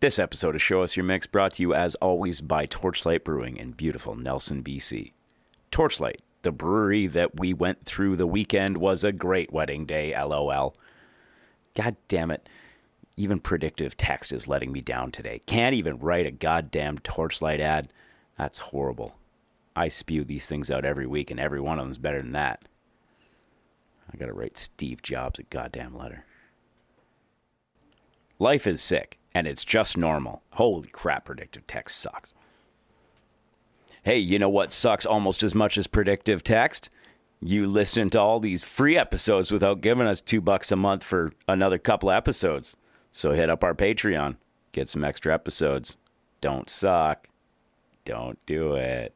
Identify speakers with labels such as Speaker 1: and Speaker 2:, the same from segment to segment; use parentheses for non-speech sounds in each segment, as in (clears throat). Speaker 1: This episode of Show Us Your Mix brought to you, as always, by Torchlight Brewing in beautiful Nelson, BC. Torchlight, the brewery that we went through the weekend, was a great wedding day, lol. God damn it. Even predictive text is letting me down today. Can't even write a goddamn Torchlight ad. That's horrible. I spew these things out every week, and every one of them's better than that. I gotta write Steve Jobs a goddamn letter. Life is sick, and it's just normal. Holy crap, predictive text sucks. Hey, you know what sucks almost as much as predictive text? You listen to all these free episodes without giving us two bucks a month for another couple episodes. So hit up our Patreon, get some extra episodes. Don't suck. Don't do it.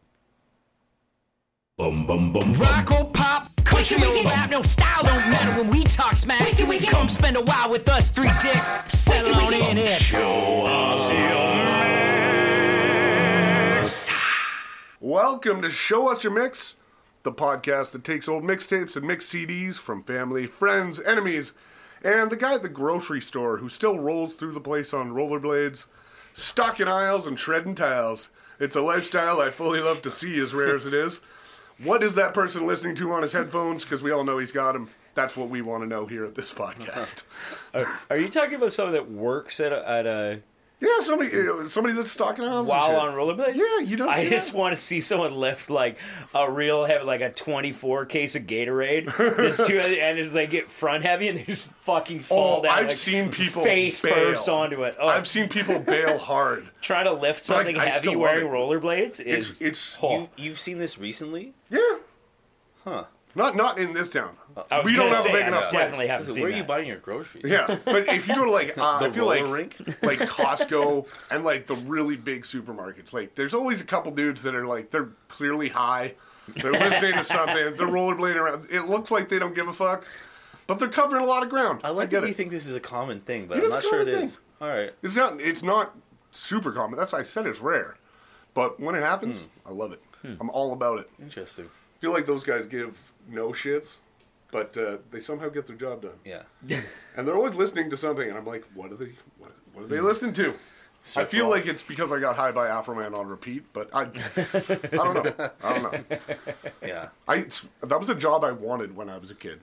Speaker 2: Boom, boom, boom.
Speaker 3: Rock or pop, cushion
Speaker 2: Wiki,
Speaker 3: no
Speaker 2: wiki.
Speaker 3: rap, no style don't matter when we talk smack.
Speaker 2: wiki.
Speaker 3: Come spend a while with us, three dicks, settle on in it.
Speaker 4: Welcome to Show Us Your Mix, the podcast that takes old mixtapes and mixed CDs from family, friends, enemies, and the guy at the grocery store who still rolls through the place on rollerblades, stocking aisles and treading tiles. It's a lifestyle I fully love to see, as rare as it is. What is that person listening to on his headphones? Because we all know he's got them. That's what we want to know here at this
Speaker 5: (laughs)
Speaker 4: podcast.
Speaker 5: Are you talking about someone that works at a, at a
Speaker 4: yeah, somebody, you know, somebody that's stocking aisles. and
Speaker 5: while
Speaker 4: shit.
Speaker 5: on rollerblades?
Speaker 4: Yeah, you don't
Speaker 5: I
Speaker 4: see
Speaker 5: just
Speaker 4: that?
Speaker 5: want to see someone lift like a real heavy, like a twenty-four case of Gatorade.
Speaker 4: (laughs)
Speaker 5: That's too, and as they get front heavy and they just fucking fall
Speaker 4: Oh,
Speaker 5: down.
Speaker 4: I've
Speaker 5: like,
Speaker 4: seen people
Speaker 5: face
Speaker 4: bail.
Speaker 5: first onto it. Oh,
Speaker 4: I've seen people
Speaker 5: (laughs)
Speaker 4: bail hard.
Speaker 5: trying to lift something
Speaker 4: I still
Speaker 5: heavy
Speaker 4: love
Speaker 5: wearing
Speaker 4: it.
Speaker 5: rollerblades
Speaker 4: It's
Speaker 5: is
Speaker 4: it's
Speaker 5: oh,
Speaker 6: You, you've seen this recently?
Speaker 4: Yeah. Huh. Not not in this town.
Speaker 5: I was
Speaker 4: we don't
Speaker 5: gonna
Speaker 4: have
Speaker 5: say,
Speaker 4: a big
Speaker 5: I
Speaker 4: enough place.
Speaker 5: definitely haven't
Speaker 6: So
Speaker 5: seen
Speaker 6: where are you
Speaker 5: that.
Speaker 6: buying your groceries?
Speaker 4: Yeah, but if
Speaker 6: (laughs)
Speaker 4: you go to like uh,
Speaker 6: The
Speaker 4: I feel like
Speaker 6: roller rink? (laughs)
Speaker 4: like Costco and like the really big supermarkets, like there's always a couple dudes that are like they're clearly high,
Speaker 6: (laughs)
Speaker 4: they're listening to something, they're rollerblading around. It looks like they don't give a fuck, but they're covering a lot of ground.
Speaker 6: I like
Speaker 4: get
Speaker 6: that
Speaker 4: it.
Speaker 6: you think this is a common thing, but
Speaker 4: It
Speaker 6: I'm
Speaker 4: is a
Speaker 6: not sure it
Speaker 4: common
Speaker 6: is.
Speaker 4: thing.
Speaker 6: All right.
Speaker 4: It's not it's not super common. That's why I said it's rare, but when it happens,
Speaker 6: Hmm.
Speaker 4: I love it. I'm all about it.
Speaker 6: Interesting.
Speaker 4: I feel like those guys give no shits, but uh, they somehow get their job done.
Speaker 6: Yeah.
Speaker 4: And they're always listening to something, and I'm like, what are they? What, what are they listening to?
Speaker 6: Hmm. So
Speaker 4: I feel
Speaker 6: for all-
Speaker 4: like it's because I got high by Afro Man on repeat, but
Speaker 6: (laughs)
Speaker 4: I, I don't know. I don't know.
Speaker 6: Yeah.
Speaker 4: I that was a job I wanted when I was a kid.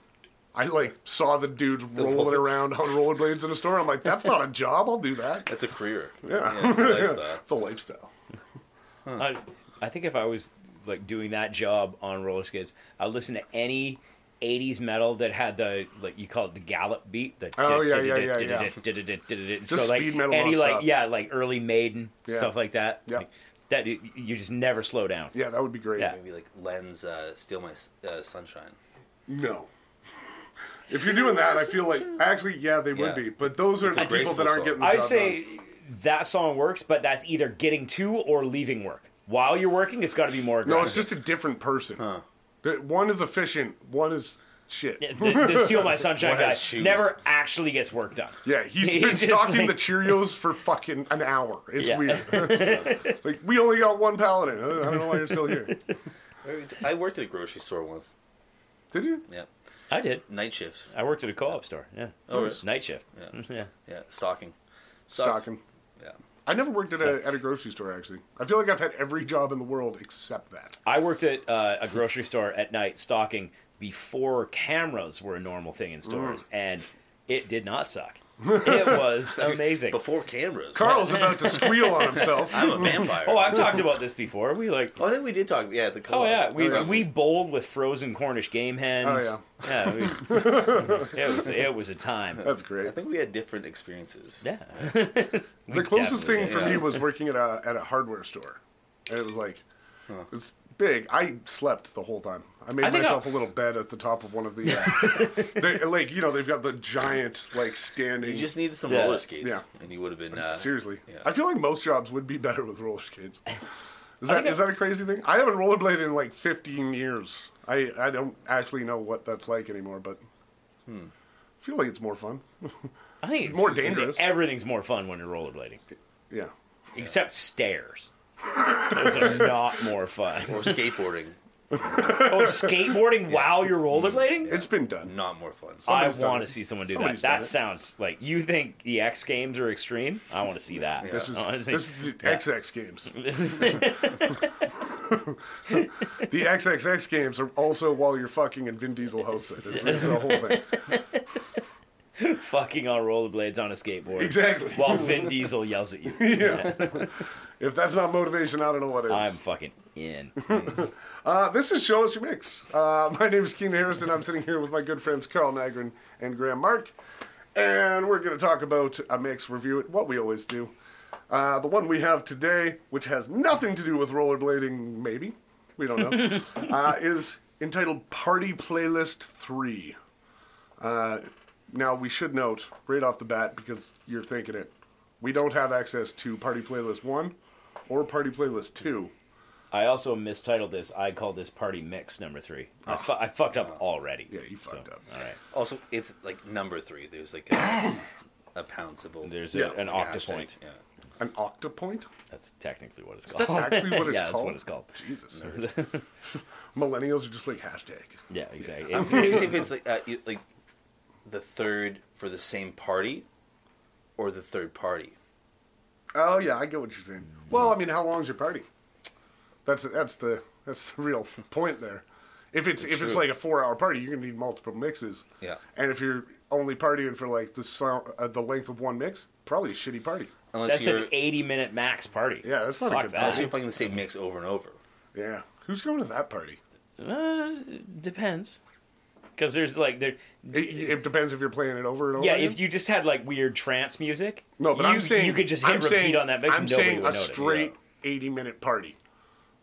Speaker 4: I like saw the dudes rolling
Speaker 6: roller-
Speaker 4: around on rollerblades in a store. I'm like, that's not a job. I'll do that.
Speaker 6: That's a career.
Speaker 4: Yeah,
Speaker 6: it's
Speaker 4: (laughs)
Speaker 6: a lifestyle.
Speaker 4: It's a lifestyle.
Speaker 5: I, I think if I was like doing that job on roller skates, I'd listen to any '80s metal that had the like you call it the gallop beat. The
Speaker 4: Oh, yeah, yeah, yeah, yeah.
Speaker 5: yeah.
Speaker 4: Just
Speaker 5: So like
Speaker 4: speed metal
Speaker 5: any like
Speaker 4: nonstop.
Speaker 5: yeah like early Maiden
Speaker 4: Yeah.
Speaker 5: stuff like that.
Speaker 4: Yeah.
Speaker 5: Like, That you- you just never slow down.
Speaker 4: Yeah, that would be great.
Speaker 5: Yeah.
Speaker 6: Maybe like Lens uh, Steal My S- uh, Sunshine.
Speaker 4: No. If you're doing that, I feel like actually, yeah, they would
Speaker 6: Yeah.
Speaker 4: be. But those are
Speaker 6: a
Speaker 4: the people that
Speaker 6: graceful
Speaker 4: aren't
Speaker 6: song.
Speaker 4: getting. The
Speaker 5: I
Speaker 4: job
Speaker 5: say
Speaker 4: done.
Speaker 5: that song works, but that's either getting to or leaving work. While you're working, it's got to be more.
Speaker 4: no. It's
Speaker 5: aggressive.
Speaker 4: just a different person. The- One is efficient. One is shit.
Speaker 5: the, the steal my sunshine
Speaker 6: One
Speaker 5: guy
Speaker 6: has shoes.
Speaker 5: never actually gets work done.
Speaker 4: (laughs) Yeah, he's
Speaker 5: He
Speaker 4: been
Speaker 5: just,
Speaker 4: stocking
Speaker 5: like-
Speaker 4: the Cheerios for fucking an hour. It's
Speaker 5: Yeah.
Speaker 4: weird.
Speaker 5: (laughs)
Speaker 4: (laughs) like we only got one paladin. I don't know why you're still here.
Speaker 6: I worked at a grocery store once.
Speaker 4: Did you?
Speaker 6: Yeah.
Speaker 5: I did.
Speaker 6: Night shifts.
Speaker 5: I worked at a co-op store. Yeah.
Speaker 6: Oh, really?
Speaker 5: night shift.
Speaker 6: Yeah.
Speaker 5: Yeah.
Speaker 6: Yeah. Stocking. Stocked.
Speaker 4: Stocking.
Speaker 6: Yeah.
Speaker 4: I never worked at a, at a grocery store actually. I feel like I've had every job in the world except that.
Speaker 5: I worked at uh, a grocery store at night stocking before cameras were a normal thing in
Speaker 4: Mm.
Speaker 5: stores, and it did not
Speaker 4: (laughs)
Speaker 5: suck. It was amazing.
Speaker 6: Before cameras.
Speaker 4: Carl's about to squeal on himself.
Speaker 6: (laughs) I'm a vampire.
Speaker 5: Oh, I've talked about this before. We like.
Speaker 6: Oh, I think we did talk. Yeah, the co-op.
Speaker 5: Oh yeah, we
Speaker 6: Okay.
Speaker 5: we bowled with frozen Cornish game hens.
Speaker 4: Oh,
Speaker 5: yeah. we-
Speaker 4: (laughs)
Speaker 5: it was it was a time.
Speaker 4: That's
Speaker 6: I
Speaker 4: great.
Speaker 6: think we had different experiences.
Speaker 5: Yeah.
Speaker 4: The closest thing for me
Speaker 6: Yeah.
Speaker 4: was working at a at a hardware store, and it was like it was big. I slept the whole time. I made
Speaker 5: I think
Speaker 4: myself
Speaker 5: I'll-
Speaker 4: a little bed at the top of one of the uh, they, like you know they've got the giant like standing.
Speaker 6: You just needed some
Speaker 5: Yeah.
Speaker 6: roller skates,
Speaker 4: Yeah.
Speaker 6: and you would have been uh,
Speaker 4: Seriously,
Speaker 6: Yeah.
Speaker 4: I feel like most jobs would be better with roller skates. Is
Speaker 5: think
Speaker 4: that
Speaker 5: I-
Speaker 4: is that a crazy thing? I haven't rollerbladed in like 15 years. I I don't actually know what that's like anymore, but I feel like it's more fun.
Speaker 5: I think it's
Speaker 4: more dangerous.
Speaker 5: Everything's more fun when you're rollerblading,
Speaker 4: yeah, (laughs)
Speaker 5: except stairs. Those are not more fun.
Speaker 6: or skateboarding.
Speaker 5: Oh, skateboarding while you're rollerblading?
Speaker 4: It's been done.
Speaker 6: Not more fun.
Speaker 5: I
Speaker 4: Somebody's done
Speaker 5: want
Speaker 4: it.
Speaker 5: to see someone do
Speaker 4: Somebody's
Speaker 5: that.
Speaker 4: done
Speaker 5: That
Speaker 4: it.
Speaker 5: sounds like you think the X Games are extreme. I want to see that.
Speaker 4: This is
Speaker 5: Oh, I wanna see-
Speaker 4: this is the
Speaker 5: yeah.
Speaker 4: XX
Speaker 5: (laughs)
Speaker 4: games. the XXX games are also while you're fucking in Vin Diesel house it. It's, it's the whole
Speaker 5: (laughs)
Speaker 4: thing.
Speaker 5: fucking on rollerblades on a skateboard.
Speaker 4: Exactly.
Speaker 5: While Vin Diesel yells at you.
Speaker 4: (laughs) If that's not motivation, I don't know what is.
Speaker 5: I'm fucking in.
Speaker 4: Uh, this is Show Us Your Mix. Uh, (laughs) my name is Keenan Harrison. I'm sitting here with my good friends Carl Nagrin and Graham Mark. And we're going to talk about a mix, review it, what we always do. Uh, the one we have today, which has nothing to do with rollerblading, maybe, we don't know, uh, is entitled Party Playlist 3. Uh, now, we should note right off the bat, because you're thinking it, we don't have access to Party Playlist 1 or Party Playlist 2.
Speaker 5: I also mistitled this. I called this party mix number three. I, fu- I fucked up already.
Speaker 4: Oh. Uh-huh. Yeah, you fucked up.
Speaker 5: All right.
Speaker 6: Also, it's like number three. There's like a, a pound symbol.
Speaker 5: There's
Speaker 4: Yeah.
Speaker 5: a, an
Speaker 6: Like a
Speaker 5: octa
Speaker 6: hashtag,
Speaker 5: point.
Speaker 6: Yeah.
Speaker 4: An octopoint?
Speaker 5: That's technically what it's
Speaker 4: Is that
Speaker 5: called.
Speaker 4: actually what it's
Speaker 5: Oh, yeah, that's
Speaker 4: called?
Speaker 5: what it's called.
Speaker 4: Jesus. Millennials are just like hashtag.
Speaker 5: (laughs) Yeah, exactly.
Speaker 6: I'm
Speaker 5: It's-
Speaker 6: curious if it's like uh, it- like the third for the same party, or the third party.
Speaker 4: Oh yeah, I get what you're saying. Well, I mean, how long's your party? That's that's the that's the real point there. If it's if it's
Speaker 6: true.
Speaker 4: like a four hour party, you're gonna need multiple mixes.
Speaker 6: Yeah.
Speaker 4: And if you're only partying for like the sound, uh, the length of one mix, probably a shitty party.
Speaker 6: Unless
Speaker 5: that's
Speaker 6: you're
Speaker 5: an 80 minute max party.
Speaker 4: Yeah, that's not a
Speaker 5: Fuck
Speaker 4: good
Speaker 5: that.
Speaker 6: unless you're playing the same mix over and over.
Speaker 4: Yeah. Who's going to that party?
Speaker 5: Uh, depends. Because there's like there.
Speaker 4: It, it depends if you're playing it over and over.
Speaker 5: Yeah,
Speaker 4: again.
Speaker 5: if you just had like weird trance music,
Speaker 4: No, but
Speaker 5: you,
Speaker 4: I'm saying
Speaker 5: you could just hit
Speaker 4: I'm
Speaker 5: repeat
Speaker 4: saying-
Speaker 5: on that mix
Speaker 4: I'm
Speaker 5: and nobody
Speaker 4: saying
Speaker 5: would
Speaker 4: a
Speaker 5: notice.
Speaker 4: straight 80 minute party. (laughs)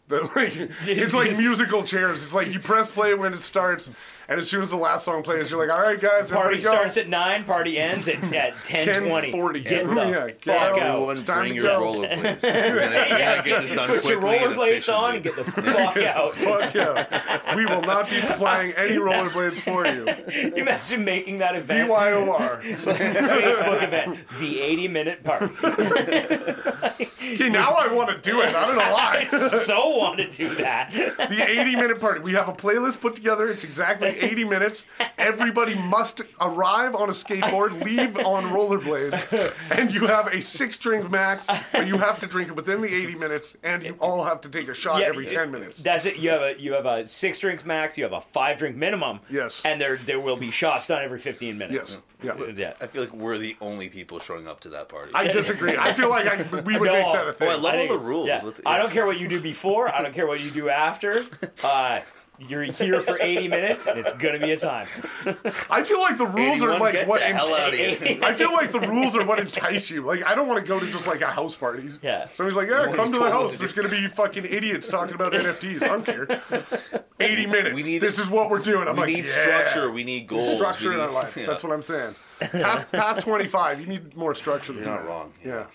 Speaker 4: That,
Speaker 5: (laughs)
Speaker 4: like, it's like
Speaker 5: Yes.
Speaker 4: musical chairs. It's like you press play when it starts, and as soon as the last song plays, you're like, "All right, guys, everybody
Speaker 5: Party
Speaker 4: go."
Speaker 5: starts at nine. Party ends at
Speaker 4: (laughs)
Speaker 5: at ten
Speaker 4: 10:40.
Speaker 5: Get the
Speaker 4: Yeah, get
Speaker 5: fuck
Speaker 4: out.
Speaker 5: out.
Speaker 6: Everyone
Speaker 4: it's time
Speaker 6: bring
Speaker 4: to
Speaker 6: your
Speaker 4: go.
Speaker 6: rollerblades. We're gonna, we're gonna get this done
Speaker 5: Put your
Speaker 6: quickly and
Speaker 5: rollerblades on and get
Speaker 6: efficiently.
Speaker 5: the fuck out.
Speaker 4: (laughs) Fuck yeah! We will not be supplying
Speaker 5: (laughs)
Speaker 4: any rollerblades for you.
Speaker 5: Can you (laughs) imagine making that event,
Speaker 4: BYOR.
Speaker 5: (laughs) Facebook event, the 80 minute party. (laughs)
Speaker 4: Okay, now I want to do it. I don't know
Speaker 5: I (laughs)
Speaker 4: why.
Speaker 5: so want to do that. (laughs)
Speaker 4: the 80 minute party. We have a playlist put together. It's exactly 80 minutes. Everybody must arrive on a skateboard, leave on rollerblades, and you have a six drink max, but you have to drink it within the 80 minutes, and you all have to take a shot
Speaker 5: Yeah,
Speaker 4: every
Speaker 5: it-
Speaker 4: 10 minutes.
Speaker 5: That's it. You have a you have a six drink max. You have a five drink minimum.
Speaker 4: Yes.
Speaker 5: And there there will be shots done every 15 minutes.
Speaker 4: Yes. Yeah.
Speaker 5: Yeah.
Speaker 6: (laughs) I feel like we're the only people showing up to that party.
Speaker 4: I disagree. I feel like I, we would
Speaker 5: No.
Speaker 4: make that a thing.
Speaker 6: Oh, I love
Speaker 5: I
Speaker 6: all
Speaker 5: think-
Speaker 6: the rules.
Speaker 5: yeah.
Speaker 6: Let's-
Speaker 5: I
Speaker 6: (laughs)
Speaker 5: don't care what you do before. I don't care what you do after. Uh, you're here for 80 minutes, and it's gonna be a time.
Speaker 4: I feel like the rules are
Speaker 6: 81,
Speaker 4: like
Speaker 6: get
Speaker 4: what.
Speaker 6: the
Speaker 4: ent-
Speaker 6: hell out of here.
Speaker 4: (laughs) I feel like the rules are what entice you. Like I don't want to go to just like a house party.
Speaker 5: Yeah.
Speaker 4: Somebody's like, yeah,
Speaker 6: Well,
Speaker 4: come
Speaker 6: he's
Speaker 4: to the
Speaker 6: told what
Speaker 4: house.
Speaker 6: to
Speaker 4: There's gonna be fucking idiots talking about NFTs. I don't
Speaker 6: (laughs)
Speaker 4: care. Eighty minutes.
Speaker 6: We need-
Speaker 4: this is what we're doing. I'm
Speaker 6: We
Speaker 4: like,
Speaker 6: need
Speaker 4: yeah.
Speaker 6: structure. We need goals. we
Speaker 4: Structure in
Speaker 6: need-
Speaker 4: our lives.
Speaker 6: (laughs) yeah.
Speaker 4: That's what I'm saying. Past, past 25, you need more structure. Than
Speaker 6: You're not
Speaker 4: that.
Speaker 6: wrong.
Speaker 4: Yeah.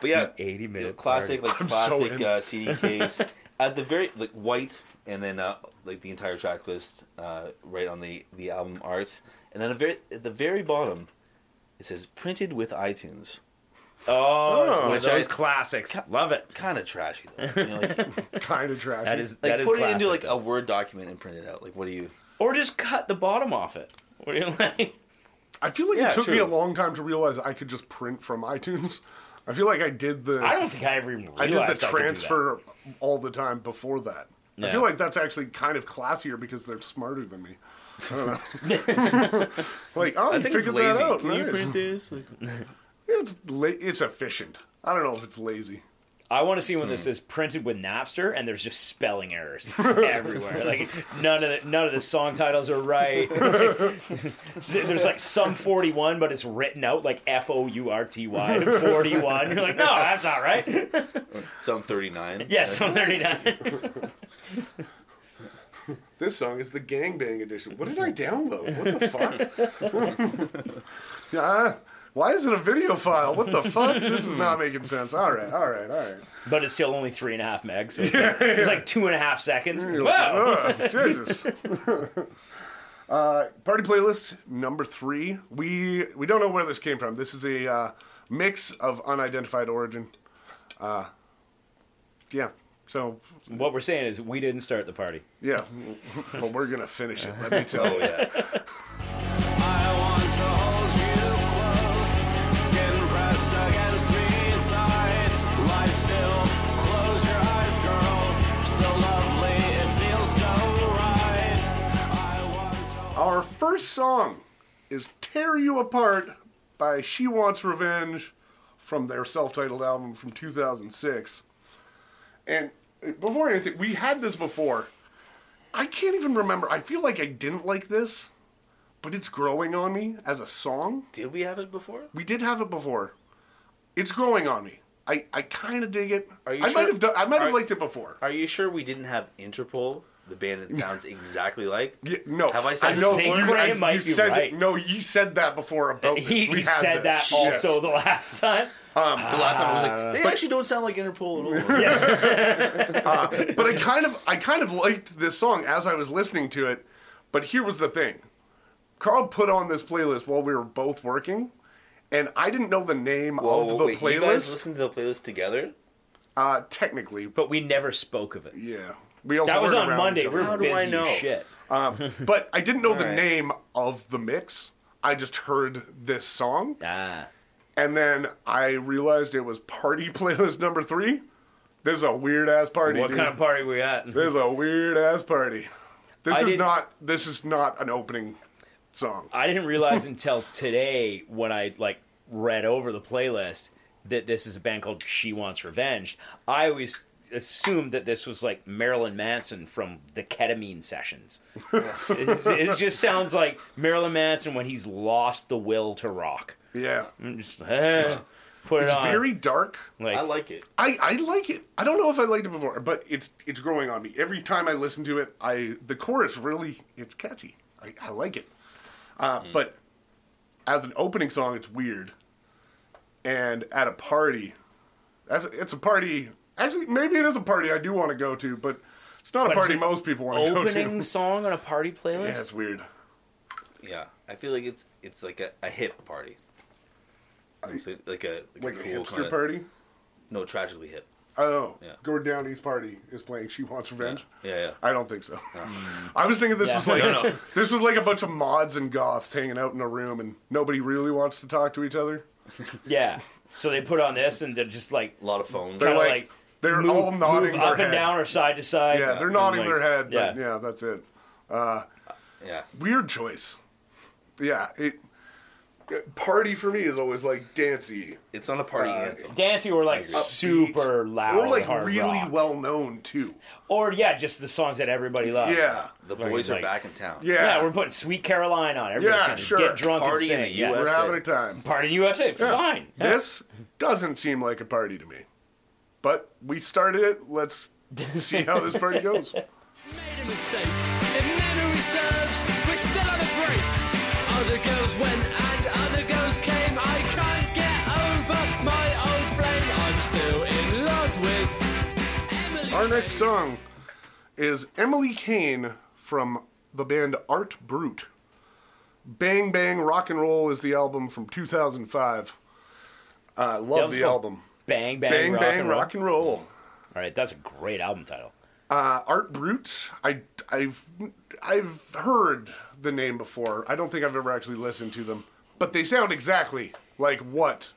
Speaker 6: But yeah,
Speaker 5: 80 minute
Speaker 6: you know, classic like
Speaker 4: I'm so
Speaker 6: classic
Speaker 4: in.
Speaker 5: (laughs)
Speaker 6: uh, CD case at the very like white, and then uh, like the entire track list uh, right on the the album art, and then a very at the very bottom, it says printed with iTunes.
Speaker 5: Oh, it's
Speaker 4: Oh,
Speaker 5: one of
Speaker 6: which I-
Speaker 5: those classics. Love it.
Speaker 6: Kind of trashy though.
Speaker 5: (laughs)
Speaker 6: You know, like like,
Speaker 4: Kind of trash.
Speaker 5: That is that is
Speaker 6: put it
Speaker 5: classic,
Speaker 6: into like
Speaker 5: though.
Speaker 6: a Word document and print it out. Like what do you?
Speaker 5: or just cut the bottom off it. What do you like?
Speaker 4: I feel like
Speaker 6: Yeah,
Speaker 4: it took me
Speaker 6: true.
Speaker 4: a long time to realize I could just print from iTunes. I feel like I did the.
Speaker 5: I don't think I ever even
Speaker 4: I
Speaker 5: realized
Speaker 4: did the
Speaker 5: could do that.
Speaker 4: transfer all the time before that. I
Speaker 5: Yeah.
Speaker 4: feel like that's actually kind of classier because they're smarter than me.
Speaker 6: (laughs)
Speaker 4: I don't know. like, oh,
Speaker 6: I
Speaker 4: you
Speaker 6: think it's
Speaker 4: figured
Speaker 6: lazy.
Speaker 4: that out.
Speaker 6: Can you
Speaker 4: nice.
Speaker 6: print this?
Speaker 4: (laughs)
Speaker 6: Like,
Speaker 4: It's la- it's efficient. I don't know if it's lazy.
Speaker 5: I want to see when
Speaker 4: Hmm.
Speaker 5: this is printed with Napster and there's just
Speaker 4: (laughs)
Speaker 5: spelling errors everywhere. Like none of the, none of the song titles are
Speaker 4: (laughs)
Speaker 5: right. (laughs) there's like some 41, but it's written out like F O U R T
Speaker 4: (laughs)
Speaker 5: Y and 41. You're like, no, that's not right.
Speaker 6: some thirty nine.
Speaker 5: Yes, I'm 39.
Speaker 4: This song is the gangbang edition. What did I download? What the fuck? (laughs) yeah, why is it a video file? What the fuck? This is not making sense. All right, all right, all right.
Speaker 5: But it's still only three and a half megs. So it's, like, it's like two and a half seconds.
Speaker 4: You're
Speaker 5: Wow.
Speaker 4: like, "Ugh, Oh, Jesus. uh, party playlist number three. We we don't know where this came from. This is a uh, mix of unidentified origin. Uh, yeah, So
Speaker 5: What we're saying is we didn't start the party.
Speaker 4: yeah, (laughs) but we're gonna finish it. Let
Speaker 6: (laughs)
Speaker 4: me tell you.
Speaker 6: Oh yeah.
Speaker 2: I want to hold you close, skin pressed against me inside. Lie still, close your eyes, girl. So lovely, it feels so right. I want to.
Speaker 4: Our first song is "Tear You Apart" by She Wants Revenge from their self-titled album from 2006. And before anything, we had this before. I can't even remember. I feel like I didn't like this, but it's growing on me as a song.
Speaker 6: Did we have it before?
Speaker 4: We did have it before. It's growing on me. I, I kind of dig it.
Speaker 6: Are you
Speaker 4: I might
Speaker 6: sure?
Speaker 4: have done, I might have
Speaker 6: Are-
Speaker 4: liked it before.
Speaker 6: Are you sure we didn't have Interpol, the band
Speaker 5: (laughs)
Speaker 6: that sounds exactly like?
Speaker 4: Yeah, no,
Speaker 6: Have I said
Speaker 4: I know
Speaker 5: think
Speaker 4: you,
Speaker 5: Graham
Speaker 4: I-
Speaker 5: might
Speaker 4: you
Speaker 5: be
Speaker 4: said
Speaker 5: right.
Speaker 4: no. You said that before about this.
Speaker 5: He,
Speaker 4: We
Speaker 5: he
Speaker 4: had
Speaker 5: said
Speaker 4: this.
Speaker 5: that also the last
Speaker 4: (laughs)
Speaker 5: time.
Speaker 6: The last time I was
Speaker 4: Uh,
Speaker 6: like, they actually don't sound like Interpol
Speaker 4: (laughs)
Speaker 6: at all.
Speaker 4: Yes. But I kind of I kind of liked this song as I was listening to it. But here was the thing: Carl put on this playlist while we were both working, and I didn't know the name
Speaker 6: Whoa,
Speaker 4: of the
Speaker 6: wait, You guys
Speaker 4: playlist.
Speaker 6: listen to the playlist together?
Speaker 4: uh, technically, but
Speaker 5: But we never spoke of it.
Speaker 4: yeah, we also
Speaker 5: That was
Speaker 4: weren't
Speaker 5: on
Speaker 4: around
Speaker 5: Monday.
Speaker 4: each
Speaker 5: We We're
Speaker 4: other.
Speaker 6: How do
Speaker 5: busy
Speaker 6: I
Speaker 5: as
Speaker 6: know?
Speaker 5: shit.
Speaker 4: But I didn't know the
Speaker 6: Alright.
Speaker 4: name of the mix. I just heard this song,
Speaker 5: Ah.
Speaker 4: and then I realized it was party (laughs) playlist number three. This is a weird ass party.
Speaker 5: What
Speaker 4: dude.
Speaker 5: kind of party we at?
Speaker 4: This is a weird ass party. This
Speaker 5: I
Speaker 4: is
Speaker 5: didn't-
Speaker 4: not. This is not an opening song.
Speaker 5: I didn't realize until today when I like read over the playlist that this is a band called She Wants Revenge. I always assumed that this was like Marilyn Manson from the ketamine sessions. It's- it just sounds like Marilyn Manson when he's lost the will to rock.
Speaker 4: Yeah,
Speaker 5: I'm just, eh, put
Speaker 4: it's
Speaker 5: it on.
Speaker 4: very dark.
Speaker 5: like,
Speaker 6: I like it.
Speaker 4: I, I like it. I don't know if I liked it before, but it's it's growing on me. Every time I listen to it, I the chorus really it's catchy. I, I like it. Uh,
Speaker 5: Hmm.
Speaker 4: But as an opening song, it's weird. And at a party, as it's a party. Actually, maybe it is a party I do want to go to, but it's not a
Speaker 5: But it's
Speaker 4: party
Speaker 5: an
Speaker 4: most people want to go to.
Speaker 5: opening song on a party
Speaker 4: (laughs)
Speaker 5: playlist.
Speaker 4: Yeah, it's weird.
Speaker 6: Yeah, I feel like it's it's like a, a hip party. I'm saying, like a like,
Speaker 4: Like
Speaker 6: a
Speaker 4: a
Speaker 6: cool
Speaker 4: hipster
Speaker 6: kinda-
Speaker 4: party.
Speaker 6: No, tragically hip.
Speaker 4: Oh,
Speaker 6: Yeah.
Speaker 4: Gord Downey's party is playing "She Wants Revenge."
Speaker 6: Yeah, yeah.
Speaker 4: I don't think so. I was thinking this
Speaker 5: Yeah.
Speaker 4: was like
Speaker 6: No, no.
Speaker 4: this was like a bunch of mods and goths hanging out in a room, and nobody really wants to talk to each other.
Speaker 5: yeah. So they put on this and they're just like
Speaker 6: A lot of phones.
Speaker 4: They're
Speaker 5: Kinda
Speaker 4: like,
Speaker 5: like,
Speaker 4: they're
Speaker 5: move,
Speaker 4: all nodding
Speaker 5: move
Speaker 4: their
Speaker 5: up
Speaker 4: head.
Speaker 5: and down or side to side.
Speaker 4: Yeah, they're
Speaker 5: And,
Speaker 4: nodding
Speaker 5: like,
Speaker 4: their head.
Speaker 5: yeah.
Speaker 4: But yeah. that's it.
Speaker 6: yeah.
Speaker 4: Weird choice. Yeah, it party for me is always like dancey
Speaker 6: It's not a party
Speaker 4: Uh,
Speaker 6: anthem.
Speaker 5: Dancey were like
Speaker 6: Upbeat.
Speaker 5: super loud
Speaker 4: or like
Speaker 5: hard
Speaker 4: really
Speaker 5: rock.
Speaker 4: well known too.
Speaker 5: or yeah, just the songs that everybody loves.
Speaker 4: Yeah,
Speaker 6: The
Speaker 5: Like-
Speaker 6: boys are
Speaker 5: like-
Speaker 6: back in town.
Speaker 4: yeah,
Speaker 5: yeah, we're putting Sweet Caroline on. Everybody's
Speaker 4: Yeah,
Speaker 5: gonna
Speaker 4: sure.
Speaker 5: get drunk
Speaker 6: Party in
Speaker 5: and
Speaker 6: the
Speaker 5: sing. yeah.
Speaker 6: US.
Speaker 4: we're
Speaker 6: that's
Speaker 4: having
Speaker 6: it.
Speaker 4: a time.
Speaker 5: Party in the USA, fine. Yeah.
Speaker 4: This doesn't seem like a party to me. But we started it. Let's see how this
Speaker 5: (laughs)
Speaker 4: party goes.
Speaker 2: Made a mistake. If memory serves, we're still on a break. Other girls went and other girls came. I can't get over my old flame. I'm still in love with Emily.
Speaker 4: Our next song is Emily Kane from the band Art Brute. Bang Bang Rock and Roll is the album from 2005. I Uh, love
Speaker 5: album's
Speaker 4: the
Speaker 5: called
Speaker 4: album.
Speaker 5: Bang bang,
Speaker 4: Bang
Speaker 5: rock
Speaker 4: Bang
Speaker 5: and roll.
Speaker 4: Rock and Roll.
Speaker 5: All right, that's a great album title.
Speaker 4: Uh, Art Brute. I, I've I've heard the name before. I don't think I've ever actually listened to them, but they sound exactly like what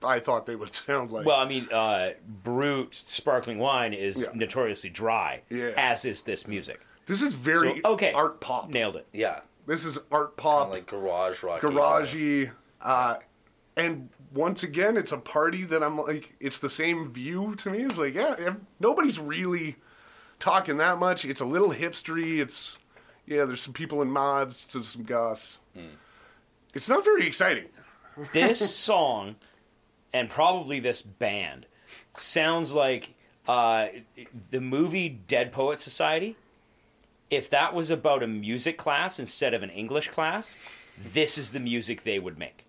Speaker 4: I thought they would (laughs) sound like.
Speaker 5: Well, I mean, uh, brute sparkling wine is
Speaker 4: Yeah.
Speaker 5: notoriously dry,
Speaker 4: Yeah.
Speaker 5: as is this music.
Speaker 4: this is very
Speaker 5: So, okay.
Speaker 4: art pop.
Speaker 5: Nailed it.
Speaker 6: Yeah.
Speaker 4: This is art pop,
Speaker 6: Like garage rock.
Speaker 4: garagey, uh, and once again, it's a party that I'm like. It's the same view to me. It's like yeah, if- nobody's really talking that much. It's a little hipstery. It's yeah, there's some people in mods, there's some goths.
Speaker 6: Hmm.
Speaker 4: It's not very exciting.
Speaker 5: this song and probably this band sounds like uh, the movie Dead Poet Society. If that was about a music class instead of an English class, this is the music they would make.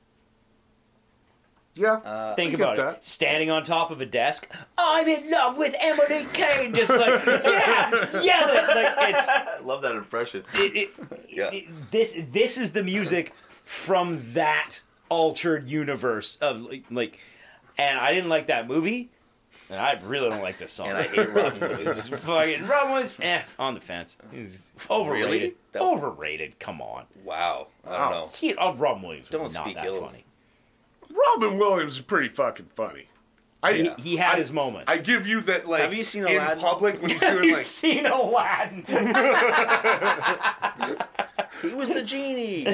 Speaker 4: Yeah.
Speaker 5: Think
Speaker 4: Uh, I get
Speaker 5: about
Speaker 4: that.
Speaker 5: it. Standing on top of a desk, I'm in love with Emily Kane. Just like, (laughs) yeah, yeah. Like it's
Speaker 6: I love that impression.
Speaker 5: it, it,
Speaker 6: Yeah.
Speaker 5: it- this this is the music from that altered universe of like, like and I didn't like that movie. And I really don't like this song.
Speaker 6: and I hate rotten
Speaker 4: (laughs)
Speaker 6: movies.
Speaker 5: fucking Rob Williams, eh, on the fence. He's overrated.
Speaker 6: Really? That-
Speaker 5: Overrated. Come on.
Speaker 6: Wow, I
Speaker 4: Wow.
Speaker 6: don't know.
Speaker 5: He, oh, Rob Williams was
Speaker 6: Don't
Speaker 5: not
Speaker 6: speak
Speaker 5: that
Speaker 6: ill of
Speaker 5: funny.
Speaker 6: him.
Speaker 4: Robin Williams is pretty fucking funny. I,
Speaker 6: Yeah.
Speaker 5: He had
Speaker 4: I-
Speaker 5: his moments.
Speaker 4: I give you that, like,
Speaker 6: Have you seen
Speaker 4: in
Speaker 6: Aladdin?
Speaker 4: public when he's
Speaker 5: Have (laughs)
Speaker 4: doing
Speaker 5: you
Speaker 6: (laughs)
Speaker 4: like,
Speaker 5: seen Aladdin?
Speaker 6: He was the genie.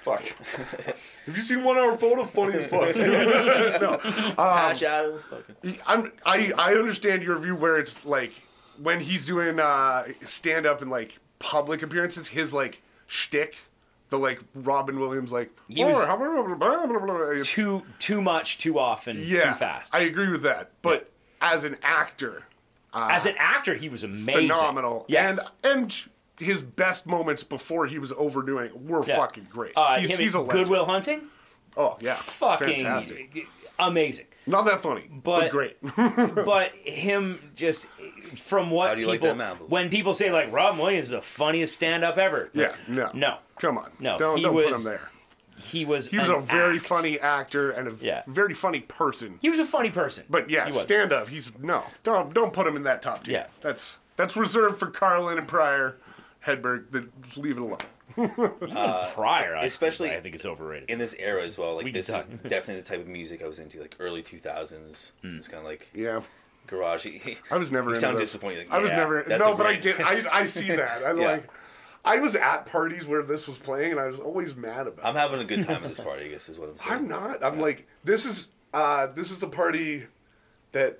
Speaker 4: fuck. Have you seen one hour photo? Funny as fuck.
Speaker 6: (laughs)
Speaker 4: no,
Speaker 6: Ash Adams. Fucking.
Speaker 4: I'm, I I understand your view where it's like when he's doing uh, stand up and like public appearances, his like shtick, the like Robin Williams like
Speaker 5: He was-
Speaker 4: "Oh, how blah, blah, blah, blah, blah, blah," it's-
Speaker 5: too too much, too often,
Speaker 4: yeah,
Speaker 5: too fast.
Speaker 4: I agree with that, but as an actor,
Speaker 5: As an actor, he was amazing.
Speaker 4: phenomenal.
Speaker 5: Yes.
Speaker 4: and and his best moments before he was overdoing it were
Speaker 5: Yeah.
Speaker 4: fucking great.
Speaker 5: uh,
Speaker 4: he's,
Speaker 5: him
Speaker 4: he's a
Speaker 5: in
Speaker 4: legend.
Speaker 5: Goodwill Hunting,
Speaker 4: Oh yeah,
Speaker 5: fucking
Speaker 4: fantastic.
Speaker 5: amazing.
Speaker 4: Not that funny, but,
Speaker 5: But-
Speaker 4: great. (laughs)
Speaker 5: But him just from what
Speaker 6: How do you like
Speaker 5: people
Speaker 6: them apples?
Speaker 5: when people say like Rob Williams is the funniest stand up ever.
Speaker 4: yeah, no,
Speaker 5: No.
Speaker 4: Come on,
Speaker 5: No,
Speaker 4: don't,
Speaker 5: he
Speaker 4: don't put
Speaker 5: was-
Speaker 4: him there.
Speaker 5: He was
Speaker 4: He was
Speaker 5: an
Speaker 4: a very
Speaker 5: act.
Speaker 4: funny actor and a
Speaker 5: Yeah.
Speaker 4: very funny person.
Speaker 5: He was a funny person.
Speaker 4: But yeah,
Speaker 5: he was.
Speaker 4: stand up. He's no, don't don't put him in that top tier.
Speaker 5: Yeah.
Speaker 4: that's that's reserved for Carlin and Pryor, Hedberg. Then just leave it alone.
Speaker 5: prior, I
Speaker 6: Uh, especially-
Speaker 5: think, I think it's overrated.
Speaker 6: In this era as well, like
Speaker 5: We can
Speaker 6: this is
Speaker 5: talk.
Speaker 6: definitely the type of music I was into, like early two thousands. It's kind of like
Speaker 4: Yeah,
Speaker 6: garagey.
Speaker 4: I was never.
Speaker 6: You
Speaker 4: into
Speaker 6: sound
Speaker 4: those.
Speaker 6: disappointed. Like,
Speaker 4: I was
Speaker 6: yeah,
Speaker 4: never.
Speaker 6: that's
Speaker 4: No,
Speaker 6: a
Speaker 4: but I
Speaker 6: great-
Speaker 4: get. I I
Speaker 6: (laughs)
Speaker 4: see that. I
Speaker 6: Yeah.
Speaker 4: like. I was at parties where this was playing, and I was always mad about. it.
Speaker 6: I'm having a good time at this party. I guess is what I'm
Speaker 4: (laughs)
Speaker 6: saying.
Speaker 4: I'm not. I'm like this is uh this is the party that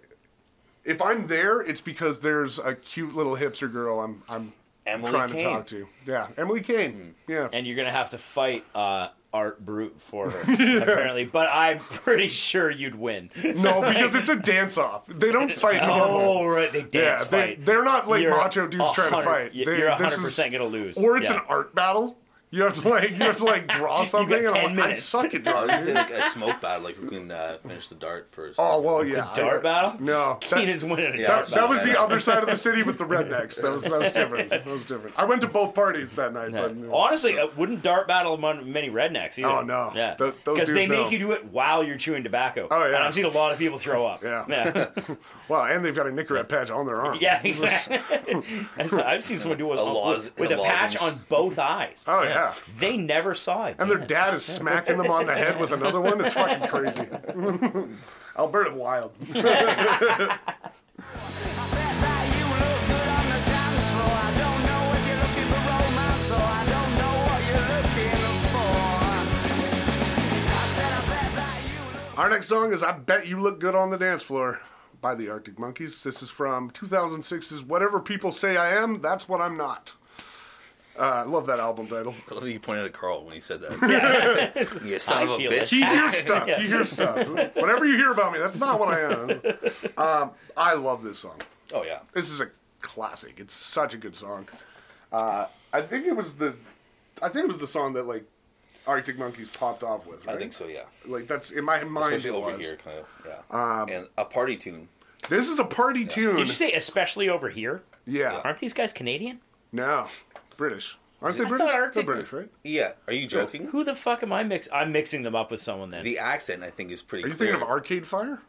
Speaker 4: if I'm there, it's because there's a cute little hipster girl I'm I'm
Speaker 6: Emily
Speaker 4: trying
Speaker 6: Kane.
Speaker 4: to talk to. Yeah, Emily Kane. Yeah.
Speaker 5: and you're gonna have to fight uh, Art
Speaker 4: (laughs)
Speaker 5: Brute for her apparently. But I'm pretty sure you'd win. (laughs)
Speaker 4: no, because it's a dance off. They don't fight normal.
Speaker 5: Oh, right, they
Speaker 4: yeah,
Speaker 5: dance
Speaker 4: they,
Speaker 5: fight.
Speaker 4: they're not like
Speaker 5: You're
Speaker 4: macho dudes
Speaker 5: a
Speaker 4: trying to
Speaker 5: hundred-
Speaker 4: fight.
Speaker 5: y-
Speaker 4: They-
Speaker 5: you're
Speaker 4: this is-
Speaker 5: 100 percent gonna lose.
Speaker 4: Or it's
Speaker 5: Yeah.
Speaker 4: an art battle. You have to like you have to like
Speaker 5: (laughs)
Speaker 4: draw something. and
Speaker 5: 10
Speaker 4: I'm like, I
Speaker 5: minutes.
Speaker 4: suck at
Speaker 5: (laughs)
Speaker 6: I
Speaker 4: drawing.
Speaker 6: was gonna say,
Speaker 4: dude.
Speaker 6: like a smoke battle, like who can uh, finish the dart first.
Speaker 4: oh well, yeah.
Speaker 5: a
Speaker 4: I-
Speaker 5: dart battle. (laughs)
Speaker 4: No, that-
Speaker 5: Keenan's winning a dart
Speaker 6: Yeah,
Speaker 4: That,
Speaker 6: it's
Speaker 5: battle.
Speaker 4: that was the
Speaker 6: Yeah.
Speaker 4: other side of the city
Speaker 5: (laughs)
Speaker 4: with the rednecks. That was that was different. That was different. I went to both parties that night.
Speaker 5: Yeah.
Speaker 4: But,
Speaker 5: Honestly, it wouldn't dart battle among many rednecks either.
Speaker 4: Oh, no.
Speaker 5: yeah,
Speaker 4: Th- those
Speaker 5: because they
Speaker 4: dudes
Speaker 5: make
Speaker 4: know.
Speaker 5: you do it while you're chewing tobacco.
Speaker 4: Oh, yeah.
Speaker 5: and I've seen a lot of
Speaker 6: (laughs)
Speaker 5: people throw up.
Speaker 4: Yeah.
Speaker 5: (laughs) yeah,
Speaker 4: (laughs) wow, and they've got a Nicorette patch on their arm.
Speaker 5: yeah exactly.
Speaker 4: (laughs)
Speaker 5: I saw- I've seen someone do it
Speaker 6: A
Speaker 5: on-
Speaker 6: laws-
Speaker 5: with
Speaker 6: a
Speaker 5: a patch
Speaker 6: lozenge.
Speaker 5: on both eyes.
Speaker 4: Oh yeah.
Speaker 5: They never saw it.
Speaker 4: And their dad is smacking them on the head with another one. It's fucking crazy. (laughs) Alberta (laughs) Wild. Our next song is I Bet You Look Good on the Dance Floor by the Arctic Monkeys. This is from 2006's Whatever People Say I Am, That's What I'm Not. Uh, I love that album title.
Speaker 6: I love that you pointed at Carl when (laughs) he said that.
Speaker 4: (laughs)
Speaker 6: (laughs) you son
Speaker 5: I
Speaker 6: of a
Speaker 5: feel
Speaker 6: bitch.
Speaker 4: You
Speaker 5: (laughs)
Speaker 4: hear stuff. You hear stuff. Whatever you hear about me, that's not what I am. Um, I love this song.
Speaker 6: Oh yeah.
Speaker 4: This is a classic. It's such a good song. Uh, I think it was the, I think it was the song that like Arctic Monkeys popped off with. Right?
Speaker 6: I think so. Yeah.
Speaker 4: Like that's in my mind.
Speaker 6: Especially
Speaker 4: it
Speaker 6: over
Speaker 4: was. Um,
Speaker 6: here, kind of. Yeah. and a party tune.
Speaker 4: This is a party tune.
Speaker 5: Did you say especially over here?
Speaker 4: yeah.
Speaker 5: Aren't these guys Canadian?
Speaker 4: No. British. Aren't they
Speaker 5: I
Speaker 4: British?
Speaker 5: thought
Speaker 4: They're
Speaker 5: Arctic-
Speaker 4: British, right?
Speaker 6: Yeah. Are you joking?
Speaker 5: Who the fuck am I mix? I'm mixing them up with someone then.
Speaker 6: The accent, I think, is pretty.
Speaker 4: Are you
Speaker 6: clear.
Speaker 4: thinking of Arcade Fire?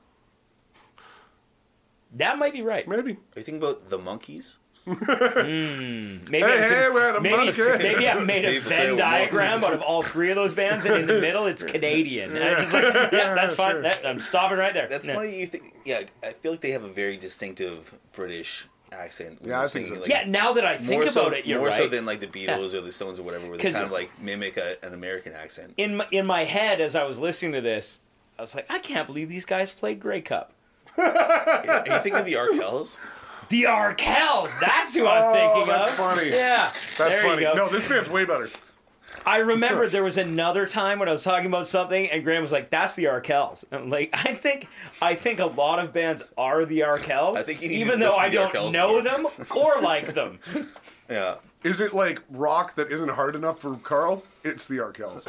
Speaker 5: that might be right.
Speaker 4: Maybe.
Speaker 6: Are you thinking about the monkeys?
Speaker 5: Maybe
Speaker 4: Hey,
Speaker 5: I'm,
Speaker 4: hey, we're the
Speaker 5: maybe,
Speaker 4: monkey.
Speaker 5: maybe I've made a
Speaker 6: Maybe they
Speaker 5: Venn
Speaker 6: were
Speaker 5: diagram out of all three of those bands, and in the middle it's Canadian. And I'm just like, yeah, that's
Speaker 4: (laughs)
Speaker 5: fine.
Speaker 4: sure.
Speaker 5: That, I'm stopping right there.
Speaker 6: That's
Speaker 5: yeah.
Speaker 6: funny. You think? Yeah. I feel like they have a very distinctive British accent. when
Speaker 4: Yeah,
Speaker 6: you're
Speaker 4: I think
Speaker 6: singing,
Speaker 4: so.
Speaker 6: like,
Speaker 5: Yeah, now that I think
Speaker 6: more
Speaker 5: about
Speaker 6: so,
Speaker 5: it, you're
Speaker 6: more
Speaker 5: right.
Speaker 6: so than like the Beatles or the Stones or whatever, where they
Speaker 5: 'Cause-
Speaker 6: kind of like mimic a, an American accent.
Speaker 5: in my, in my head, as I was listening to this, I was like, I can't believe these guys played Grey Cup.
Speaker 6: Are you thinking of the Arkells?
Speaker 5: The Arkells. That's who I'm thinking
Speaker 4: Oh, that's
Speaker 5: of.
Speaker 4: funny.
Speaker 5: Yeah,
Speaker 4: That's
Speaker 5: there
Speaker 4: funny.
Speaker 5: You go.
Speaker 4: No, this band's way better. (laughs)
Speaker 5: I remember there was another time when I was talking about something, and Graham was like, "That's the Arkells." I'm like, I think, I think a lot of bands are the Arkells,
Speaker 6: I think you need
Speaker 5: even
Speaker 6: to
Speaker 5: though
Speaker 6: listen
Speaker 5: I
Speaker 6: to the
Speaker 5: don't
Speaker 6: Arkells
Speaker 5: know
Speaker 6: more.
Speaker 5: them or like
Speaker 6: (laughs)
Speaker 5: them.
Speaker 6: Yeah.
Speaker 4: Is it like rock that isn't hard enough for Carl? It's the Arkells.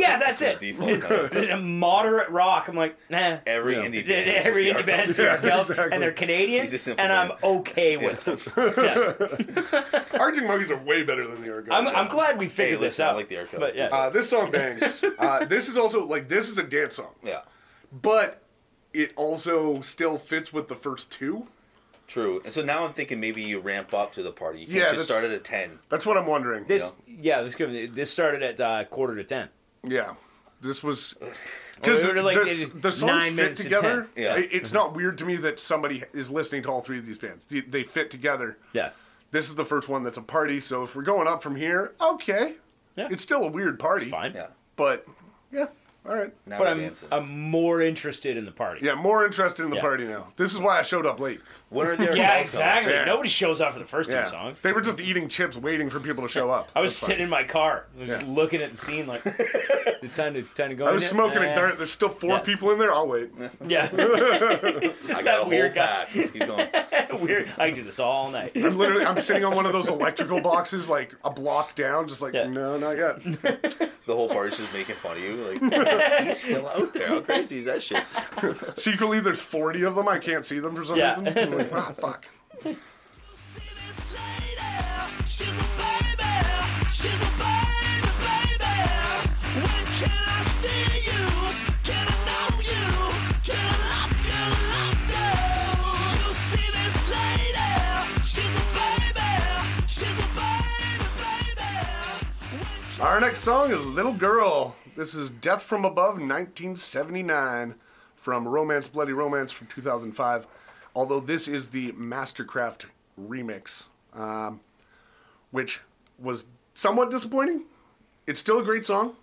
Speaker 5: yeah, that's it.
Speaker 6: Default. Kind of.
Speaker 5: Moderate rock. I'm like, nah.
Speaker 6: Every
Speaker 4: Yeah.
Speaker 6: indie band.
Speaker 5: (laughs)
Speaker 6: is
Speaker 5: Every
Speaker 6: just the
Speaker 5: indie band's the
Speaker 6: Arkells.
Speaker 4: Yeah,
Speaker 5: Arkells,
Speaker 4: exactly.
Speaker 5: and they're Canadian,
Speaker 6: He's a simple
Speaker 5: and I'm
Speaker 6: man.
Speaker 5: okay (laughs) with them. Yeah.
Speaker 4: (laughs) Arctic Monkeys are way better than the Arkells.
Speaker 5: I'm, I'm glad we figured
Speaker 6: listen,
Speaker 5: this
Speaker 6: I
Speaker 5: out.
Speaker 6: like the Arkells.
Speaker 5: But yeah,
Speaker 4: Uh, this song bangs. uh, this is also like this is a dance song.
Speaker 6: Yeah.
Speaker 4: but it also still fits with the first two.
Speaker 6: True. And so now I'm thinking maybe you ramp up to the party. You can't
Speaker 4: Yeah,
Speaker 6: just
Speaker 4: that's-
Speaker 6: start at a ten.
Speaker 4: That's what I'm wondering.
Speaker 5: This yeah, this could be- this started at uh, quarter to ten.
Speaker 4: Yeah, this was because
Speaker 5: we were
Speaker 4: the,
Speaker 5: like,
Speaker 4: the,
Speaker 5: uh,
Speaker 4: the songs
Speaker 5: nine
Speaker 4: fit
Speaker 5: minutes to
Speaker 4: together.
Speaker 6: ten. Yeah.
Speaker 4: It- it's not weird to me that somebody is listening to all three of these bands. They, they fit together.
Speaker 5: Yeah,
Speaker 4: This is the first one that's a party, so if we're going up from here, okay,
Speaker 5: Yeah.
Speaker 4: it's still a weird party,
Speaker 5: it's fine.
Speaker 6: Yeah.
Speaker 4: but yeah, all right.
Speaker 6: Now
Speaker 5: But
Speaker 6: we're
Speaker 5: I'm
Speaker 6: dancing.
Speaker 5: I'm more interested in the party.
Speaker 4: Yeah, more interested in the
Speaker 5: Yeah.
Speaker 4: party now. This is why I showed up late.
Speaker 6: what are their
Speaker 5: Yeah,
Speaker 6: milestones?
Speaker 5: exactly.
Speaker 4: Yeah.
Speaker 5: Nobody shows up for the first
Speaker 4: Yeah,
Speaker 5: two songs.
Speaker 4: they were just eating chips, waiting for people to show up.
Speaker 5: I was
Speaker 4: That's fine.
Speaker 5: sitting in my car, I was just
Speaker 4: Yeah.
Speaker 5: looking at the scene,
Speaker 6: (laughs)
Speaker 5: like the time to time to go.
Speaker 4: I
Speaker 5: in
Speaker 4: was
Speaker 5: yet?
Speaker 4: smoking
Speaker 5: Nah.
Speaker 4: a dart. There's still four
Speaker 5: Yeah.
Speaker 4: people in there. I'll wait.
Speaker 5: Yeah,
Speaker 4: (laughs)
Speaker 5: (laughs) it's just
Speaker 6: I got a
Speaker 5: that
Speaker 6: whole
Speaker 5: weird guy.
Speaker 6: pack. Let's keep going.
Speaker 5: (laughs) Weird. I can do this all
Speaker 6: (laughs)
Speaker 5: night.
Speaker 4: I'm literally, I'm sitting on one of those electrical boxes, like a block down, just like
Speaker 5: Yeah.
Speaker 4: no, not yet.
Speaker 6: The whole party's just making fun of you. Like (laughs) he's still out there. How crazy is that shit?
Speaker 4: Secretly, there's 40 of them. I can't see them for some
Speaker 5: Yeah.
Speaker 4: reason. I'm
Speaker 5: (laughs)
Speaker 4: like, ah, fuck. Our next song is Little Girl. This is Death from Above 1979 from Romance Bloody Romance from 2005. Although this is the Mastercraft remix, um, which was somewhat disappointing. It's still a great song,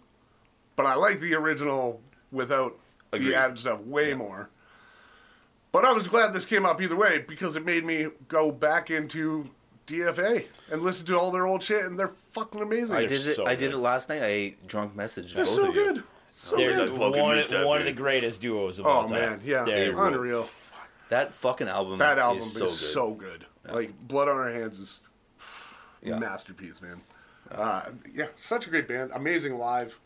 Speaker 4: but I like the original without
Speaker 6: Agreed.
Speaker 4: the added stuff way more. But I was glad this came up either way because it made me go back into DFA and listen to all their old shit, and they're fucking amazing.
Speaker 6: I
Speaker 5: They're
Speaker 6: did it.
Speaker 5: so
Speaker 6: I did
Speaker 5: good.
Speaker 6: it last night. I drunk messaged
Speaker 4: They're
Speaker 6: both
Speaker 4: so
Speaker 6: of you.
Speaker 4: good. So
Speaker 5: They're
Speaker 4: good.
Speaker 5: one,
Speaker 6: fucking used that
Speaker 5: one of the
Speaker 6: dude.
Speaker 5: greatest duos of all
Speaker 4: Oh
Speaker 5: time.
Speaker 4: man, yeah,
Speaker 5: They're-
Speaker 6: rule.
Speaker 4: unreal.
Speaker 6: That fucking album.
Speaker 4: That album
Speaker 6: is so good.
Speaker 4: so good. Like Blood on Our Hands is
Speaker 6: Yeah.
Speaker 4: masterpiece, man. Uh, yeah, such a great band, amazing live.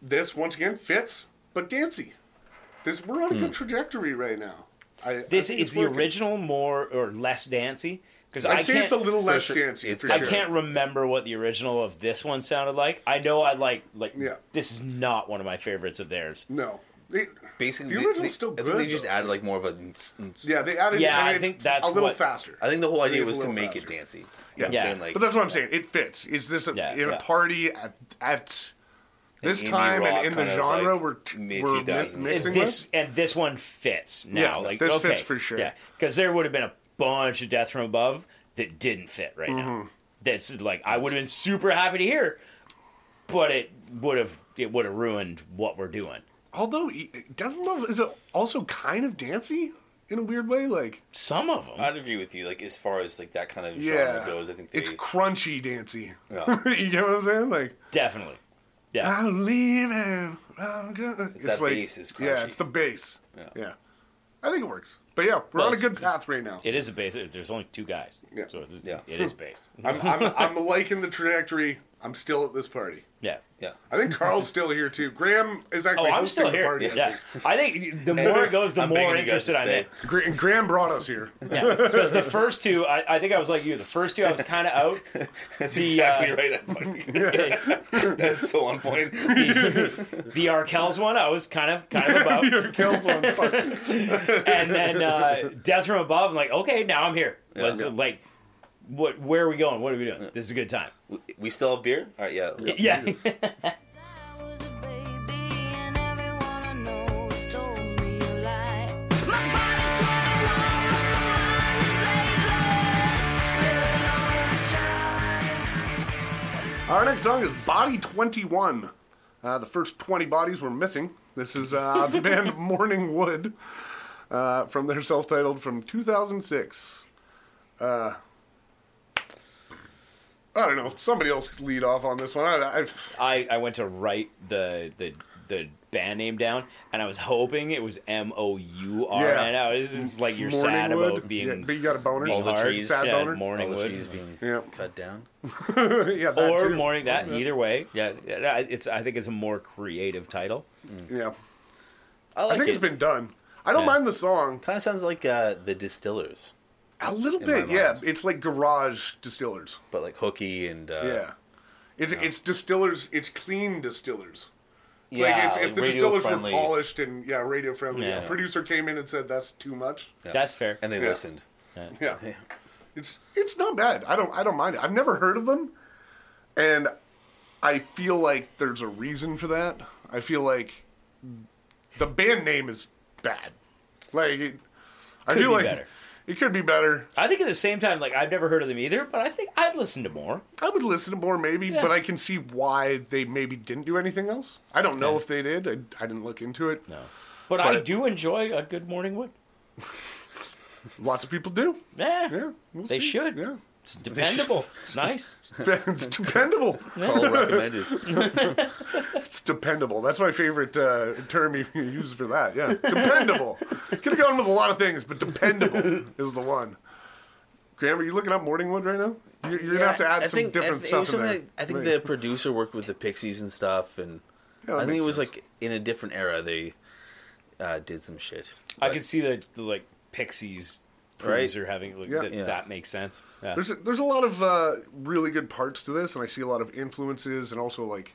Speaker 4: This once again fits, but dancey. This we're on a good trajectory right now. I, I
Speaker 5: Hmm. This
Speaker 4: think
Speaker 5: is
Speaker 4: it's
Speaker 5: the
Speaker 4: working.
Speaker 5: original more or less dancey because
Speaker 4: I'd
Speaker 5: I
Speaker 4: say
Speaker 5: can't.
Speaker 4: it's a little less
Speaker 6: sure.
Speaker 4: dancey.
Speaker 6: It's-
Speaker 4: for
Speaker 5: I
Speaker 4: sure.
Speaker 5: can't remember what the original of this one sounded like. I know I like like
Speaker 4: Yeah.
Speaker 5: this is not one of my favorites of theirs.
Speaker 4: No. They-
Speaker 6: Basically,
Speaker 4: the
Speaker 6: they-
Speaker 4: original's
Speaker 6: they-
Speaker 4: still
Speaker 6: I think they
Speaker 4: good,
Speaker 6: just
Speaker 4: though.
Speaker 6: added like more of a. ns- ns-
Speaker 4: yeah, they added.
Speaker 5: Yeah,
Speaker 4: and
Speaker 5: I
Speaker 4: it's
Speaker 5: think that's
Speaker 4: a little
Speaker 5: what-
Speaker 4: faster.
Speaker 6: I think the whole
Speaker 4: It's
Speaker 6: idea
Speaker 4: a
Speaker 6: was to
Speaker 4: little
Speaker 6: make it
Speaker 4: faster.
Speaker 6: dancey. You know what
Speaker 5: Yeah.
Speaker 6: I'm saying? Like,
Speaker 4: but that's what I'm saying. It fits. It's this a,
Speaker 5: Yeah,
Speaker 4: in
Speaker 5: yeah.
Speaker 4: a party at, at this
Speaker 6: indie
Speaker 4: time
Speaker 6: rock
Speaker 4: and in the
Speaker 6: kind of,
Speaker 4: genre
Speaker 6: like,
Speaker 4: we're,
Speaker 6: mid-
Speaker 4: we're mi-
Speaker 6: 2000s.
Speaker 5: And
Speaker 4: mixing
Speaker 5: this
Speaker 4: with.
Speaker 5: and this one fits now.
Speaker 4: Yeah,
Speaker 5: like
Speaker 4: this
Speaker 5: okay.
Speaker 4: fits for sure.
Speaker 5: Yeah, because there would have been a bunch of Death from Above that didn't fit right
Speaker 4: Mm-hmm.
Speaker 5: now. That's like I would have been super happy to hear, but it would have it would have ruined what we're doing.
Speaker 4: Although e- Death Love is also kind of dancey in a weird way. Like
Speaker 5: Some of them.
Speaker 6: I'd agree with you. Like as far as like that kind of genre
Speaker 4: yeah,
Speaker 6: goes, I think they.
Speaker 4: it's crunchy dancey.
Speaker 6: Yeah.
Speaker 4: (laughs) you get what I'm saying? Like
Speaker 5: Definitely. Yeah.
Speaker 4: I'm leaving. I'm gonna. It's,
Speaker 6: that
Speaker 4: like,
Speaker 6: bass is
Speaker 4: Yeah,
Speaker 6: crunchy.
Speaker 4: it's the bass.
Speaker 6: Yeah.
Speaker 4: yeah. I think it works. But yeah, we're
Speaker 5: Well,
Speaker 4: on a
Speaker 5: it's-
Speaker 4: good path right now.
Speaker 5: It is a base. There's only two guys.
Speaker 4: Yeah.
Speaker 5: So it's,
Speaker 6: Yeah.
Speaker 5: it is
Speaker 6: (laughs)
Speaker 5: based.
Speaker 4: I'm, I'm, I'm (laughs) liking the trajectory. I'm still at this party.
Speaker 5: Yeah.
Speaker 6: yeah.
Speaker 4: I think Carl's still here too. Graham is actually
Speaker 5: Oh, I'm
Speaker 4: hosting
Speaker 5: still
Speaker 4: the
Speaker 5: here.
Speaker 4: party.
Speaker 5: Yeah. I think the more it goes, the
Speaker 6: I'm
Speaker 5: more
Speaker 6: begging you guys to
Speaker 5: interested I'm in.
Speaker 6: stay.
Speaker 4: Gra- Graham brought us here.
Speaker 5: Yeah. Because the first two, I, I think I was like you. The first two, I was kind of out.
Speaker 6: (laughs) That's
Speaker 5: The,
Speaker 6: exactly
Speaker 5: uh,
Speaker 6: right. I'm fucking-
Speaker 5: The, (laughs)
Speaker 6: That's so on point. (laughs)
Speaker 5: the Arkells one, I was kind of kind of about.
Speaker 4: Kale's on fire.
Speaker 5: and then uh, Death from Above. I'm like, okay, now I'm here. Let's
Speaker 6: Yeah.
Speaker 5: like, what? Where are we going? What are we doing? This is a good time.
Speaker 6: We still have beer? All right, yeah.
Speaker 5: Yeah.
Speaker 7: I was a baby and everyone I know has told me a lie. My body's 21, my mind is ageless. Feeling all the time.
Speaker 4: Our next song is Body 21. Uh, the first 20 bodies were missing. This is uh, (laughs) the band Morning Wood uh, from their self titled from 2006. Uh, I don't know. Somebody else could lead off on this one. I, I,
Speaker 5: I, I went to write the the the band name down, and I was hoping it was M O U R.
Speaker 4: Yeah.
Speaker 5: And I was just like, you're
Speaker 4: Morning
Speaker 5: sad
Speaker 4: Wood.
Speaker 5: about being
Speaker 4: Yeah, but you got a boner.
Speaker 5: being
Speaker 6: All the
Speaker 5: hard.
Speaker 6: trees.
Speaker 4: Sad
Speaker 5: yeah,
Speaker 4: boner.
Speaker 6: All the
Speaker 5: Morningwood.
Speaker 6: trees being
Speaker 4: yeah. (laughs)
Speaker 6: cut down.
Speaker 4: yeah, that
Speaker 5: or
Speaker 4: too.
Speaker 5: morning that either way yeah yeah, it's i think it's a more creative title
Speaker 4: Yeah.
Speaker 6: I like
Speaker 4: I think
Speaker 6: it.
Speaker 4: it's been done. I don't
Speaker 5: Yeah.
Speaker 4: mind the song
Speaker 6: Kind of sounds like uh, the Distillers,
Speaker 4: a little
Speaker 6: my
Speaker 4: bit. Yeah,
Speaker 6: mind.
Speaker 4: it's like garage distillers.
Speaker 6: but like hooky and uh,
Speaker 4: yeah, it's it's distillers. It's clean distillers.
Speaker 6: yeah,
Speaker 4: like if, if the
Speaker 6: radio
Speaker 4: distillers
Speaker 6: friendly,
Speaker 4: were polished and yeah, radio friendly,
Speaker 5: Yeah.
Speaker 4: a producer came in and said that's too much.
Speaker 6: yeah.
Speaker 5: That's fair.
Speaker 6: and they
Speaker 4: Yeah.
Speaker 6: listened.
Speaker 4: Yeah. It's it's not bad. I don't I don't mind it. I've never heard of them. And I feel like there's a reason for that. I feel like the band name is bad. Like it, I
Speaker 5: Could
Speaker 4: feel
Speaker 5: be
Speaker 4: like
Speaker 5: better.
Speaker 4: it could be better.
Speaker 5: I think at the same time, like I've never heard of them either, but I think I'd listen to more.
Speaker 4: I would listen to more maybe,
Speaker 5: Yeah.
Speaker 4: but I can see why they maybe didn't do anything else. I don't know
Speaker 5: Yeah.
Speaker 4: if they did. I, I didn't look into it.
Speaker 5: No, but, I
Speaker 4: But-
Speaker 5: do enjoy a good morning wood.
Speaker 4: Lots of people do.
Speaker 5: Yeah,
Speaker 4: Yeah, we'll
Speaker 5: They
Speaker 4: see.
Speaker 5: should. (laughs)
Speaker 4: Yeah, (laughs)
Speaker 5: it's dependable. it's nice.
Speaker 4: it's dependable. (laughs)
Speaker 6: All recommended.
Speaker 4: It's dependable. That's my favorite uh, term you you use for that. Yeah,
Speaker 6: (laughs)
Speaker 4: dependable. Could have gone with a lot of things, but dependable is the one. Graham, are you looking up Morningwood right now? You're, you're gonna have to add some different
Speaker 6: It
Speaker 4: stuff
Speaker 6: was
Speaker 4: in
Speaker 6: something
Speaker 4: there.
Speaker 6: that- I think
Speaker 4: Right.
Speaker 6: the producer worked with the Pixies and stuff, and
Speaker 4: Yeah, that
Speaker 6: I think
Speaker 4: makes
Speaker 6: it was
Speaker 4: sense.
Speaker 6: like in a different era they uh, did some shit.
Speaker 5: I
Speaker 6: But-
Speaker 5: could see the, the like Pixies
Speaker 6: Right.
Speaker 5: producer having like,
Speaker 4: Yeah.
Speaker 5: that,
Speaker 6: Yeah.
Speaker 5: that makes sense. Yeah.
Speaker 4: There's a, there's a lot of uh, really good parts to this, and I see a lot of influences and also like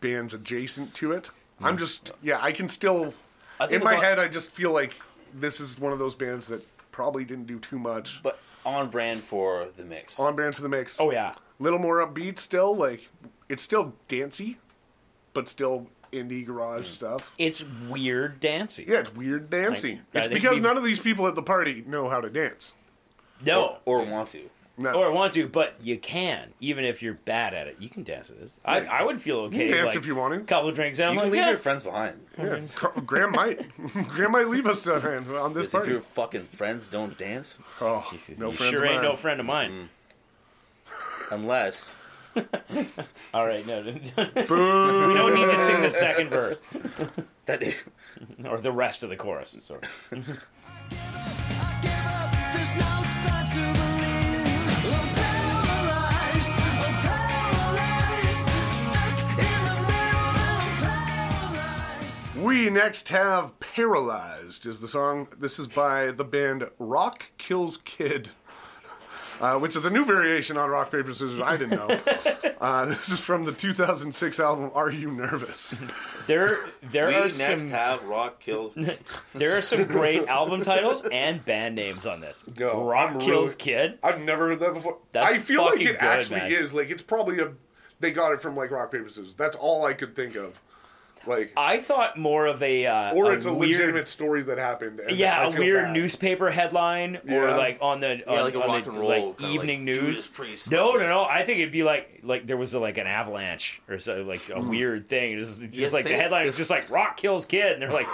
Speaker 4: bands adjacent to it. I'm just yeah, I can still
Speaker 6: I think
Speaker 4: in
Speaker 6: it's
Speaker 4: my
Speaker 6: all-
Speaker 4: head. uh, I just feel like this is one of those bands that probably didn't do too much
Speaker 6: but on brand for the mix.
Speaker 4: on brand for the mix.
Speaker 5: Oh yeah,
Speaker 4: little more upbeat still. Like it's still dancey, but still indie garage stuff.
Speaker 5: it's weird dancing.
Speaker 4: Yeah, it's weird dancing.
Speaker 5: I
Speaker 4: it's
Speaker 5: think
Speaker 4: because
Speaker 5: we-
Speaker 4: none of these people at the party know how to dance.
Speaker 5: No,
Speaker 6: or want to.
Speaker 4: No.
Speaker 5: or want to, but you can. Even if you're bad at it, you can dance at this. I, I would feel okay.
Speaker 4: dance
Speaker 5: like,
Speaker 4: if you want to.
Speaker 5: Couple drinks, and I'm
Speaker 6: You
Speaker 5: like,
Speaker 6: can leave
Speaker 5: yeah,
Speaker 6: your friends behind.
Speaker 4: Yeah, Car- Graham might. (laughs) Graham might leave us behind on this
Speaker 6: Because if your
Speaker 4: party.
Speaker 6: fucking friends don't dance,
Speaker 4: Oh, no
Speaker 5: you
Speaker 4: friends
Speaker 5: sure
Speaker 4: of
Speaker 5: ain't
Speaker 4: mine. Mm.
Speaker 5: no friend of mine.
Speaker 6: unless
Speaker 5: All right, no, (laughs) we don't need to sing the second verse
Speaker 6: that is
Speaker 5: or the rest of the chorus. Sorry.
Speaker 4: We next have Paralyzed is the song. This is by the band Rock Kills Kid, (laughs) uh, which is a new variation on Rock, Paper, Scissors. I didn't
Speaker 5: (laughs)
Speaker 4: know. Uh, this is from the 2006 album Are You Nervous?
Speaker 5: There, (laughs) there
Speaker 6: we
Speaker 5: are
Speaker 6: next
Speaker 5: some
Speaker 6: have rock
Speaker 5: (laughs)
Speaker 6: kills.
Speaker 5: there are some great album titles and band names on this.
Speaker 4: No,
Speaker 5: Rock
Speaker 4: I'm
Speaker 5: Kills
Speaker 4: really-
Speaker 5: Kid.
Speaker 4: I've never heard that before.
Speaker 5: That's
Speaker 4: I feel like
Speaker 5: fucking
Speaker 4: it
Speaker 5: good,
Speaker 4: actually
Speaker 5: man.
Speaker 4: is. Like, it's probably a. They got it from, like, Rock, Paper, Scissors. That's all I could think of. Like,
Speaker 5: I thought more of a uh,
Speaker 4: or it's a
Speaker 5: weird,
Speaker 4: legitimate story that happened. and
Speaker 5: yeah,
Speaker 4: I
Speaker 5: a
Speaker 4: feel
Speaker 5: weird
Speaker 4: bad.
Speaker 5: newspaper headline or
Speaker 4: Yeah.
Speaker 5: like on the
Speaker 6: Yeah,
Speaker 5: on-
Speaker 6: like a
Speaker 5: on
Speaker 6: rock
Speaker 5: the,
Speaker 6: and roll
Speaker 5: like,
Speaker 6: kinda like
Speaker 5: evening news.
Speaker 6: Judas Priest.
Speaker 5: No, no, no. I think it'd be like like there was a, like an avalanche or so like
Speaker 4: Hmm.
Speaker 5: a weird thing. It was just
Speaker 6: You
Speaker 5: like the
Speaker 6: think-
Speaker 5: headline was just like Rock Kills Kid, and
Speaker 4: (laughs)
Speaker 5: they're like,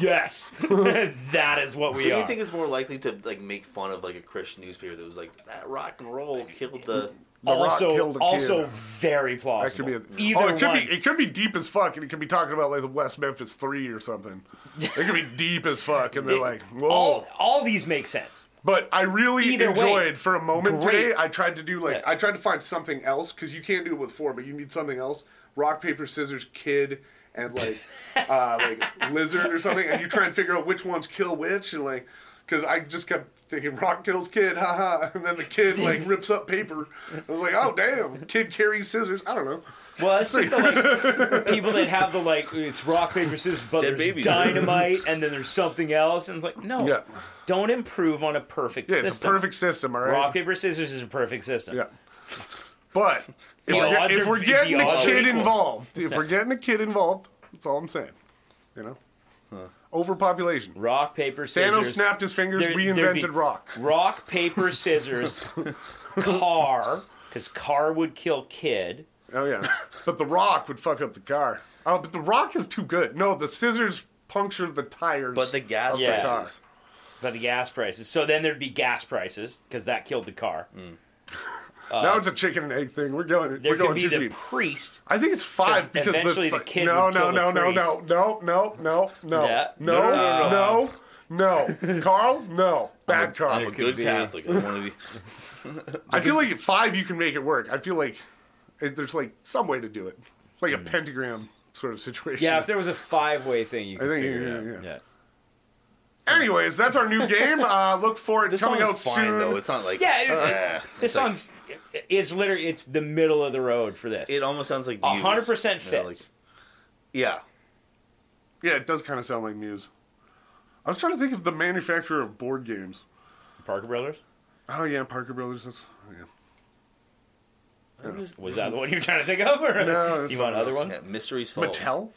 Speaker 5: yes, (laughs) that is what we
Speaker 6: Do
Speaker 5: are.
Speaker 6: you think it's more likely to like make fun of like a Christian newspaper that was like that rock and roll killed the?
Speaker 4: The Rock
Speaker 5: also,
Speaker 4: killed a
Speaker 5: also
Speaker 4: kid.
Speaker 5: very plausible.
Speaker 4: That could be a,
Speaker 5: either
Speaker 4: oh, it could
Speaker 5: one.
Speaker 4: be it could be deep as fuck, and it could be talking about like the West Memphis Three or something. It could be deep as fuck, and they're like, whoa.
Speaker 5: all all these make sense.
Speaker 4: but I really
Speaker 5: Either way,
Speaker 4: enjoyed for a moment
Speaker 5: great.
Speaker 4: today. I tried to do like
Speaker 5: Yeah.
Speaker 4: I tried to find something else because you can't do it with four, but you need something else. Rock paper scissors kid and
Speaker 5: (laughs)
Speaker 4: like uh, like lizard or something, and you try and figure out which ones kill which and like because I just kept. Thinking rock kills kid, haha, (laughs) and then the kid
Speaker 5: (laughs)
Speaker 4: like rips up paper. I was like, oh damn, kid carries scissors. I don't know.
Speaker 5: Well, it's just the
Speaker 4: (laughs)
Speaker 5: like people that have the like it's rock paper scissors, but
Speaker 6: Dead
Speaker 5: there's
Speaker 6: babies.
Speaker 5: dynamite, and then there's something else, and it's like no,
Speaker 4: Yeah.
Speaker 5: don't improve on a perfect
Speaker 4: Yeah,
Speaker 5: system.
Speaker 4: it's a perfect system. All right,
Speaker 5: rock paper scissors is a perfect system.
Speaker 4: Yeah. But if, we're,
Speaker 5: odds
Speaker 4: get- if
Speaker 5: are-
Speaker 4: we're getting
Speaker 5: the
Speaker 4: a
Speaker 5: odds are
Speaker 4: kid
Speaker 5: equal.
Speaker 4: involved, if we're getting a kid involved, that's all I'm saying. You know, overpopulation.
Speaker 5: Rock paper
Speaker 4: Thanos
Speaker 5: scissors.
Speaker 4: snapped his fingers.
Speaker 5: There-
Speaker 4: we
Speaker 5: there'd be-
Speaker 4: invented rock.
Speaker 5: Rock
Speaker 4: (laughs)
Speaker 5: paper scissors. car, because car would kill kid.
Speaker 4: Oh
Speaker 5: (laughs)
Speaker 4: yeah, but the rock would fuck up the car. Oh, but the rock is too good. No, the scissors punctured the tires.
Speaker 6: But the gas
Speaker 5: Yeah.
Speaker 6: prices.
Speaker 5: But the gas prices. So then there'd be gas prices because that killed the car.
Speaker 4: now it's a chicken and egg thing. We're going.
Speaker 5: Uh, There
Speaker 4: We're
Speaker 5: could
Speaker 4: going
Speaker 5: be
Speaker 4: too
Speaker 5: the
Speaker 4: deep.
Speaker 5: priest.
Speaker 4: I think it's five
Speaker 5: 'Cause
Speaker 4: because
Speaker 5: eventually
Speaker 4: the,
Speaker 5: the kid
Speaker 4: No,
Speaker 5: would
Speaker 4: no,
Speaker 5: kill
Speaker 4: no,
Speaker 5: the
Speaker 4: no, no, no, no, no, no,
Speaker 5: Yeah.
Speaker 4: no,
Speaker 6: No,
Speaker 4: no, no, no. Carl, no, bad Carl.
Speaker 6: I'm a good Catholic. I want to be.
Speaker 4: I feel like at five you can make it work. I feel like it, there's like some way to do it, It's like a pentagram sort of situation.
Speaker 5: Yeah, if there was a five-way thing, you could
Speaker 4: think-
Speaker 5: figure
Speaker 4: yeah,
Speaker 5: it out.
Speaker 4: yeah. Anyways, that's our new game. Uh, look for it
Speaker 6: This
Speaker 4: coming
Speaker 6: song
Speaker 4: out
Speaker 6: is fine
Speaker 4: soon.
Speaker 6: though. It's not like
Speaker 5: Yeah, it-
Speaker 6: uh,
Speaker 5: This
Speaker 6: like-
Speaker 5: song's it's literally it's the middle of the road for this.
Speaker 6: It almost sounds like
Speaker 5: A hundred
Speaker 6: Muse.
Speaker 5: percent
Speaker 6: You know, like-
Speaker 5: fits.
Speaker 6: Yeah.
Speaker 4: Yeah, it does kind of sound like Muse. I was trying to think of the manufacturer of board games.
Speaker 5: Parker Brothers?
Speaker 4: Oh yeah, Parker Brothers. That's, yeah.
Speaker 5: Was that
Speaker 4: (laughs)
Speaker 5: the one you were trying to think of? Or
Speaker 4: No, it's
Speaker 5: you
Speaker 4: something
Speaker 5: want other
Speaker 4: else.
Speaker 5: ones?
Speaker 6: yeah mystery solved.
Speaker 4: Mattel.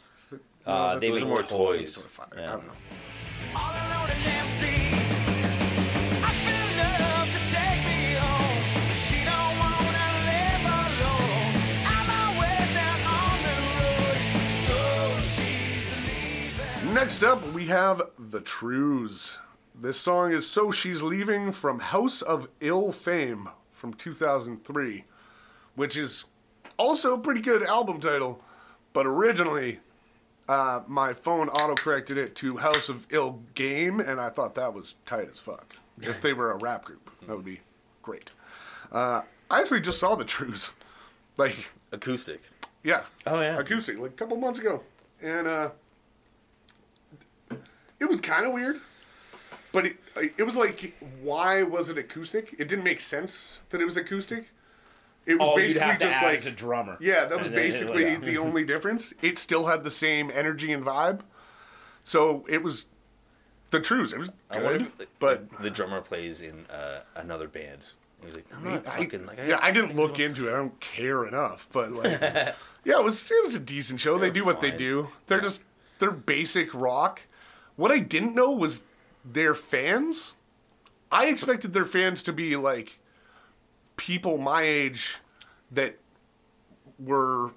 Speaker 5: Oh. Uh, they
Speaker 6: Those
Speaker 5: make
Speaker 6: are more
Speaker 5: toys.
Speaker 6: toys.
Speaker 4: Fine, I
Speaker 5: Yeah.
Speaker 4: don't know.
Speaker 7: All alone and empty. I feel love to take me home. She don't wanna live alone. I'm always out on the road, so she's leaving.
Speaker 4: Next up, we have The Trues. This song is So She's Leaving from House of Ill Fame from 2003, which is also a pretty good album title, but originally uh, my phone autocorrected it to House of Ill Game, and I thought that was tight as fuck. If they were a rap group, that would be great. Uh, I actually just saw The Trues. Like,
Speaker 6: Acoustic.
Speaker 4: yeah.
Speaker 5: Oh, yeah.
Speaker 4: Acoustic, like a couple months ago, and uh, it was kind of weird, but it it was like, why was it acoustic? It didn't make sense that it was acoustic. It was
Speaker 5: All Oh, you'd
Speaker 4: basically
Speaker 5: have to
Speaker 4: just
Speaker 5: add
Speaker 4: like
Speaker 5: is a drummer.
Speaker 4: yeah, that was
Speaker 5: And then it
Speaker 4: basically
Speaker 5: yeah.
Speaker 4: the only difference. It still had the same energy and vibe, so it was the truth. It was
Speaker 6: I wonder
Speaker 4: good,
Speaker 6: if like,
Speaker 4: but.
Speaker 6: the, the drummer plays in uh, another band. He was like, I'm not
Speaker 4: I-
Speaker 6: fucking like.
Speaker 4: yeah, I didn't look into it. I don't care enough, but
Speaker 6: (laughs)
Speaker 4: like, yeah, it was it was a decent show. They
Speaker 6: They're
Speaker 4: do what they
Speaker 6: fine.
Speaker 4: do. They're just they're basic rock. What I didn't know was their fans. I expected their fans to be like people my age that were,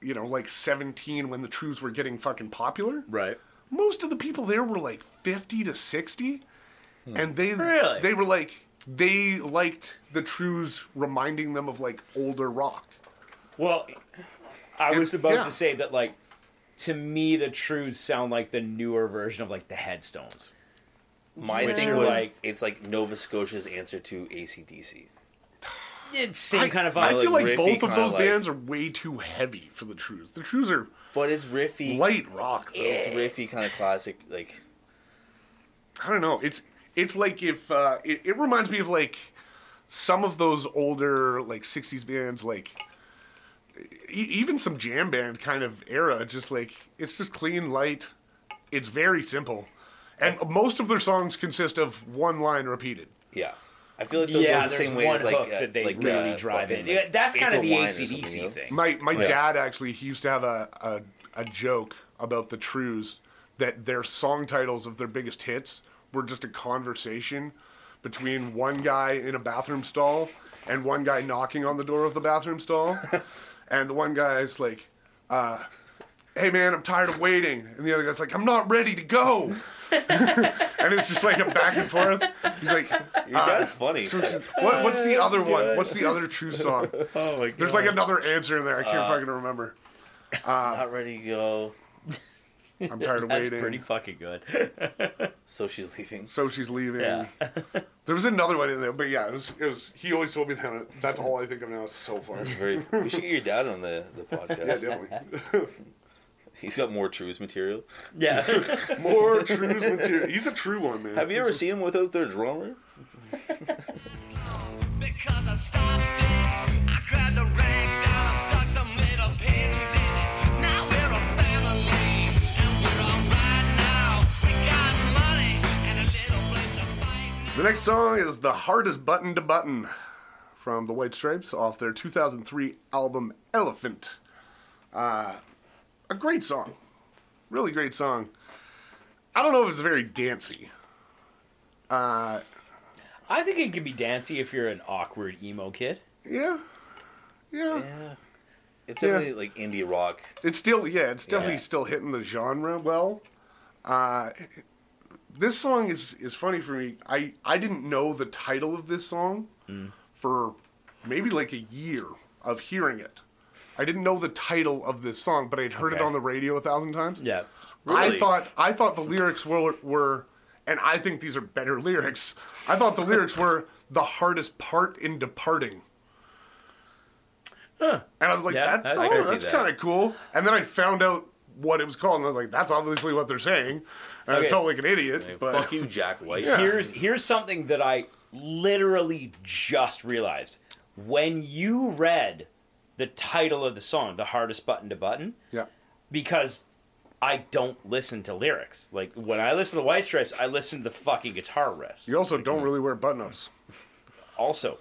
Speaker 4: you know, like 17 when the Trues were getting fucking popular
Speaker 5: Right.
Speaker 4: most of the people there were like 50 to 60
Speaker 6: Hmm.
Speaker 4: and they
Speaker 5: Really?
Speaker 4: they were like they liked the trues reminding them of like older rock
Speaker 5: Well, I
Speaker 4: And-
Speaker 5: was about
Speaker 4: yeah.
Speaker 5: to say that, like, to me, the Trues sound like the newer version of, like, the Headstones.
Speaker 6: My
Speaker 5: Which
Speaker 6: thing
Speaker 5: are
Speaker 6: was
Speaker 5: like-
Speaker 6: it's like Nova Scotia's answer to ACDC.
Speaker 5: It's same kind of
Speaker 4: i
Speaker 5: vibe.
Speaker 6: like
Speaker 4: feel like
Speaker 6: riffy,
Speaker 4: both of
Speaker 6: kinda
Speaker 4: those
Speaker 6: like-
Speaker 4: bands are way too heavy for the trues the trues are
Speaker 6: But it's riffy.
Speaker 4: light rock though.
Speaker 6: It's riffy, kind of classic. Like
Speaker 4: i don't know it's it's like if uh it, it reminds me of like some of those older like 60s bands like e- even some jam band kind of era just like it's just clean light it's very simple and most of their songs consist of one line repeated
Speaker 6: Yeah. I feel like they'll
Speaker 5: yeah,
Speaker 6: go the
Speaker 5: there's
Speaker 6: same way
Speaker 5: one
Speaker 6: as like,
Speaker 5: hook
Speaker 6: uh,
Speaker 5: that they
Speaker 6: like,
Speaker 5: really
Speaker 6: uh,
Speaker 5: drive in.
Speaker 6: fucking, like,
Speaker 5: Yeah, That's kind of
Speaker 6: April
Speaker 5: the
Speaker 6: Wine or something, you know?
Speaker 5: ACDC thing.
Speaker 4: my my
Speaker 6: Yeah.
Speaker 4: dad actually he used to have a, a a joke about the trues that their song titles of their biggest hits were just a conversation between one guy in a bathroom stall and one guy knocking on the door of the bathroom stall and the one guy's like uh hey man i'm tired of waiting and the other guy's like i'm not ready to go (laughs) and it's just like a back and forth he's like
Speaker 6: Your dad's funny.
Speaker 4: so she's- what, what's the other one? What's the other true song? Oh my god. There's like another answer in there. I can't fucking remember.
Speaker 6: not ready to go.
Speaker 4: I'm tired of
Speaker 5: That's
Speaker 4: waiting.
Speaker 5: pretty fucking
Speaker 6: (laughs)
Speaker 5: good.
Speaker 6: So she's leaving. (laughs)
Speaker 4: so she's leaving.
Speaker 5: Yeah.
Speaker 4: (laughs) there was another one in there, but yeah, it was. It was. He always told me that. That's all I think of now. It's so far.
Speaker 6: It's very. we should get your dad on the the
Speaker 4: (laughs) Yeah,
Speaker 6: podcast.
Speaker 4: definitely.
Speaker 6: He's got more trues material.
Speaker 5: yeah.
Speaker 4: More true material. He's a true one, man.
Speaker 6: Have you
Speaker 4: He's
Speaker 6: ever
Speaker 4: a-
Speaker 6: seen him without their drummer?
Speaker 7: Because I stopped it, I grabbed a rag down, I stuck some little pins in it. Now we're a family, and we're alright now. We got money and a little place to fight now.
Speaker 4: The next song is "The Hardest Button to Button" from the White Stripes off their 2003 album Elephant. Uh, a great song, really great song. I don't know if it's very dancey.
Speaker 5: I think it can be dancey if you're an awkward emo kid.
Speaker 4: Yeah, yeah.
Speaker 6: Yeah. It's
Speaker 4: Yeah.
Speaker 6: definitely like indie rock.
Speaker 4: It's still yeah, it's definitely
Speaker 6: Yeah.
Speaker 4: still hitting the genre well. Uh, this song is is funny for me. I I didn't know the title of this song
Speaker 5: Mm.
Speaker 4: for maybe like a year of hearing it. I didn't know the title of this song, but I'd heard it
Speaker 5: Okay.
Speaker 4: on the radio a thousand times.
Speaker 5: Yeah.
Speaker 4: I
Speaker 6: Really?
Speaker 4: thought I thought the lyrics were were, and I think these are better lyrics. I thought the lyrics
Speaker 5: (laughs)
Speaker 4: were the hardest part in departing. And I was like,
Speaker 5: Yeah, I-
Speaker 4: that's,
Speaker 5: I
Speaker 4: oh,
Speaker 6: can see
Speaker 4: that's
Speaker 6: that.
Speaker 4: kind of cool. And then I found out what it was called, and I was like, that's obviously what they're saying. And I
Speaker 5: Okay.
Speaker 4: felt like an idiot,
Speaker 6: Like,
Speaker 4: but
Speaker 6: Fuck
Speaker 4: (laughs)
Speaker 6: you, Jack White.
Speaker 5: Here's here's something that I literally just realized. When you read the title of the song, The Hardest Button to Button,
Speaker 4: yeah,
Speaker 5: because I don't listen to lyrics. Like when I listen to White Stripes, I listen to the fucking guitar riffs.
Speaker 4: You also don't really wear button ups.
Speaker 6: (laughs)
Speaker 5: Also,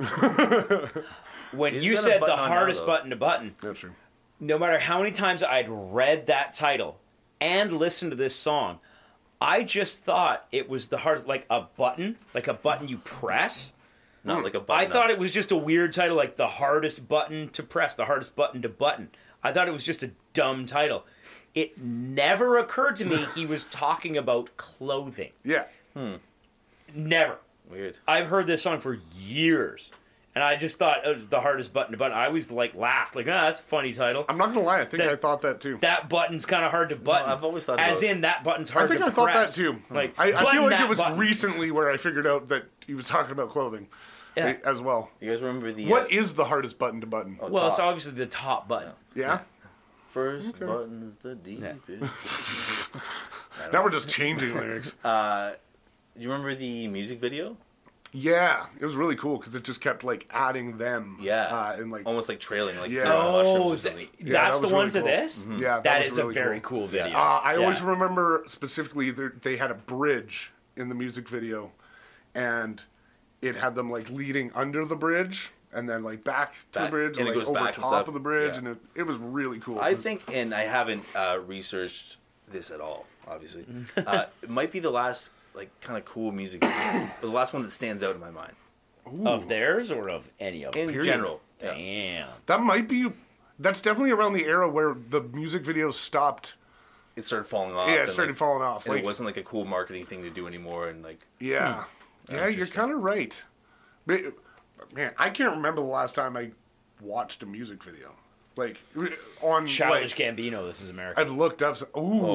Speaker 5: when
Speaker 6: He's
Speaker 5: you
Speaker 6: got a
Speaker 5: said the
Speaker 6: button on now,
Speaker 5: hardest
Speaker 6: though.
Speaker 5: button to button,
Speaker 4: That's true.
Speaker 5: no matter how many times I'd read that title and listened to this song, I just thought it was the hard like a button, like a button you press.
Speaker 6: Not like a
Speaker 5: I
Speaker 6: button.
Speaker 5: thought it was just a weird title, like the hardest button to press, the hardest button to button. I thought it was just a dumb title. It never occurred to me he was talking about clothing.
Speaker 4: Yeah.
Speaker 5: Never.
Speaker 6: weird.
Speaker 5: I've heard this song for years, and I just thought it was the hardest button to button. I always like laughed, like, ah, that's a funny title.
Speaker 4: I'm not going to lie. I think
Speaker 5: That-
Speaker 4: I thought that too.
Speaker 5: that button's kind of hard to button.
Speaker 6: I've always thought
Speaker 5: as
Speaker 6: about-
Speaker 5: in that button's
Speaker 4: I
Speaker 5: hard.
Speaker 4: think
Speaker 5: to
Speaker 4: I thought that
Speaker 5: press.
Speaker 4: too.
Speaker 5: Like
Speaker 4: I, I
Speaker 5: button
Speaker 4: feel like
Speaker 5: that
Speaker 4: it was
Speaker 5: button.
Speaker 4: recently where I figured out that he was talking about clothing
Speaker 5: Yeah.
Speaker 4: eh, as well.
Speaker 6: You guys remember the
Speaker 4: What
Speaker 6: uh,
Speaker 4: is the hardest button to button?
Speaker 6: oh,
Speaker 5: Well, it's
Speaker 6: top.
Speaker 5: obviously the top button.
Speaker 4: yeah.
Speaker 6: first buttons the deepest.
Speaker 4: Now we're just changing
Speaker 6: (laughs)
Speaker 4: lyrics.
Speaker 6: Uh, You remember the music video?
Speaker 4: Yeah, it was really cool because it just kept like adding them.
Speaker 6: Yeah,
Speaker 4: uh, and like
Speaker 6: almost like trailing, like
Speaker 4: Yeah.
Speaker 6: throwing mushrooms
Speaker 5: Oh,
Speaker 6: or something.
Speaker 5: th-
Speaker 4: Yeah,
Speaker 5: that's
Speaker 4: that
Speaker 5: the
Speaker 4: was
Speaker 5: one
Speaker 4: really
Speaker 5: to
Speaker 4: cool.
Speaker 5: this.
Speaker 6: Mm-hmm.
Speaker 4: Mhm. Yeah, that
Speaker 5: that
Speaker 4: was
Speaker 5: is
Speaker 4: really
Speaker 5: a very
Speaker 4: cool.
Speaker 5: cool, video.
Speaker 4: uh, I always
Speaker 5: Yeah.
Speaker 4: remember specifically there- they had a bridge in the music video, and it had them like leading under the bridge and then like back to the
Speaker 6: Back-
Speaker 4: bridge,
Speaker 6: and it
Speaker 4: like
Speaker 6: goes
Speaker 4: over
Speaker 6: back and
Speaker 4: top
Speaker 6: stuff.
Speaker 4: of the bridge,
Speaker 6: Yeah.
Speaker 4: and it, it was really cool.
Speaker 6: I think, and I haven't uh, researched this at all. Obviously,
Speaker 5: Mm.
Speaker 6: uh, it might be the last like kind of cool music, video, but the last one that stands out in my mind Mm-hmm.
Speaker 5: of theirs or of any of
Speaker 6: in
Speaker 5: them.
Speaker 6: general. yeah.
Speaker 5: Damn.
Speaker 4: that might be. That's definitely around the era where the music videos stopped.
Speaker 6: It started falling off.
Speaker 4: yeah, it
Speaker 6: and,
Speaker 4: started
Speaker 6: like,
Speaker 4: falling off.
Speaker 6: And
Speaker 4: Like,
Speaker 6: it wasn't like a cool marketing thing to do anymore, and like
Speaker 4: Yeah.
Speaker 6: Hmm.
Speaker 4: Yeah, you're kind of right. But, man, I can't remember the last time I watched a music video. Like, on.
Speaker 5: Childish
Speaker 4: like,
Speaker 5: Gambino. This is America.
Speaker 4: I've looked up. Ooh.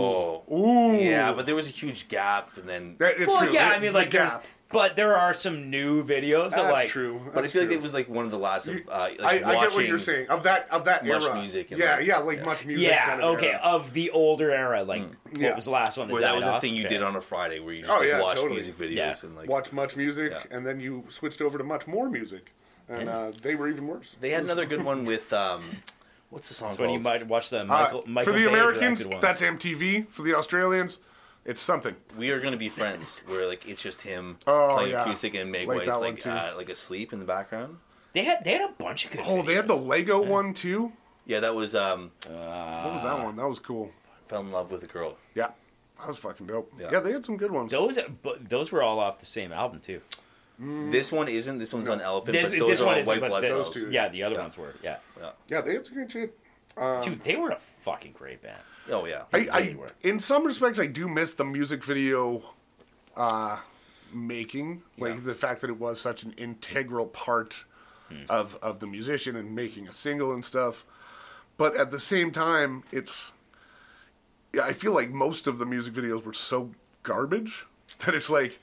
Speaker 6: Oh.
Speaker 4: Ooh.
Speaker 6: yeah, but there was a huge gap, and then
Speaker 4: That- it's
Speaker 5: well,
Speaker 4: true.
Speaker 5: yeah,
Speaker 4: The-
Speaker 5: I mean,
Speaker 4: the
Speaker 5: like, there's,
Speaker 4: gap.
Speaker 5: but there are some new videos that,
Speaker 4: That's
Speaker 5: like,
Speaker 4: true.
Speaker 6: but I
Speaker 4: That's
Speaker 6: feel like
Speaker 4: true.
Speaker 6: it was like one of the last of uh, like
Speaker 4: I, I
Speaker 6: watching.
Speaker 4: get what you're saying. Of that, of that
Speaker 6: Much
Speaker 4: era.
Speaker 6: Music and
Speaker 4: yeah,
Speaker 6: like-
Speaker 4: yeah, like much music.
Speaker 5: yeah,
Speaker 4: kind of
Speaker 5: okay,
Speaker 4: era.
Speaker 5: of the older era, like,
Speaker 4: Yeah.
Speaker 5: what was the last one that
Speaker 6: Where
Speaker 5: died
Speaker 6: Mm. that was a
Speaker 5: off?
Speaker 6: thing you
Speaker 5: Fair.
Speaker 6: did on a Friday, where you just
Speaker 4: Oh,
Speaker 6: like,
Speaker 4: yeah,
Speaker 6: watched
Speaker 4: totally.
Speaker 6: music videos
Speaker 5: Yeah.
Speaker 6: and like
Speaker 4: Watch much music,
Speaker 6: Yeah.
Speaker 4: and then you switched over to much more music. And
Speaker 5: Yeah.
Speaker 4: uh, they were even worse.
Speaker 6: They had another good one with um, what's the song
Speaker 5: That's
Speaker 6: called?
Speaker 5: when you might watch the
Speaker 4: Uh,
Speaker 5: Michael, Michael
Speaker 4: for the
Speaker 5: Bay
Speaker 4: Americans,
Speaker 5: directed ones.
Speaker 4: that's MTV. For the Australians, it's something.
Speaker 6: We are gonna be friends. Where like it's just him
Speaker 4: Oh,
Speaker 6: playing
Speaker 4: yeah.
Speaker 6: acoustic and Meg
Speaker 4: Like that
Speaker 6: White's
Speaker 4: one,
Speaker 6: like
Speaker 4: too.
Speaker 6: uh, like asleep in the background.
Speaker 5: They had they had a bunch of good.
Speaker 4: Oh, they had the
Speaker 5: videos.
Speaker 4: Lego one too.
Speaker 6: Yeah, that was um,
Speaker 4: What was that one? That was cool.
Speaker 6: fell in love with a girl.
Speaker 4: Yeah. That was fucking dope. Yeah,
Speaker 6: Yeah.
Speaker 4: they had some good ones.
Speaker 5: those, but those were all off the same album too.
Speaker 4: Mm.
Speaker 6: This one isn't. This one's on elephant.
Speaker 5: This,
Speaker 6: but those
Speaker 5: this
Speaker 6: are
Speaker 5: one
Speaker 6: all
Speaker 5: is,
Speaker 6: white
Speaker 5: but
Speaker 6: blood
Speaker 5: the-
Speaker 6: cells.
Speaker 4: two.
Speaker 5: Yeah, the other
Speaker 6: Yeah. Um,
Speaker 5: ones were. Yeah,
Speaker 4: Yeah, they had some good shit.
Speaker 5: dude, they were a fucking great band.
Speaker 6: Oh yeah.
Speaker 4: I, I
Speaker 5: Really were.
Speaker 4: in some respects I do miss the music video uh making. Like
Speaker 6: Yeah.
Speaker 4: the fact that it was such an integral part
Speaker 5: Hmm.
Speaker 4: of of the musician and making a single and stuff. But at the same time, it's yeah, I feel like most of the music videos were so garbage (laughs) that it's like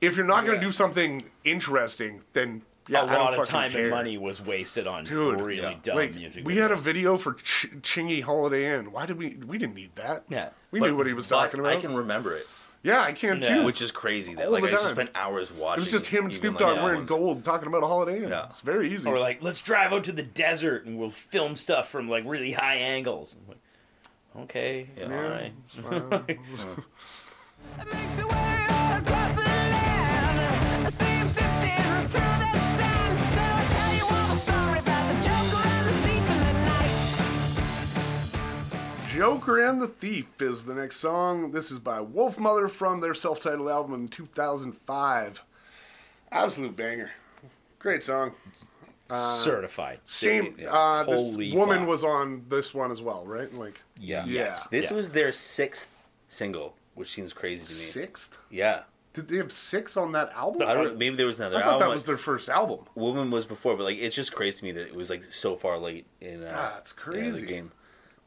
Speaker 4: if you're not gonna
Speaker 6: Yeah.
Speaker 4: do something interesting, then yeah,
Speaker 5: a
Speaker 4: I don't
Speaker 5: lot of
Speaker 4: fucking
Speaker 5: time
Speaker 4: care.
Speaker 5: and money was wasted on
Speaker 4: Dude,
Speaker 5: really
Speaker 6: yeah.
Speaker 5: dumb
Speaker 4: like
Speaker 5: music.
Speaker 4: we had a
Speaker 5: videos.
Speaker 4: video for Ch- Chingy Holiday Inn. Why did we? We didn't need that.
Speaker 5: Yeah.
Speaker 4: we knew what he was
Speaker 6: but
Speaker 4: talking about.
Speaker 6: I can remember it,
Speaker 4: yeah, I can
Speaker 5: Yeah.
Speaker 4: too.
Speaker 6: which is crazy. That
Speaker 4: All
Speaker 6: like
Speaker 4: the
Speaker 6: I just
Speaker 4: time.
Speaker 6: spent hours
Speaker 4: it
Speaker 6: watching.
Speaker 4: was just him and
Speaker 6: even,
Speaker 4: Scoop
Speaker 6: like,
Speaker 4: Dog
Speaker 6: that
Speaker 4: wearing
Speaker 6: one's-
Speaker 4: gold talking about a Holiday Inn.
Speaker 6: Yeah.
Speaker 4: It's very easy.
Speaker 5: or
Speaker 4: (laughs)
Speaker 5: like let's drive out to the desert and we'll film stuff from like really high angles. I'm like, okay,
Speaker 6: Yeah.
Speaker 5: all right.
Speaker 4: It's fine.
Speaker 7: Makes a way across the land. It seems shifting through the sand. So I tell you all the story about the jungle and the deep in the night.
Speaker 4: Joker and the Thief is the next song. This is by Wolf Mother from their self-titled album in 2005. Absolute banger. Great song.
Speaker 5: certified.
Speaker 4: Same.
Speaker 6: yeah.
Speaker 4: Uh, this
Speaker 5: Holy
Speaker 4: woman
Speaker 5: fuck.
Speaker 4: was on this one as well, right? Like
Speaker 6: Yeah.
Speaker 4: Yeah.
Speaker 6: This
Speaker 5: Yeah.
Speaker 6: was their sixth single, which seems crazy to me.
Speaker 4: sixth.
Speaker 6: Yeah.
Speaker 4: Did they have six on that album?
Speaker 6: I don't. Maybe there was another
Speaker 4: I thought
Speaker 6: album.
Speaker 4: that was their first album.
Speaker 6: Woman was before, but like it's just crazy to me that it was like so far late in uh,
Speaker 4: Ah, That's
Speaker 6: in
Speaker 4: crazy.
Speaker 6: the game.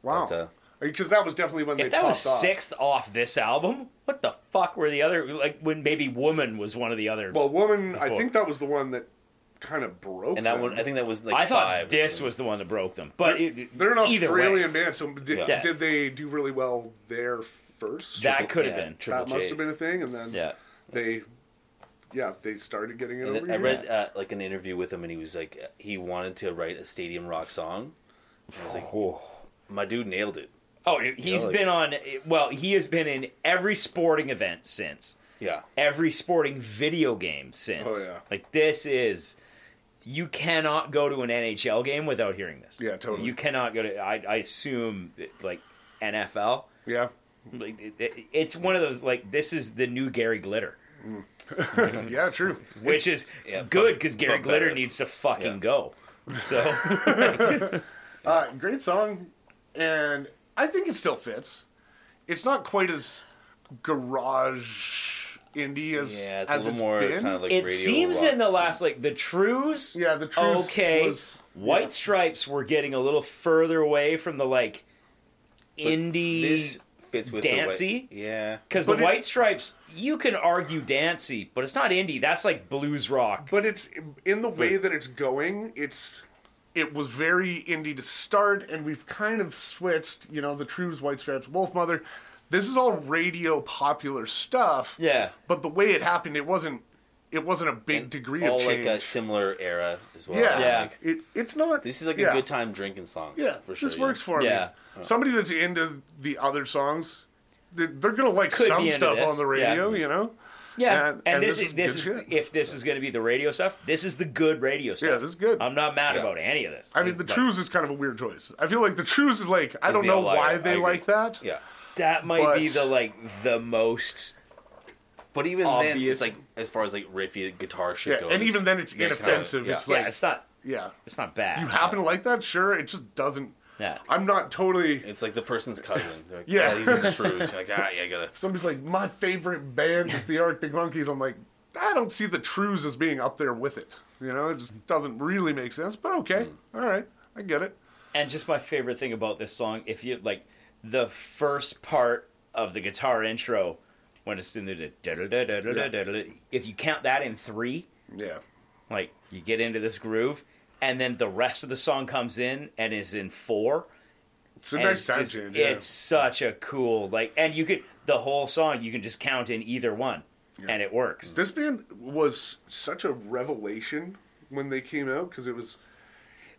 Speaker 4: Wow.
Speaker 6: But, uh,
Speaker 4: Because that was definitely when they
Speaker 5: If that was
Speaker 4: popped off.
Speaker 5: sixth off this album, what the fuck were the other like when maybe Woman was one of the other?
Speaker 4: Well, woman, I
Speaker 5: Before.
Speaker 4: think that was the one that kind of broke.
Speaker 6: And that
Speaker 4: them.
Speaker 6: one, I think that was like
Speaker 5: I
Speaker 6: five
Speaker 5: thought
Speaker 6: or
Speaker 5: this
Speaker 6: something.
Speaker 5: was the one that broke them. But it,
Speaker 4: they're an
Speaker 5: either
Speaker 4: Australian
Speaker 5: way,
Speaker 4: band, so did,
Speaker 6: Yeah.
Speaker 4: did they do really well there first?
Speaker 5: that could have
Speaker 6: yeah,
Speaker 5: been Triple
Speaker 4: that must
Speaker 5: J.
Speaker 4: have been a thing, and then
Speaker 5: Yeah.
Speaker 4: they, yeah, they started getting it
Speaker 6: And
Speaker 4: over
Speaker 6: then I
Speaker 4: here.
Speaker 6: read uh, like an interview with him, and he was like, uh, he wanted to write a stadium rock song. And I was like, my dude nailed it.
Speaker 5: Oh, he's
Speaker 6: like-
Speaker 5: been on. Well, he has been in every sporting event since.
Speaker 6: Yeah.
Speaker 5: Every sporting video game since.
Speaker 4: Oh, yeah.
Speaker 5: Like this is. You cannot go to an NHL game without hearing this.
Speaker 4: Yeah, totally.
Speaker 5: You cannot go to. I, I assume like NFL.
Speaker 6: (laughs)
Speaker 4: Yeah.
Speaker 5: Like it, it- it's one of those like this is the new Gary Glitter,
Speaker 4: Yeah, true.
Speaker 5: which is
Speaker 6: yeah,
Speaker 5: good
Speaker 6: but-
Speaker 5: because Gary
Speaker 6: but
Speaker 5: Glitter
Speaker 6: better.
Speaker 5: needs to fucking
Speaker 6: Yeah.
Speaker 5: go. So
Speaker 4: Uh, great song, and I think it still fits. It's not quite as garage indie as
Speaker 6: Yeah, it's
Speaker 4: as
Speaker 6: a little more
Speaker 4: been.
Speaker 6: kind of like
Speaker 5: it
Speaker 6: radio
Speaker 5: seems
Speaker 6: rock.
Speaker 5: in the last like the Trues.
Speaker 4: yeah. The truth
Speaker 5: okay,
Speaker 4: was-
Speaker 5: White Stripes were getting a little further away from the like indie
Speaker 6: this fits with
Speaker 5: Dancy?
Speaker 6: The way, yeah,
Speaker 5: because the
Speaker 4: but it-
Speaker 5: White Stripes you can argue dancey, but it's not indie. That's like blues rock.
Speaker 4: but it's in the way that it's going. It's it was very indie to start, and we've kind of switched. You know, the Trues, White Stripes, Wolf Mother. This is all radio popular stuff.
Speaker 5: Yeah,
Speaker 4: But the way it happened, it wasn't. It wasn't a big degree
Speaker 6: all
Speaker 4: of
Speaker 6: like
Speaker 4: change.
Speaker 6: a similar era as well.
Speaker 4: yeah,
Speaker 5: Yeah.
Speaker 6: Like,
Speaker 4: It, it's not.
Speaker 6: this is like
Speaker 4: yeah.
Speaker 6: a good time drinking song.
Speaker 4: Yeah,
Speaker 6: for sure.
Speaker 4: This
Speaker 6: yeah.
Speaker 4: works for
Speaker 5: Yeah.
Speaker 4: me. Somebody that's into the other songs, they're, they're gonna like
Speaker 5: Could
Speaker 4: some
Speaker 5: be into
Speaker 4: stuff
Speaker 5: this,
Speaker 4: on the
Speaker 5: yeah.
Speaker 4: radio, you know.
Speaker 5: yeah.
Speaker 4: And-
Speaker 5: And,
Speaker 4: and
Speaker 5: this,
Speaker 4: this
Speaker 5: is
Speaker 4: is
Speaker 5: this
Speaker 4: good
Speaker 5: is
Speaker 4: shit.
Speaker 5: if this is going to be the radio stuff. This is the good radio stuff.
Speaker 4: Yeah, this is good.
Speaker 5: I'm not mad
Speaker 6: Yeah.
Speaker 5: about any of this.
Speaker 4: I mean, the
Speaker 5: Like,
Speaker 4: Trues is kind of a weird choice. I feel like the Trues is like I
Speaker 6: Is
Speaker 4: don't
Speaker 6: the
Speaker 4: know
Speaker 6: outlier,
Speaker 4: why
Speaker 6: I
Speaker 4: they
Speaker 6: agree.
Speaker 4: like that.
Speaker 6: Yeah,
Speaker 5: That might be
Speaker 4: but-
Speaker 5: the like the most.
Speaker 6: but even then,
Speaker 5: Obvious.
Speaker 6: it's like as far as like riffy guitar shit
Speaker 4: Yeah,
Speaker 6: goes,
Speaker 4: and even then it's
Speaker 6: this kind of-
Speaker 4: inoffensive.
Speaker 6: yeah.
Speaker 4: It's
Speaker 5: yeah,
Speaker 4: like
Speaker 5: it's not.
Speaker 4: yeah,
Speaker 5: It's not bad.
Speaker 4: you happen to like that, sure. It just doesn't.
Speaker 5: Yeah.
Speaker 4: I'm not totally.
Speaker 6: It's like the person's cousin. They're like,
Speaker 4: Yeah.
Speaker 6: yeah, he's in the truth. Like, ah, yeah,
Speaker 4: (laughs)
Speaker 6: I gotta.
Speaker 4: Somebody's like my favorite band is the Arctic Monkeys. I'm like I don't see the Trues as being up there with it. You know, it just doesn't really make sense. But okay, all right, I get it.
Speaker 5: And just my favorite thing about this song, if you like the first part of the guitar intro, when it's in the da- da- da- da- da- da- da- da- da- if you count that in three,
Speaker 4: Yeah.
Speaker 5: like you get into this groove, and then the rest of the song comes in and is in four.
Speaker 4: It's a
Speaker 5: and
Speaker 4: nice
Speaker 5: it's
Speaker 4: time
Speaker 5: just-
Speaker 4: change. Yeah.
Speaker 5: It's such a cool like, and you could the whole song you can just count in either one, and it works.
Speaker 4: This band was such a revelation when they came out because it was,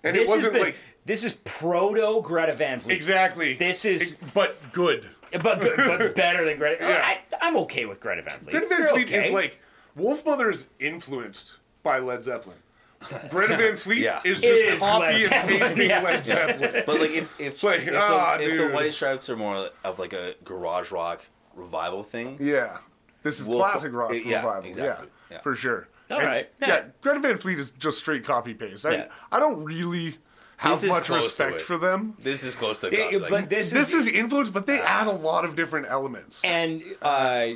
Speaker 4: and
Speaker 5: This
Speaker 4: it
Speaker 5: is
Speaker 4: wasn't
Speaker 5: the,
Speaker 4: like
Speaker 5: this is proto Greta Van Fleet.
Speaker 4: exactly.
Speaker 5: This is
Speaker 4: but good.
Speaker 5: but,
Speaker 4: (laughs)
Speaker 5: but better than Greta.
Speaker 4: Yeah.
Speaker 5: I, I'm okay with Greta Van Fleet.
Speaker 4: Greta Van
Speaker 5: You're
Speaker 4: Fleet
Speaker 5: okay.
Speaker 4: is like Wolf Mother is influenced by Led Zeppelin. Greta
Speaker 6: (laughs)
Speaker 4: Van Fleet
Speaker 6: Yeah.
Speaker 4: is
Speaker 5: It
Speaker 4: just
Speaker 5: is
Speaker 4: copy
Speaker 5: Led
Speaker 4: and pasting
Speaker 5: Zeppelin, yeah.
Speaker 4: Led Zeppelin.
Speaker 6: But like, if if,
Speaker 4: like,
Speaker 6: if,
Speaker 4: ah,
Speaker 6: the, if the
Speaker 4: dude.
Speaker 6: White Stripes are more of like a garage rock revival thing,
Speaker 4: yeah, this is
Speaker 6: Wolf-
Speaker 4: classic rock
Speaker 6: uh, yeah,
Speaker 4: revival.
Speaker 6: exactly.
Speaker 4: Yeah,
Speaker 6: Yeah.
Speaker 4: for sure.
Speaker 5: All
Speaker 4: And,
Speaker 5: right.
Speaker 4: Yeah.
Speaker 5: Yeah.
Speaker 4: Greta Van Fleet is just straight copy paste. I,
Speaker 5: Yeah.
Speaker 4: I don't really have
Speaker 6: This is
Speaker 4: much
Speaker 6: close to
Speaker 4: respect
Speaker 6: it.
Speaker 4: for them.
Speaker 6: this is close to.
Speaker 5: They-
Speaker 4: uh,
Speaker 6: God, like,
Speaker 5: but this,
Speaker 4: This
Speaker 5: is,
Speaker 4: is influenced, but they add a lot of different elements.
Speaker 5: Uh, and uh,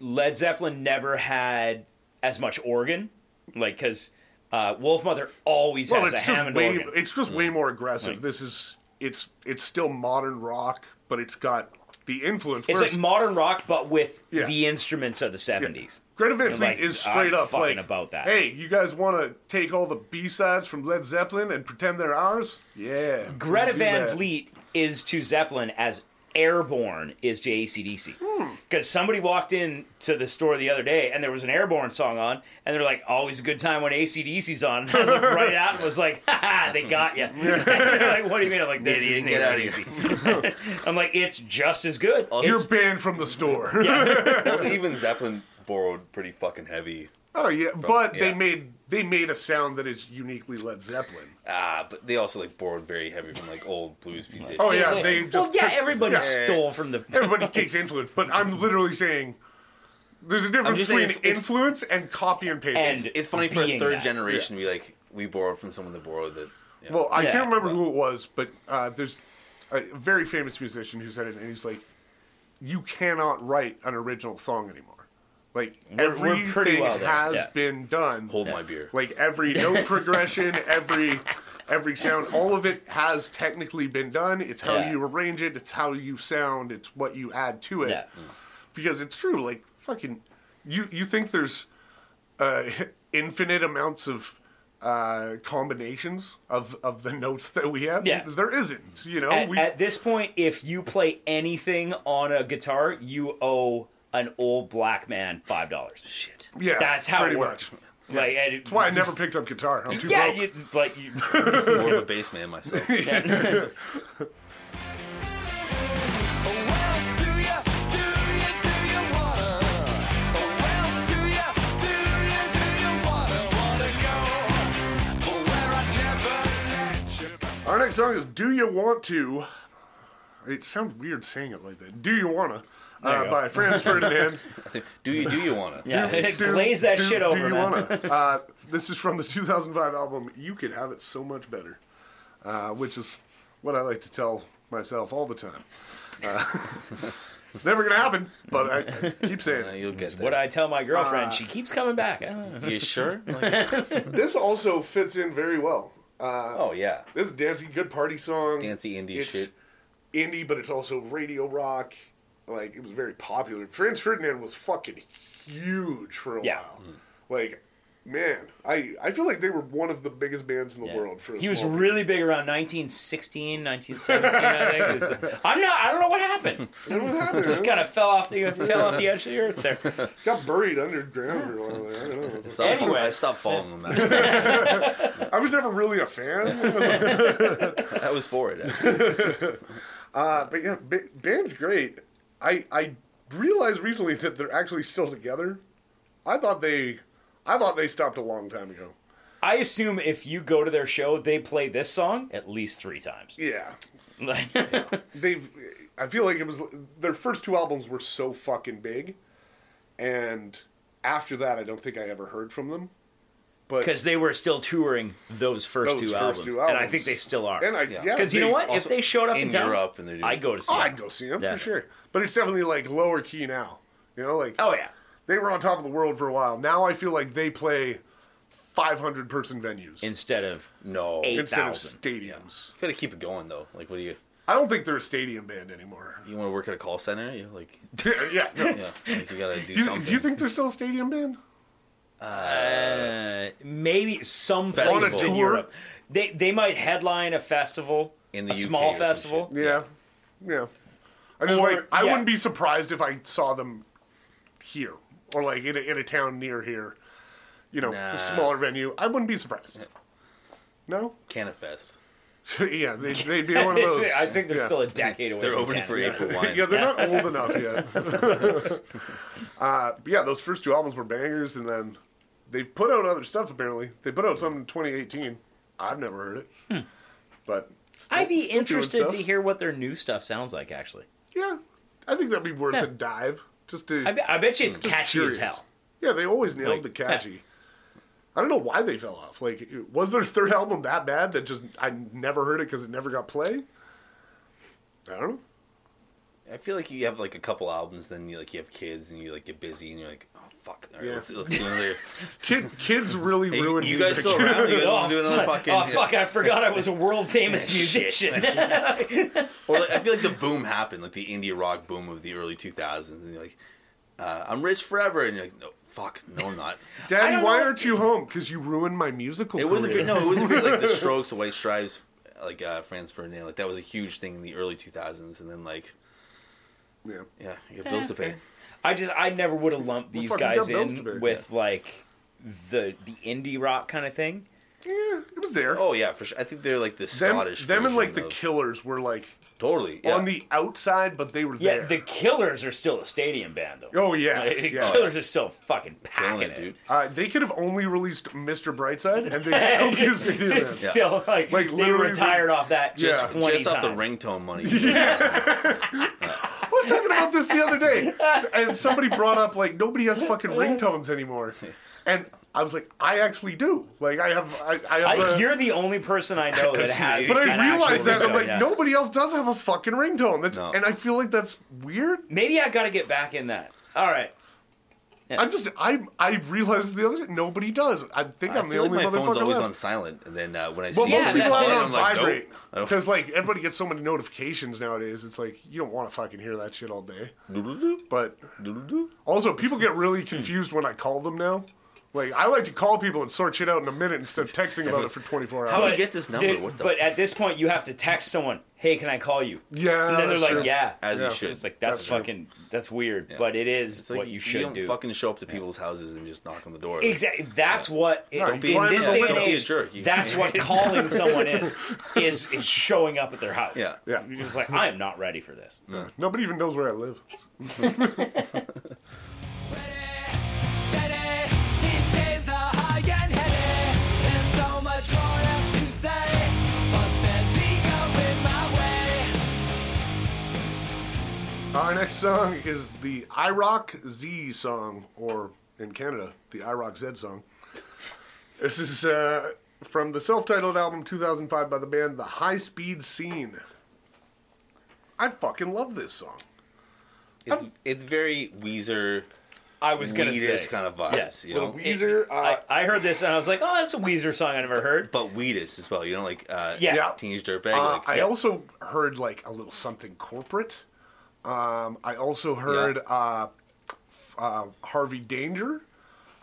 Speaker 5: Led Zeppelin never had as much organ, like because uh, Wolf Mother always
Speaker 4: Well,
Speaker 5: has
Speaker 4: it's
Speaker 5: a
Speaker 4: just
Speaker 5: Hammond
Speaker 4: way
Speaker 5: organ.
Speaker 4: it's just
Speaker 5: Mm.
Speaker 4: way more aggressive. This is it's it's still modern rock, but it's got the influence.
Speaker 5: it's
Speaker 4: Whereas
Speaker 5: like modern rock, but with
Speaker 4: Yeah.
Speaker 5: the instruments of the '70s.
Speaker 4: Greta Van
Speaker 5: You're
Speaker 4: Fleet
Speaker 5: like,
Speaker 4: is
Speaker 5: I'm
Speaker 4: straight up
Speaker 5: fucking
Speaker 4: like
Speaker 5: about that.
Speaker 4: Hey, you guys want to take all the B sides from Led Zeppelin and pretend they're ours? Yeah.
Speaker 5: Greta
Speaker 4: let's do
Speaker 5: Van
Speaker 4: that.
Speaker 5: Vliet is to Zeppelin as Airborne is to ACDC. Because somebody walked in to the store the other day and there was an Airborne song on, and they're like, always a good time when ACDC's on. (laughs) And I looked right at it and was like, ha ha, they got (laughs) you. like, what do you mean? I'm like, this isn't
Speaker 6: Idiot, get outta
Speaker 5: ACDC. I'm like, it's just as good.
Speaker 4: You're banned from the store.
Speaker 5: (laughs)
Speaker 6: also, even Zeppelin borrowed pretty fucking heavy.
Speaker 4: oh yeah, but they
Speaker 6: yeah.
Speaker 4: made they made a sound that is uniquely Led Zeppelin.
Speaker 6: Ah, but they also like borrowed very heavy from like old blues musicians.
Speaker 4: Oh yeah, they just
Speaker 5: well, yeah,
Speaker 4: took-
Speaker 5: everybody
Speaker 4: yeah.
Speaker 5: stole from the.
Speaker 4: everybody takes influence, but I'm literally saying there's a difference
Speaker 6: just
Speaker 4: between
Speaker 6: saying it's- it's-
Speaker 4: influence and copy and paste.
Speaker 5: And-
Speaker 6: It's funny for a
Speaker 5: Being
Speaker 6: third
Speaker 5: that.
Speaker 6: generation to be like, we borrowed from someone that borrowed that. Yeah.
Speaker 4: well, I
Speaker 5: Yeah.
Speaker 4: can't remember who it was, but uh, there's a very famous musician who said it, and he's like, "You cannot write an original song anymore. Like
Speaker 5: We're- we're
Speaker 4: everything
Speaker 5: pretty well there,
Speaker 4: has
Speaker 5: yeah.
Speaker 4: been done.
Speaker 6: hold my beer.
Speaker 4: Like every
Speaker 5: (laughs)
Speaker 4: note progression, every." Every sound, all of it has technically been done. It's how
Speaker 5: Yeah.
Speaker 4: you arrange it. It's how you sound. It's what you add to it.
Speaker 5: Yeah.
Speaker 4: because it's true. Like fucking, you you think there's uh, (laughs) infinite amounts of uh, combinations of of the notes that we have.
Speaker 5: Yeah.
Speaker 4: there isn't. You know,
Speaker 5: At,
Speaker 4: Oh, we,
Speaker 5: at this point, if you play anything on a guitar, you owe an old black man $5.
Speaker 6: Shit.
Speaker 4: yeah,
Speaker 5: That's how
Speaker 4: pretty
Speaker 5: it works.
Speaker 4: Much.
Speaker 5: Like, and
Speaker 4: That's why I never picked up guitar. I'm too
Speaker 5: Yeah,
Speaker 4: broke.
Speaker 5: you, it's like you, (laughs)
Speaker 6: More of a bass man myself.
Speaker 5: yeah.
Speaker 4: next song is "Do You Want to." It sounds weird saying it like that. Do you wanna? Uh, by Franz
Speaker 5: (laughs)
Speaker 4: Ferdinand.
Speaker 6: Do you do you wanna?
Speaker 5: Yeah, glaze that
Speaker 4: do-
Speaker 5: shit
Speaker 4: do
Speaker 5: over,
Speaker 4: you
Speaker 5: man.
Speaker 4: wanna?
Speaker 5: (laughs)
Speaker 4: Uh, this is from the 2005 album "You Could Have It So Much Better," uh, which is what I like to tell myself all the time. Uh, (laughs) it's never gonna happen, but I, I keep saying
Speaker 6: Uh, (laughs)
Speaker 4: it.
Speaker 6: you'll get there.
Speaker 5: What I tell my
Speaker 4: Uh,
Speaker 5: girlfriend, she keeps coming back. I don't know.
Speaker 6: You (laughs) sure?
Speaker 4: This also fits in very well. Uh,
Speaker 6: oh yeah.
Speaker 4: this is a dancing, good party song.
Speaker 6: Fancy indie
Speaker 4: It's-
Speaker 6: shit.
Speaker 4: indie, but it's also radio rock. Like it was very popular. Franz Ferdinand was fucking huge for a
Speaker 5: Yeah. Mm.
Speaker 4: while. Like, man, I I feel like they were one of the biggest bands in the
Speaker 5: Yeah.
Speaker 4: world for. A
Speaker 5: (laughs) He was
Speaker 4: small
Speaker 5: really big around 1916, 1917, I think. It's- I'm not. I don't know what happened.
Speaker 4: period. It was happening.
Speaker 5: Just kind of fell off
Speaker 1: (laughs)
Speaker 5: the fell off the edge of the earth there.
Speaker 4: got buried underground or whatever. I don't know.
Speaker 6: Stop
Speaker 5: Anyway.
Speaker 6: I stopped following them. After.
Speaker 5: (laughs)
Speaker 4: I was never really a fan,
Speaker 6: I was
Speaker 5: (laughs)
Speaker 6: for it. Actually.
Speaker 4: uh, but yeah, ba- band's great. I I realized recently that they're actually still together. I thought they, I thought they stopped a long time ago.
Speaker 5: I assume if you go to their show, they play this song at least three times. (laughs)
Speaker 4: Yeah,
Speaker 5: Like,
Speaker 4: they've i feel like it was their first two albums were so fucking big and after that i don't think i ever heard from them but
Speaker 5: because they were still touring those first,
Speaker 4: Those
Speaker 5: two,
Speaker 4: first
Speaker 5: albums,
Speaker 4: two
Speaker 5: and I
Speaker 4: albums.
Speaker 5: think they still are.
Speaker 4: and i yeah
Speaker 6: Yeah.
Speaker 5: Because you know
Speaker 4: they-
Speaker 5: what? If
Speaker 6: also
Speaker 5: they showed up in,
Speaker 6: in
Speaker 5: town,
Speaker 6: Europe and they're doing-
Speaker 5: I go to see.
Speaker 4: oh, i'd
Speaker 5: them.
Speaker 4: go see them
Speaker 5: Yeah.
Speaker 4: for sure but it's definitely like lower key now you know like
Speaker 5: Oh yeah,
Speaker 4: they were on top of the world for a while now i feel like they play 500 person venues
Speaker 5: instead of
Speaker 6: No.
Speaker 5: Eight.
Speaker 4: instead of
Speaker 5: 8,000.
Speaker 4: stadiums
Speaker 6: Gotta keep it going though. Like, what do you?
Speaker 4: i don't think they're a stadium band anymore (laughs)
Speaker 6: You want to work at a call center? You like?
Speaker 4: yeah
Speaker 5: (laughs)
Speaker 4: no.
Speaker 6: Yeah. Like you gotta do,
Speaker 4: do, you,
Speaker 6: something.
Speaker 4: do you think they're still a stadium band
Speaker 5: uh, maybe some
Speaker 6: Festival.
Speaker 5: places
Speaker 6: On a
Speaker 5: in
Speaker 4: tour?
Speaker 5: Europe. They they might headline a festival
Speaker 6: In the
Speaker 5: a
Speaker 6: UK
Speaker 5: small
Speaker 6: or some
Speaker 5: festival.
Speaker 4: Yeah. Yeah. I just
Speaker 5: Or-
Speaker 4: like I
Speaker 5: yeah.
Speaker 4: wouldn't be surprised if I saw them here or like in a, in a town near here. You know,
Speaker 6: Nah.
Speaker 4: a smaller venue. I wouldn't be surprised. No? (laughs)
Speaker 6: Canifest.
Speaker 4: yeah,
Speaker 5: (laughs)
Speaker 4: they, they'd be one of those.
Speaker 5: I think they're
Speaker 4: Yeah.
Speaker 5: still a decade away.
Speaker 6: They're
Speaker 5: from
Speaker 6: opening
Speaker 5: that.
Speaker 6: for
Speaker 5: Yeah. (laughs)
Speaker 6: April wine.
Speaker 4: (laughs) Yeah, they're not old enough yet. (laughs) uh, but yeah, those first two albums were bangers, and then they put out other stuff. Apparently, they put out some in 2018. I've never heard it,
Speaker 5: Hmm.
Speaker 4: but still-
Speaker 5: I'd
Speaker 4: still
Speaker 5: be
Speaker 4: doing
Speaker 5: interested
Speaker 4: stuff.
Speaker 5: to hear what their new stuff sounds like. Actually,
Speaker 4: Yeah, I think that'd be worth
Speaker 5: Yeah.
Speaker 4: a dive just to.
Speaker 5: I, be, I bet you it's
Speaker 4: Hmm, just
Speaker 5: catchy
Speaker 4: curious.
Speaker 5: as hell.
Speaker 4: Yeah, they always nailed
Speaker 5: Like,
Speaker 4: the catchy. I don't know why they fell off. Like, it- was their third album that bad that just I never heard it because it never got play? I don't know.
Speaker 6: I feel like you have like a couple albums, then you like you have kids and you like get busy and you're like, oh fuck, all right,
Speaker 4: Yeah.
Speaker 6: let's, let's do
Speaker 4: (laughs)
Speaker 6: another.
Speaker 4: Kid, kids really
Speaker 6: Hey,
Speaker 4: ruined.
Speaker 6: you guys
Speaker 4: music.
Speaker 6: still around? You guys
Speaker 5: Oh,
Speaker 6: want to do another
Speaker 5: fuck.
Speaker 6: fucking?
Speaker 5: oh fuck! I forgot I was a world famous
Speaker 4: (laughs)
Speaker 5: musician.
Speaker 6: Or like, I feel like the boom happened, like the indie rock boom of the early 2000s, and you're like, uh, I'm rich forever, and you're like, no, fuck, no,
Speaker 4: (laughs)
Speaker 6: I'm not.
Speaker 4: (laughs)
Speaker 5: I
Speaker 4: Daddy,
Speaker 5: don't
Speaker 4: why
Speaker 5: know if-
Speaker 4: aren't you home? Because you ruined my musical.
Speaker 6: It was a
Speaker 4: career.
Speaker 6: bit, no, it was a bit like the Strokes, the White Stripes, like uh, Franz Ferdinand, like that was a huge thing in the early 2000s, and then like,
Speaker 4: (laughs) Yeah.
Speaker 6: yeah, you have bills to pay.
Speaker 5: I just I never would have lumped these
Speaker 4: fuck, he's
Speaker 5: guys
Speaker 4: got bills to
Speaker 5: in
Speaker 4: pay.
Speaker 5: with like the the indie rock kind of thing.
Speaker 4: yeah, it was there.
Speaker 6: Oh yeah, for sure. I think they're like the
Speaker 4: them,
Speaker 6: Scottish.
Speaker 4: them and like
Speaker 6: version
Speaker 4: the
Speaker 6: of-
Speaker 4: Killers were like
Speaker 6: totally yeah.
Speaker 4: on the outside, but they were
Speaker 5: Yeah,
Speaker 4: there.
Speaker 5: the Killers are still a stadium band though.
Speaker 4: Oh yeah,
Speaker 5: Like, the
Speaker 4: yeah.
Speaker 5: Killers are still fucking
Speaker 6: Killing
Speaker 5: packing
Speaker 6: it,
Speaker 5: it.
Speaker 6: dude.
Speaker 4: Uh, they could have only released Mr. Brightside, and they'd still be a stadium
Speaker 6: (laughs)
Speaker 4: band.
Speaker 5: It's still like,
Speaker 4: Like,
Speaker 5: they
Speaker 4: literally-
Speaker 5: retired off that just
Speaker 4: Yeah.
Speaker 5: twenty
Speaker 6: Just off
Speaker 5: times.
Speaker 6: the ringtone
Speaker 4: (laughs)
Speaker 6: money.
Speaker 4: I was talking about this the other day, and somebody brought up like nobody has fucking ringtones anymore, and I was like, I actually do. Like I have, I, I have.
Speaker 5: I,
Speaker 4: a-
Speaker 5: you're the only person I know that has.
Speaker 4: but
Speaker 5: an
Speaker 4: I
Speaker 5: actual
Speaker 4: realized that I'm
Speaker 5: ringtone,
Speaker 4: like
Speaker 5: yeah.
Speaker 4: nobody else does have a fucking ringtone. That's
Speaker 6: No.
Speaker 4: and I feel like that's weird.
Speaker 5: Maybe I got to get back in that. All right.
Speaker 4: I'm just I I realized the other day nobody does. I think I
Speaker 6: I
Speaker 4: am the
Speaker 6: feel like
Speaker 4: only
Speaker 6: my phone's
Speaker 4: motherfucker
Speaker 6: always on
Speaker 4: left.
Speaker 6: silent, and then uh, when I
Speaker 4: But most
Speaker 6: see
Speaker 5: Yeah,
Speaker 6: something
Speaker 4: people
Speaker 5: that's
Speaker 4: have it
Speaker 5: it.
Speaker 6: playing,
Speaker 4: on
Speaker 6: I'm like,
Speaker 4: vibrate
Speaker 6: nope. I don't-
Speaker 4: because like everybody gets so many notifications nowadays. It's like you don't want to fucking hear that shit all day. But Also, people get really confused when I call them now. Like, I like to call people and sort shit out in a minute instead of texting about it for 24
Speaker 6: How do
Speaker 4: hours.
Speaker 6: you get this number?
Speaker 5: Dude,
Speaker 6: what the?
Speaker 5: but
Speaker 6: f-
Speaker 5: at this point, you have to text someone. Hey, can I call you?
Speaker 4: Yeah,
Speaker 5: And then they're
Speaker 4: that's
Speaker 5: like,
Speaker 4: true.
Speaker 5: yeah.
Speaker 6: as
Speaker 4: yeah.
Speaker 6: you should.
Speaker 5: It's like that's,
Speaker 4: That's true.
Speaker 5: fucking that's weird, but it is
Speaker 6: It's like
Speaker 5: what you
Speaker 6: you
Speaker 5: should
Speaker 6: don't
Speaker 5: do.
Speaker 6: fucking show up to people's houses and just knock on the door. Like,
Speaker 5: Exactly. That's what it,
Speaker 4: Don't be
Speaker 5: in
Speaker 4: an
Speaker 5: this
Speaker 4: asshole.
Speaker 5: day and
Speaker 4: Don't
Speaker 6: be a
Speaker 5: age,
Speaker 6: jerk. You-
Speaker 5: That's what
Speaker 6: (laughs)
Speaker 5: calling someone is, is is showing up at their house.
Speaker 6: Yeah.
Speaker 4: Yeah.
Speaker 5: You're just like, I am not ready for this.
Speaker 4: Nobody even knows where I live.
Speaker 8: Steady, these days are high and heavy. There's so much more left to say, but there's ego
Speaker 4: our next song is the IROC Z song, or in Canada, the IROC Z song. This is uh, from the self titled album 2005 by the band The High Speed Scene. I fucking love this song.
Speaker 6: It's, it's very Weezer.
Speaker 5: I was gonna
Speaker 6: Weezer
Speaker 5: say
Speaker 6: kind of vibes,
Speaker 5: Yes,
Speaker 6: you know?
Speaker 5: Little
Speaker 4: Weezer,
Speaker 5: I,
Speaker 4: uh,
Speaker 5: I heard this and I was like, oh, that's a Weezer song I never heard.
Speaker 6: But Weedus as well, you know, like uh,
Speaker 5: Yeah.
Speaker 4: Yeah.
Speaker 6: Teenage Dirtbag.
Speaker 4: Uh,
Speaker 6: like,
Speaker 4: I also heard like a little something corporate. Um, I also heard uh, uh, Harvey Danger.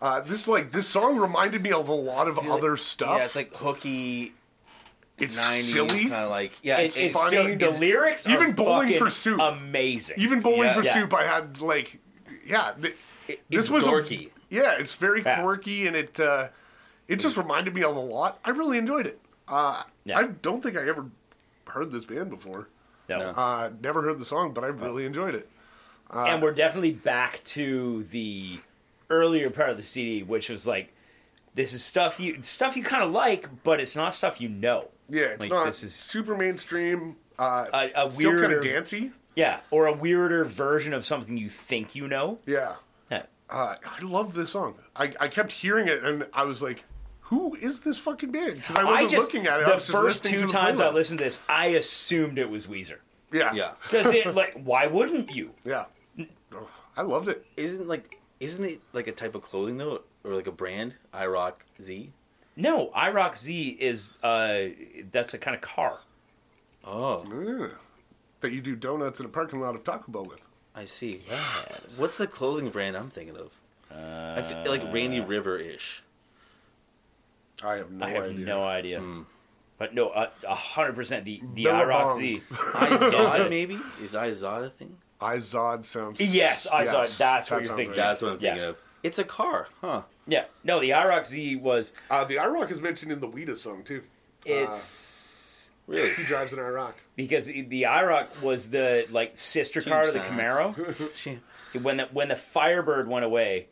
Speaker 4: Uh, this like this song reminded me of a lot of other stuff.
Speaker 6: Yeah, it's like hooky
Speaker 4: it's
Speaker 6: nineties
Speaker 4: silly.
Speaker 6: kind of like yeah,
Speaker 5: It's, it's
Speaker 4: funny.
Speaker 5: silly. The
Speaker 4: It's-
Speaker 5: lyrics are
Speaker 4: even Bowling for
Speaker 5: fucking
Speaker 4: Soup.
Speaker 5: amazing.
Speaker 4: Even bowling
Speaker 6: Yeah.
Speaker 4: for
Speaker 5: Yeah.
Speaker 4: soup, I had like, yeah. Th-
Speaker 6: it-
Speaker 4: this
Speaker 6: it's
Speaker 4: was a-
Speaker 6: dorky.
Speaker 4: yeah, it's very
Speaker 5: Yeah.
Speaker 4: quirky, and it uh, it just
Speaker 6: Mm.
Speaker 4: reminded me of a lot. I really enjoyed it. Uh,
Speaker 5: Yeah.
Speaker 4: I don't think I ever heard this band before.
Speaker 5: No.
Speaker 6: No.
Speaker 4: Uh, never heard the song, but I really enjoyed it.
Speaker 5: and we're definitely back to the earlier part of the CD, which was like, this is stuff you stuff you kind of like, but it's not stuff you know.
Speaker 4: Yeah, it's
Speaker 5: Like,
Speaker 4: not
Speaker 5: this is-
Speaker 4: super mainstream. Uh,
Speaker 5: A, a
Speaker 4: still kind
Speaker 5: weirder,
Speaker 4: of dancey.
Speaker 5: yeah, or a weirder version of something you think you know.
Speaker 4: Yeah,
Speaker 5: Yeah.
Speaker 4: uh, I love this song. I, I kept hearing it, and I was like, "Who is this fucking band?" Because I wasn't looking at it. I
Speaker 5: The
Speaker 4: was just
Speaker 5: first
Speaker 4: listening
Speaker 5: two
Speaker 4: to the
Speaker 5: times I
Speaker 4: playlist.
Speaker 5: listened to this, I assumed it was Weezer
Speaker 4: Yeah,
Speaker 6: Yeah,
Speaker 5: because
Speaker 4: (laughs)
Speaker 5: it like why wouldn't you?
Speaker 4: yeah. Oh, I loved it.
Speaker 6: isn't like isn't it like a type of clothing though, or like a brand? I rock Z.
Speaker 5: No, IROC Z is uh that's a kind of car.
Speaker 6: Oh,
Speaker 4: Yeah. That you do donuts in a parking lot of Taco Bell with.
Speaker 6: I see. What's the clothing brand I'm thinking of? I feel like Randy River ish.
Speaker 4: I have no
Speaker 5: I have
Speaker 4: idea.
Speaker 5: no idea. But no, a a hundred percent the the
Speaker 4: Billabong.
Speaker 5: IROC Z. Is
Speaker 6: Izod
Speaker 5: it-
Speaker 6: maybe is Izod a thing?
Speaker 4: Izod sounds.
Speaker 5: Yes, I saw it.
Speaker 4: Yes,
Speaker 5: That's what
Speaker 4: that
Speaker 5: you're
Speaker 4: sounds
Speaker 5: thinking.
Speaker 4: right.
Speaker 6: That's what I'm
Speaker 5: Yeah.
Speaker 6: thinking of. It's a car,
Speaker 4: (laughs)
Speaker 6: huh?
Speaker 5: Yeah. No, the IROC Z was
Speaker 4: Uh, the IROC is mentioned in the Weeda song too. Uh,
Speaker 5: it's
Speaker 6: Really?
Speaker 4: He drives an IROC.
Speaker 5: because the, the IROC was the like sister car to the
Speaker 6: (laughs)
Speaker 5: Camaro
Speaker 6: She-
Speaker 5: when the when the Firebird went away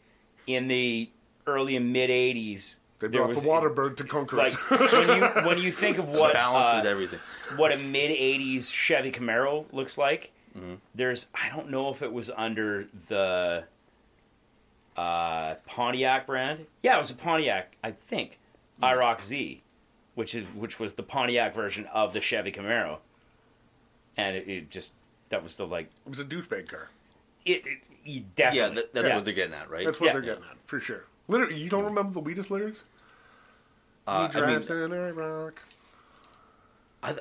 Speaker 5: in the early and mid '80s.
Speaker 4: They
Speaker 5: there
Speaker 4: brought
Speaker 5: was-
Speaker 4: the Waterbird to conquer
Speaker 5: Like
Speaker 4: us.
Speaker 5: when you when you think of what
Speaker 6: balances
Speaker 5: uh,
Speaker 6: everything.
Speaker 5: what a mid '80s Chevy Camaro looks like. There's I don't know if it was under the uh, Pontiac brand. Yeah, it was a Pontiac, I think. IROC Z, which is which was the Pontiac version of the Chevy Camaro, and it, it just that was the like
Speaker 4: It was a douchebag car.
Speaker 5: it. it you definitely,
Speaker 6: Yeah, that, that's what they're getting at, right?
Speaker 4: That's what
Speaker 5: Yeah.
Speaker 4: they're getting at, for sure. Literally, you don't remember the Weedus lyrics?
Speaker 6: Uh,
Speaker 4: he
Speaker 6: I mean,
Speaker 4: drives an IROC.
Speaker 6: I,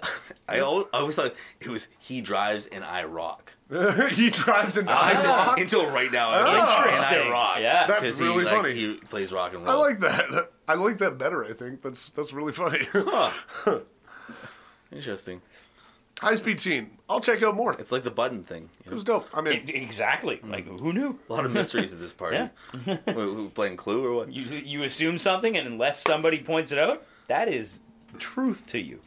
Speaker 6: I, al- I always thought it was he drives and I rock.
Speaker 4: (laughs) he drives an
Speaker 6: I said-
Speaker 4: IROC.
Speaker 6: until right now, I was like,
Speaker 5: Interesting.
Speaker 6: and I rock.
Speaker 5: Yeah.
Speaker 4: That's
Speaker 6: 'Cause
Speaker 4: really
Speaker 6: he, like,
Speaker 4: funny.
Speaker 6: He plays rock and
Speaker 4: I
Speaker 6: roll.
Speaker 4: like that. (laughs) I like that better. I think that's that's really funny. (laughs)
Speaker 6: Huh. Interesting.
Speaker 4: High speed scene. I'll check out more.
Speaker 6: It's like the button thing. you
Speaker 4: It
Speaker 6: know?
Speaker 4: was dope. I'm in.
Speaker 5: E- exactly.
Speaker 6: Hmm.
Speaker 5: Like who knew?
Speaker 6: A lot of mysteries at this party.
Speaker 5: Yeah.
Speaker 6: Wait, who playing Clue or what?
Speaker 5: You you assume something, and unless somebody points it out, that is truth to you.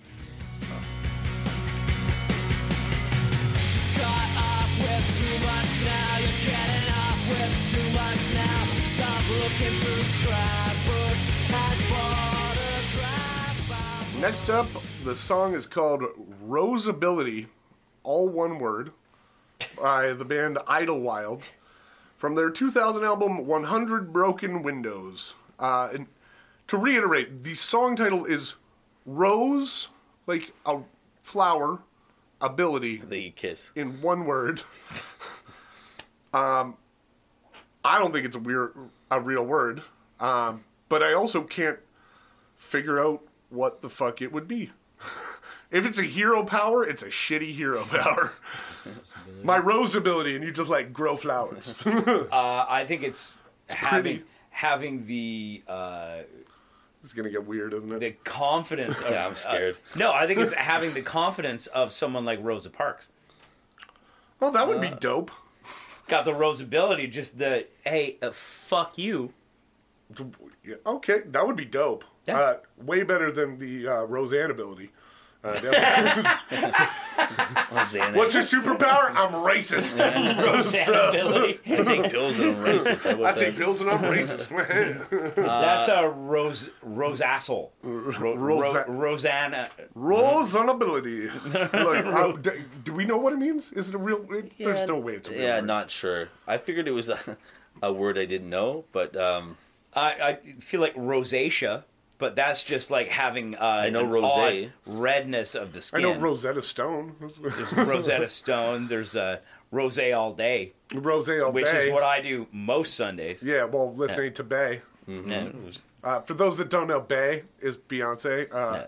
Speaker 4: Next up, the song is called Roseability, all one word, by the band Idlewild from their 2000 album 100 Broken Windows. Uh, and to reiterate, the song title is Rose, like a flower, ability,
Speaker 6: They kiss.
Speaker 4: in one word. (laughs) um, I don't think it's a weird, a real word, um, but I also can't figure out what the fuck it would be. (laughs) if it's a hero power, it's a shitty hero (laughs) power. My rose ability, and you just like grow flowers. (laughs)
Speaker 5: Uh, I think it's, having
Speaker 4: pretty-
Speaker 5: having the uh,
Speaker 4: it's gonna get weird, isn't it?
Speaker 5: the
Speaker 6: (laughs)
Speaker 5: confidence. Of,
Speaker 6: Yeah, I'm scared.
Speaker 5: uh, no, I
Speaker 6: (laughs)
Speaker 5: think it's having the confidence of someone like Rosa Parks.
Speaker 4: well, that would be dope.
Speaker 5: Got the Rosability, just the hey, uh, fuck
Speaker 6: (laughs)
Speaker 5: you.
Speaker 4: Yeah, Okay, that would be dope.
Speaker 5: Yeah.
Speaker 4: Uh, way better than the uh, Roseanne ability. Uh, definitely.
Speaker 6: Xanax.
Speaker 4: What's your superpower? I'm racist. What's
Speaker 5: Santa
Speaker 4: up?
Speaker 6: (laughs)
Speaker 5: Billy.
Speaker 6: I take pills and I'm racist.
Speaker 4: (laughs)
Speaker 6: I,
Speaker 4: I
Speaker 6: would
Speaker 4: take pills and I'm racist. (laughs)
Speaker 6: Uh,
Speaker 5: That's a rose rose asshole. Ro-
Speaker 4: Rosa-
Speaker 5: Ro- Rosanna.
Speaker 4: Roles on ability. Like, how, d- do we know what it means? Is it a real? It,
Speaker 6: Yeah,
Speaker 4: there's no way it's a real.
Speaker 6: Yeah,
Speaker 4: word.
Speaker 6: not sure. I figured it was a, (laughs) a word I didn't know, but um,
Speaker 5: I, I feel like rosacea, but that's just like having uh, I
Speaker 6: know rosé.
Speaker 5: redness of the
Speaker 4: I
Speaker 5: skin.
Speaker 4: know Rosetta Stone. (laughs)
Speaker 5: There's Rosetta Stone. There's uh, rose all day,
Speaker 4: Rose all
Speaker 5: which
Speaker 4: day.
Speaker 5: is what I do most Sundays.
Speaker 4: yeah, well, listening to Bay.
Speaker 5: And-
Speaker 4: Uh, for those that don't know, Bay is Beyonce. Uh,
Speaker 5: Yeah.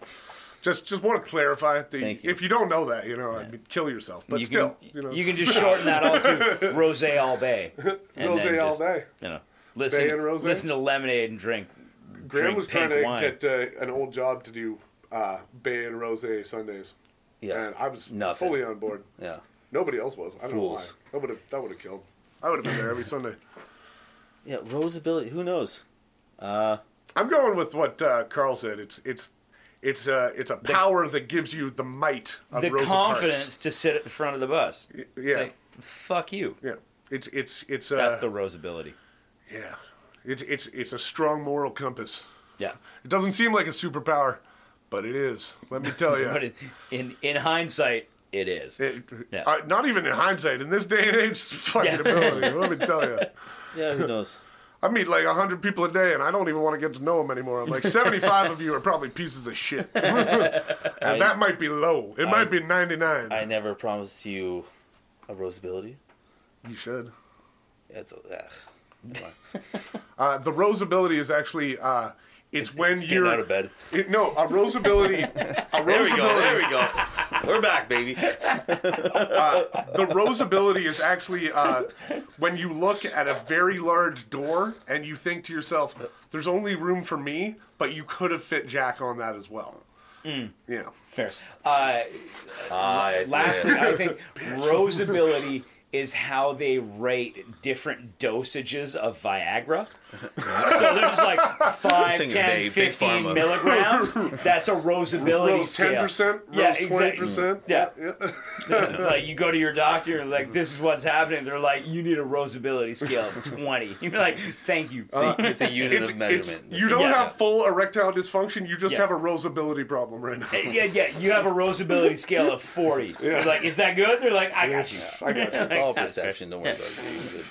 Speaker 4: Just, just want to clarify. The,
Speaker 6: Thank you.
Speaker 4: If you don't know that, you know, I mean, kill yourself. But
Speaker 5: you
Speaker 4: still,
Speaker 5: can,
Speaker 4: you know,
Speaker 5: you can just shorten that all
Speaker 4: (laughs)
Speaker 5: to rose all day. And then
Speaker 4: Rose all
Speaker 5: just,
Speaker 4: day.
Speaker 5: You know, listen,
Speaker 4: and rosé?
Speaker 5: listen to lemonade and drink.
Speaker 4: Graham
Speaker 5: drink
Speaker 4: was trying
Speaker 5: pink
Speaker 4: to
Speaker 5: wine.
Speaker 4: get uh, an old job to do uh, Bay and Rose Sundays,
Speaker 6: yeah,
Speaker 4: and I was
Speaker 6: Nothing.
Speaker 4: fully on board.
Speaker 6: yeah.
Speaker 4: Nobody else was. I don't
Speaker 6: Fools.
Speaker 4: know why. That would have that would have killed. I would have been there every Sunday.
Speaker 6: Yeah, Roseability. Who knows?
Speaker 4: I'm going with what uh, Carl said. It's it's it's uh, it's a power that gives you the might of
Speaker 5: the
Speaker 4: Rosa Parks.
Speaker 5: confidence to sit at the front of the bus.
Speaker 4: yeah.
Speaker 5: Say, fuck you.
Speaker 4: Yeah, it's it's it's uh,
Speaker 5: That's the roseability.
Speaker 4: yeah. It's it's it's a strong moral compass.
Speaker 5: Yeah.
Speaker 4: It doesn't seem like a superpower, but it is. Let me
Speaker 6: (laughs)
Speaker 4: tell you.
Speaker 5: But in, in in hindsight, it is.
Speaker 4: It-
Speaker 5: Yeah.
Speaker 4: uh, not even in hindsight, in this day and age,
Speaker 6: (laughs)
Speaker 4: it's fucking
Speaker 5: Yeah.
Speaker 4: ability. Let me tell you,
Speaker 6: Yeah, who knows?
Speaker 4: I meet like hundred people a day, and I don't even want to get to know them anymore. I'm
Speaker 6: (laughs)
Speaker 4: like, seventy-five of you are probably pieces of shit, (laughs) and that might be low. It might be ninety-nine.
Speaker 6: (laughs) I never promised you a Roseability.
Speaker 4: you should.
Speaker 6: That's a, ugh.
Speaker 4: Uh, the rose ability is actually uh, it's, when
Speaker 6: It's
Speaker 4: you're
Speaker 6: getting out of bed.
Speaker 4: It- no a rose
Speaker 6: (laughs)
Speaker 4: ability. A
Speaker 6: There
Speaker 4: rose
Speaker 6: we go. There we go. We're back,
Speaker 4: (laughs)
Speaker 6: baby.
Speaker 4: the rose ability is actually uh, when you look at a very large door and you think to yourself, "There's only room for me," but you could have fit Jack on that as well.
Speaker 5: Mm.
Speaker 4: Yeah,
Speaker 5: Fair. Uh,
Speaker 6: Ah, I see.
Speaker 4: (laughs)
Speaker 5: lastly, I think roseability is how they rate different dosages of Viagra. So there's like 5,
Speaker 6: Singing
Speaker 5: 10,
Speaker 6: Dave, Big
Speaker 5: 15
Speaker 6: Pharma.
Speaker 5: milligrams. That's a roseability
Speaker 4: rose
Speaker 5: scale.
Speaker 4: ten percent,
Speaker 5: Yeah,
Speaker 4: rose
Speaker 5: exact-
Speaker 4: twenty percent.
Speaker 5: Yeah. it's like you go to your doctor and like this is what's happening. They're like, you need a roseability scale of twenty. You're like, thank
Speaker 6: Uh,
Speaker 5: you.
Speaker 6: it's a unit
Speaker 4: Uh, It's,
Speaker 6: of
Speaker 4: it's-
Speaker 6: measurement.
Speaker 4: you don't
Speaker 5: yeah.
Speaker 4: have full erectile dysfunction. You just
Speaker 5: Yeah.
Speaker 4: have a rose ability problem right now.
Speaker 5: yeah, yeah. You have a roseability scale of forty. You're like, is that good? They're like, I got you.
Speaker 4: I got you. (laughs)
Speaker 6: It's all perception. Don't worry about it.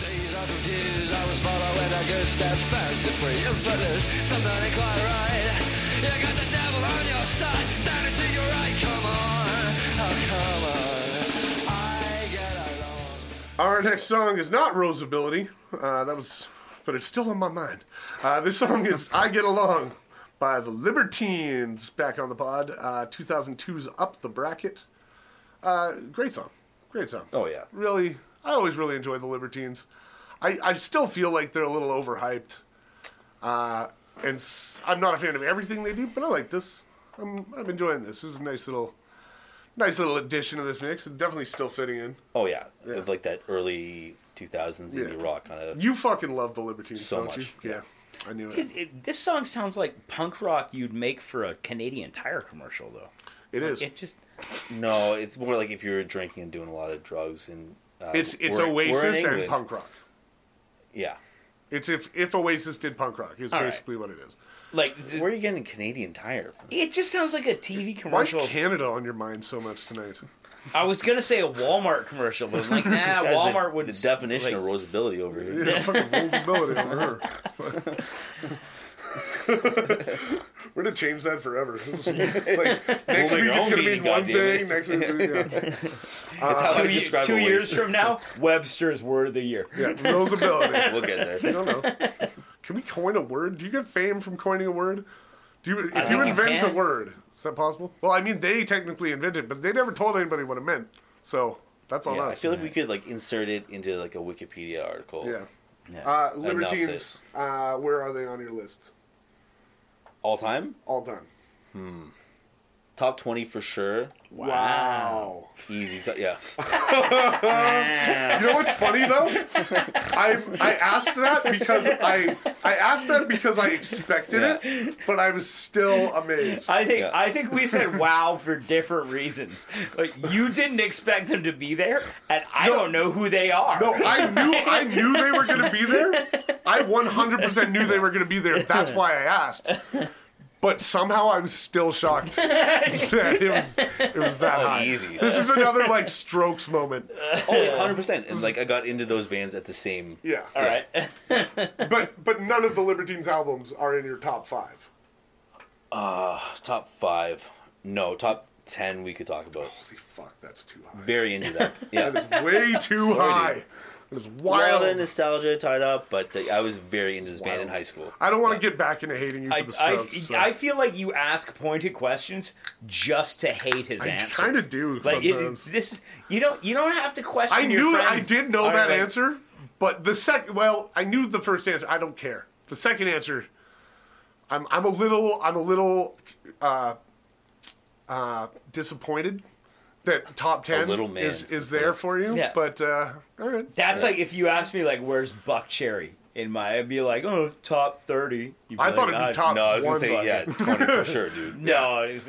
Speaker 3: Days are confused, I was following a good step fast and free and footloose, something inclined right. You got the devil on your side, standing to your right, come on, oh come on. I get along.
Speaker 4: Our next song is not Rose Ability. Uh, that was, but it's still on my mind. Uh, this song is "I Get Along" by the Libertines. Back on the pod, uh, 2002's "Up the Bracket." Uh, great song, great song.
Speaker 6: Oh, yeah.
Speaker 4: really. I always really enjoy the Libertines. I, I still feel like they're a little overhyped, uh, and s- I'm not a fan of everything they do, but I like this. I'm I'm enjoying this. It was a nice little, nice little addition to this mix. It's definitely still fitting in.
Speaker 6: Oh yeah, With, like that early 2000s indie
Speaker 4: Yeah.
Speaker 6: rock kind of.
Speaker 4: You fucking love the Libertines,
Speaker 6: So
Speaker 4: don't
Speaker 6: much,
Speaker 4: you? Yeah. I knew it.
Speaker 5: It- this song sounds like punk rock you'd make for a Canadian Tire commercial, though.
Speaker 4: It is.
Speaker 5: It just
Speaker 6: No, it's more like if you're drinking and doing a lot of drugs and. Uh,
Speaker 4: It's it's
Speaker 6: we're- we're in
Speaker 4: Oasis and
Speaker 6: England.
Speaker 4: punk rock.
Speaker 6: Yeah.
Speaker 4: It's if if Oasis did punk rock is
Speaker 5: right.
Speaker 4: basically what it is.
Speaker 5: like
Speaker 6: Where are you getting Canadian Tire? from?
Speaker 5: it just sounds like a TV
Speaker 4: Why is
Speaker 5: commercial.
Speaker 4: Canada on your mind so much tonight? (laughs)
Speaker 5: I was gonna say a Walmart commercial, but
Speaker 6: (laughs)
Speaker 5: I'm like, nah,
Speaker 6: That is the-
Speaker 5: Walmart would
Speaker 6: The definition
Speaker 5: like,
Speaker 6: of rosability over here.
Speaker 4: Yeah, fucking Rose Ability over her. (laughs) We're gonna change that forever. (laughs) It's like, next week it's
Speaker 6: make our own
Speaker 4: gonna mean
Speaker 6: meaning,
Speaker 4: one
Speaker 6: goddamn it.
Speaker 4: thing. Next week, yeah, Uh,
Speaker 6: That's how I
Speaker 5: Two, ye-
Speaker 6: describe
Speaker 5: two
Speaker 6: Oasis.
Speaker 5: years from
Speaker 6: (laughs)
Speaker 5: now, Webster's word of the year.
Speaker 4: yeah, Rose Ability.
Speaker 6: We'll
Speaker 4: (laughs)
Speaker 6: get
Speaker 4: I
Speaker 6: there.
Speaker 4: don't know. Can we coin a word? Do you get fame from coining a word? Do you, if
Speaker 5: think
Speaker 4: you
Speaker 5: you
Speaker 4: invent a
Speaker 5: can.
Speaker 4: word, is that possible? Well, I mean, they technically invented, but they never told anybody what it meant. So that's on
Speaker 6: Yeah, I
Speaker 4: us.
Speaker 6: feel like we could like insert it into like a Wikipedia article.
Speaker 4: yeah.
Speaker 5: Yeah.
Speaker 4: Uh,
Speaker 6: Enough
Speaker 4: Libertines. Uh, where are they on your list?
Speaker 6: All time
Speaker 4: All done.
Speaker 6: Top twenty for sure.
Speaker 4: Wow.
Speaker 6: Easy. To,
Speaker 4: (laughs)
Speaker 6: yeah.
Speaker 4: You know what's funny though? I I asked that because I I asked that because I expected it, but I was still amazed.
Speaker 5: I think
Speaker 6: Yeah.
Speaker 5: I think we said wow for different reasons. Like you didn't expect them to be there, and I don't know who they are.
Speaker 4: No, I knew I knew they were going to be there. I 100% knew they were going to be there. That's why I asked. But somehow I was still shocked that it was, it was that high.
Speaker 6: easy.
Speaker 4: This is another like strokes moment.
Speaker 6: Oh, yeah, hundred percent. And like I got into those bands at the same.
Speaker 4: Yeah.
Speaker 5: All right.
Speaker 4: But but none of the Libertines albums are in your top 5.
Speaker 6: Top five. No, top ten. We could talk about.
Speaker 4: Holy fuck, that's too high.
Speaker 6: Very into that.
Speaker 4: (laughs)
Speaker 6: Yeah.
Speaker 4: That is
Speaker 5: (laughs)
Speaker 4: way too high. It is
Speaker 6: Wild
Speaker 4: wild.
Speaker 6: and nostalgia tied up, but uh, I was very into this band in high school.
Speaker 4: I don't want to get back into hating you for
Speaker 5: I,
Speaker 4: the
Speaker 5: I,
Speaker 4: strokes. so.
Speaker 5: I feel like you ask pointed questions just to hate his
Speaker 4: I
Speaker 5: answer.
Speaker 4: kind of do
Speaker 5: like it-
Speaker 4: sometimes.
Speaker 5: this. You don't. You don't have to question.
Speaker 4: I
Speaker 5: your
Speaker 4: knew I
Speaker 5: friends.
Speaker 4: did know
Speaker 5: All
Speaker 4: that
Speaker 5: right.
Speaker 4: answer, but the second well, I knew the first answer. I don't care. The second answer, I'm I'm a little I'm a little uh, uh, disappointed that top ten
Speaker 6: little man.
Speaker 4: is is there for you.
Speaker 5: Yeah.
Speaker 4: But uh, all right,
Speaker 5: That's like if you asked me like, "Where's Buck Cherry?" in my, I'd be like, "Oh, top 30. You'd be
Speaker 4: I thought
Speaker 5: like,
Speaker 4: it'd be
Speaker 5: "Ah,
Speaker 4: top
Speaker 6: No, I was gonna
Speaker 4: one.
Speaker 6: say
Speaker 4: bucket.
Speaker 6: yeah, twenty for sure,
Speaker 4: (laughs)
Speaker 6: dude.
Speaker 5: No, it's-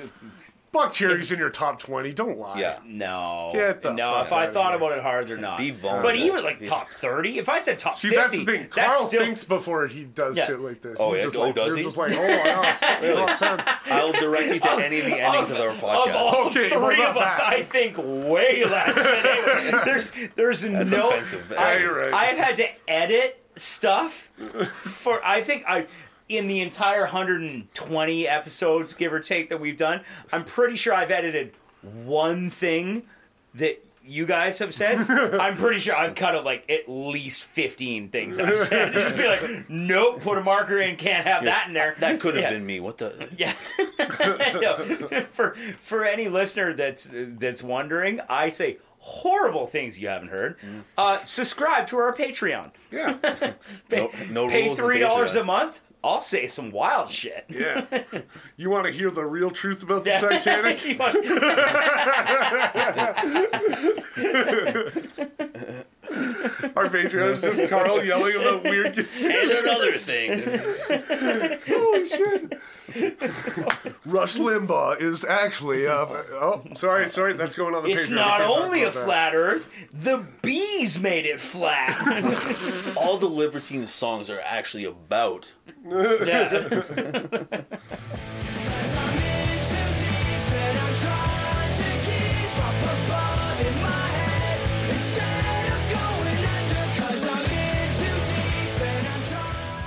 Speaker 4: Buck Cherry's in your top twenty. Don't lie.
Speaker 6: Yeah.
Speaker 5: no,
Speaker 4: Get the
Speaker 5: no.
Speaker 4: fuck
Speaker 5: If I
Speaker 4: outta
Speaker 5: thought
Speaker 4: here.
Speaker 5: about it hard, they're not.
Speaker 6: Be vulnerable.
Speaker 5: But even like
Speaker 6: Be-
Speaker 5: top thirty, if I said top
Speaker 4: See,
Speaker 5: 50,
Speaker 4: that's the thing. Carl
Speaker 5: still,
Speaker 4: thinks before he does
Speaker 5: Yeah.
Speaker 4: shit like this.
Speaker 6: Oh,
Speaker 4: He's
Speaker 6: yeah?
Speaker 4: just
Speaker 6: Oh,
Speaker 4: like,
Speaker 6: does
Speaker 4: you're
Speaker 6: he?
Speaker 4: just like, oh, wow.
Speaker 6: (laughs)
Speaker 4: You're top 10.
Speaker 6: I'll direct
Speaker 5: (laughs)
Speaker 6: you to any of the endings of our
Speaker 5: Of
Speaker 6: podcast.
Speaker 5: all
Speaker 4: Okay, well,
Speaker 5: three
Speaker 4: not
Speaker 5: of us,
Speaker 4: that.
Speaker 5: I think way
Speaker 6: (laughs)
Speaker 5: less. Than anyone. There's, there's
Speaker 6: That's
Speaker 5: no.
Speaker 6: offensive.
Speaker 4: I-
Speaker 6: actually.
Speaker 4: right.
Speaker 5: I've had to edit stuff for. I think I in the entire 120 episodes, give or take, that we've done. I'm pretty sure I've edited one thing that you guys have said. (laughs) I'm pretty sure I've cut out like at least 15 things I've said. Just be like, nope, put a marker in, can't have that in there.
Speaker 6: That could have
Speaker 5: Yeah.
Speaker 6: been me. What the?
Speaker 5: Yeah. (laughs) No, (laughs) For for any listener that's that's wondering, I say horrible things you haven't heard.
Speaker 4: Mm.
Speaker 5: Uh, subscribe to our Patreon.
Speaker 4: Yeah.
Speaker 5: Pay,
Speaker 6: No- no
Speaker 5: pay
Speaker 6: rules in
Speaker 5: three dollars
Speaker 6: (laughs) Patreon.
Speaker 5: a month. I'll say some wild shit.
Speaker 4: Yeah. (laughs) You want to hear the real truth about the
Speaker 5: Yeah.
Speaker 4: Titanic?
Speaker 5: (laughs) You
Speaker 4: (laughs)
Speaker 5: want-
Speaker 4: Our Patreon is just Carl yelling about weird. (laughs)
Speaker 6: And
Speaker 5: (laughs)
Speaker 6: another thing.
Speaker 5: Oh,
Speaker 4: Holy shit. Rush Limbaugh is actually. Uh, oh, sorry, sorry. That's going on the Patreon.
Speaker 5: it's
Speaker 4: We
Speaker 5: not
Speaker 4: can't talk
Speaker 5: only a
Speaker 4: about that.
Speaker 5: flat Earth. The bees made it flat.
Speaker 6: All the Libertine songs are actually about
Speaker 5: Yeah.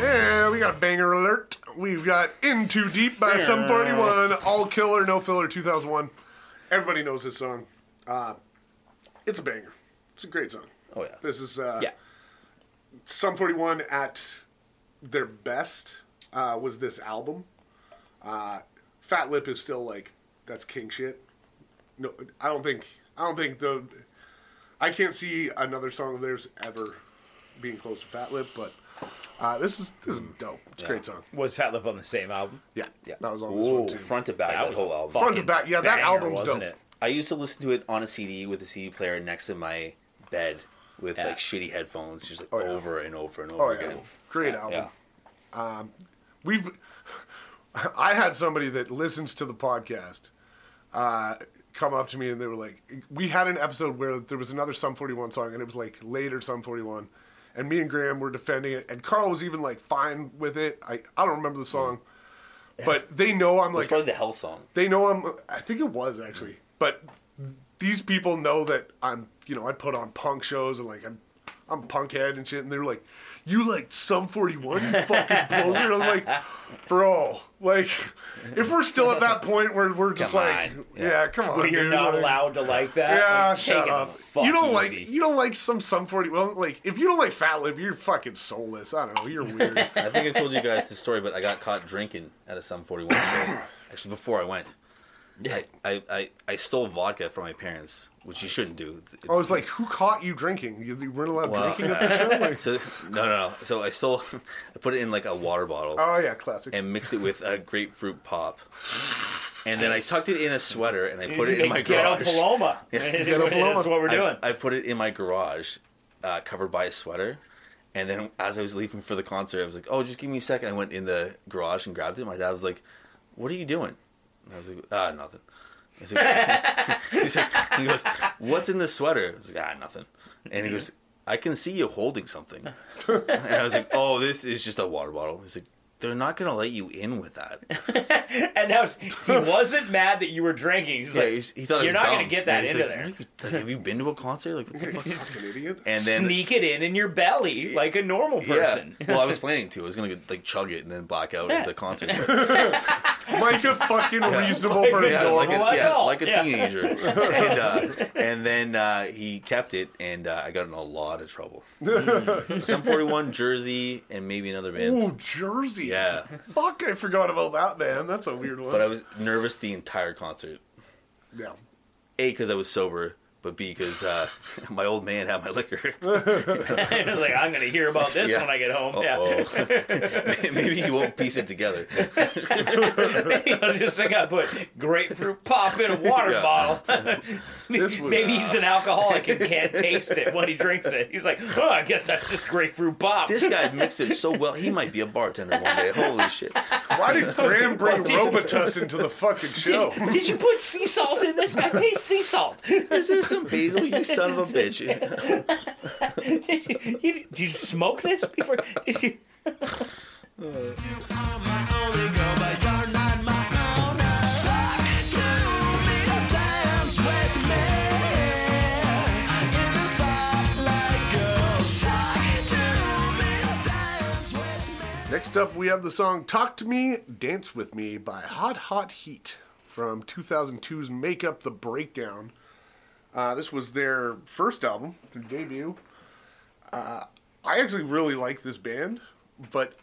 Speaker 4: And we got a banger alert. We've got In Too Deep by Sum 41, All Killer, No Filler, 2001. Everybody knows this song. Uh, it's a banger. It's a great song.
Speaker 6: Oh, yeah.
Speaker 4: This is uh,
Speaker 5: Yeah.
Speaker 4: Sum 41 at their best uh, was this album. Uh, Fat Lip is still like, that's king shit. No, I don't think, I don't think the, I can't see another song of theirs ever being close to Fat Lip, but uh, this is this is dope. It's a great song.
Speaker 5: (laughs) Was Fat Lip on the same album?
Speaker 4: Yeah,
Speaker 6: yeah.
Speaker 4: that was on Oh, this
Speaker 6: Ooh,
Speaker 4: one too.
Speaker 6: front to back that,
Speaker 5: was
Speaker 6: whole
Speaker 5: a
Speaker 6: album.
Speaker 5: fucking
Speaker 4: Front to back, yeah, that
Speaker 5: banger,
Speaker 4: album's
Speaker 5: wasn't
Speaker 4: dope.
Speaker 5: it?
Speaker 6: I used to listen to it on a CD with a CD player next to my bed with
Speaker 5: Yeah.
Speaker 6: like shitty headphones, just like
Speaker 4: Oh, yeah.
Speaker 6: over and over and
Speaker 4: Oh
Speaker 6: over
Speaker 4: yeah,
Speaker 6: again.
Speaker 4: great album. Um,
Speaker 6: Yeah.
Speaker 4: We've, (laughs) I had somebody that listens to the podcast, uh, come up to me and they were like, we had an episode where there was another Sum 41 song and it was like later Sum 41, and me and Graham were defending it, and Carl was even like fine with it. I I don't remember the song, but they know I'm
Speaker 6: It's
Speaker 4: like
Speaker 6: probably the Hell song.
Speaker 4: they know I'm. I think it was actually, but these people know that I'm. You know, I put on punk shows and like I'm, I'm punkhead and shit. And they were like, "You like some 41, you
Speaker 5: (laughs)
Speaker 4: fucking poser." And I was like, "Bro, like, if we're still at that point where we're just
Speaker 6: Come
Speaker 4: like,
Speaker 6: on.
Speaker 4: yeah. come on,
Speaker 5: But you're
Speaker 4: dude,
Speaker 5: not
Speaker 4: like,
Speaker 5: allowed to like that.
Speaker 4: Yeah,
Speaker 5: Like, take
Speaker 4: shut
Speaker 5: it
Speaker 4: up.
Speaker 5: the fuck
Speaker 4: You don't like
Speaker 5: easy.
Speaker 4: you don't like some some forty. Well, like if you don't like Fat Lip, you're fucking soulless. I don't know. You're
Speaker 5: (laughs)
Speaker 4: weird.
Speaker 6: I think I told you guys this story, but I got caught drinking at a Sum 41
Speaker 4: (coughs)
Speaker 6: show. Actually, before I went, I, I, I, I stole vodka from my parents, which you shouldn't do. It's-
Speaker 4: I was Oh, like, who caught you drinking? You, you weren't allowed
Speaker 6: (laughs) Well,
Speaker 4: drinking at the show. Like,
Speaker 6: (laughs) so no, no, no. So I stole, (laughs) I put it in like a water bottle
Speaker 4: oh yeah, classic.
Speaker 6: and mixed it with a grapefruit pop. And then I tucked it in a sweater and I put it in my
Speaker 5: Get a
Speaker 6: garage. (laughs)
Speaker 5: Paloma. That's what we're
Speaker 6: I-
Speaker 5: doing.
Speaker 6: I, put it in my garage, uh, covered by a sweater. And then as I was leaving for the concert, I was like, "Oh, just give me a second. I went in the garage and grabbed it. My dad was like, "What are you doing?" And I was like, "Ah, nothing." He's like, (laughs) he's like- he goes, "What's in this sweater?" I was like, "Ah, nothing." And he goes, "I can see you holding something." and I was like, "Oh, this is just a water bottle." He's like, "They're not gonna let you in with that."
Speaker 5: and now
Speaker 6: (laughs)
Speaker 5: it's- he wasn't mad that you were drinking. He's
Speaker 6: Yeah,
Speaker 5: like,
Speaker 6: he's- he thought it
Speaker 5: "You're
Speaker 6: was
Speaker 5: not gonna
Speaker 6: dumb."
Speaker 5: get that
Speaker 6: And he's
Speaker 5: into
Speaker 6: like,
Speaker 5: there.
Speaker 6: "What are you- like, have you been to a concert? Like,
Speaker 5: (laughs)
Speaker 6: what the fuck?"
Speaker 4: Fucking idiot.
Speaker 6: And then
Speaker 5: sneak it in in your belly like a normal person. (laughs)
Speaker 6: Yeah. Well, I was planning to. I was gonna like chug it and then black out
Speaker 5: Yeah.
Speaker 6: at the
Speaker 5: (laughs)
Speaker 6: concert. yeah,
Speaker 4: Like a fucking reasonable
Speaker 5: Like a-
Speaker 4: person.
Speaker 6: like a,
Speaker 5: Normal
Speaker 6: yeah,
Speaker 5: adult.
Speaker 6: like a
Speaker 5: Yeah. (laughs)
Speaker 6: teenager. and uh, and then uh, he kept it, and uh, I got in a lot of trouble.
Speaker 5: Mm.
Speaker 6: Some forty one jersey and maybe another band.
Speaker 4: Ooh, Jersey.
Speaker 6: Yeah,
Speaker 4: Fuck, I forgot about that, man. That's a weird one.
Speaker 6: but I was nervous the entire concert.
Speaker 4: yeah.
Speaker 6: A because I was sober, but B because uh, (laughs) my old man had
Speaker 5: (laughs)
Speaker 6: my liquor.
Speaker 5: I was like, I'm gonna hear about this
Speaker 6: Yeah. Oh,
Speaker 5: when I get home.
Speaker 6: Uh-oh. (laughs) maybe he won't piece it together.
Speaker 5: (laughs) Yeah, I was just like, I put grapefruit pop
Speaker 6: (laughs)
Speaker 5: in a water
Speaker 6: Yeah.
Speaker 5: bottle. (laughs)
Speaker 4: This was-
Speaker 5: Maybe he's an alcoholic and
Speaker 6: (laughs)
Speaker 5: can't taste it when he drinks it. He's like, oh, I guess that's just grapefruit pop.
Speaker 6: This guy mixed it so well. He might be a bartender one day. Holy shit!
Speaker 4: Why did Graham bring
Speaker 5: What is-
Speaker 4: Robitussin into the fucking show?
Speaker 5: (laughs) did, did you put sea salt in this? I taste sea salt. (laughs)
Speaker 6: Is there some basil? You son of a bitch!
Speaker 5: Did you, you, did you smoke this before? Did you?
Speaker 4: Next up, we have the song Talk to Me, Dance with Me by Hot Hot Heat from 2002's Make Up the Breakdown. Uh, this was their first album, their debut. Uh, I actually really like this band, but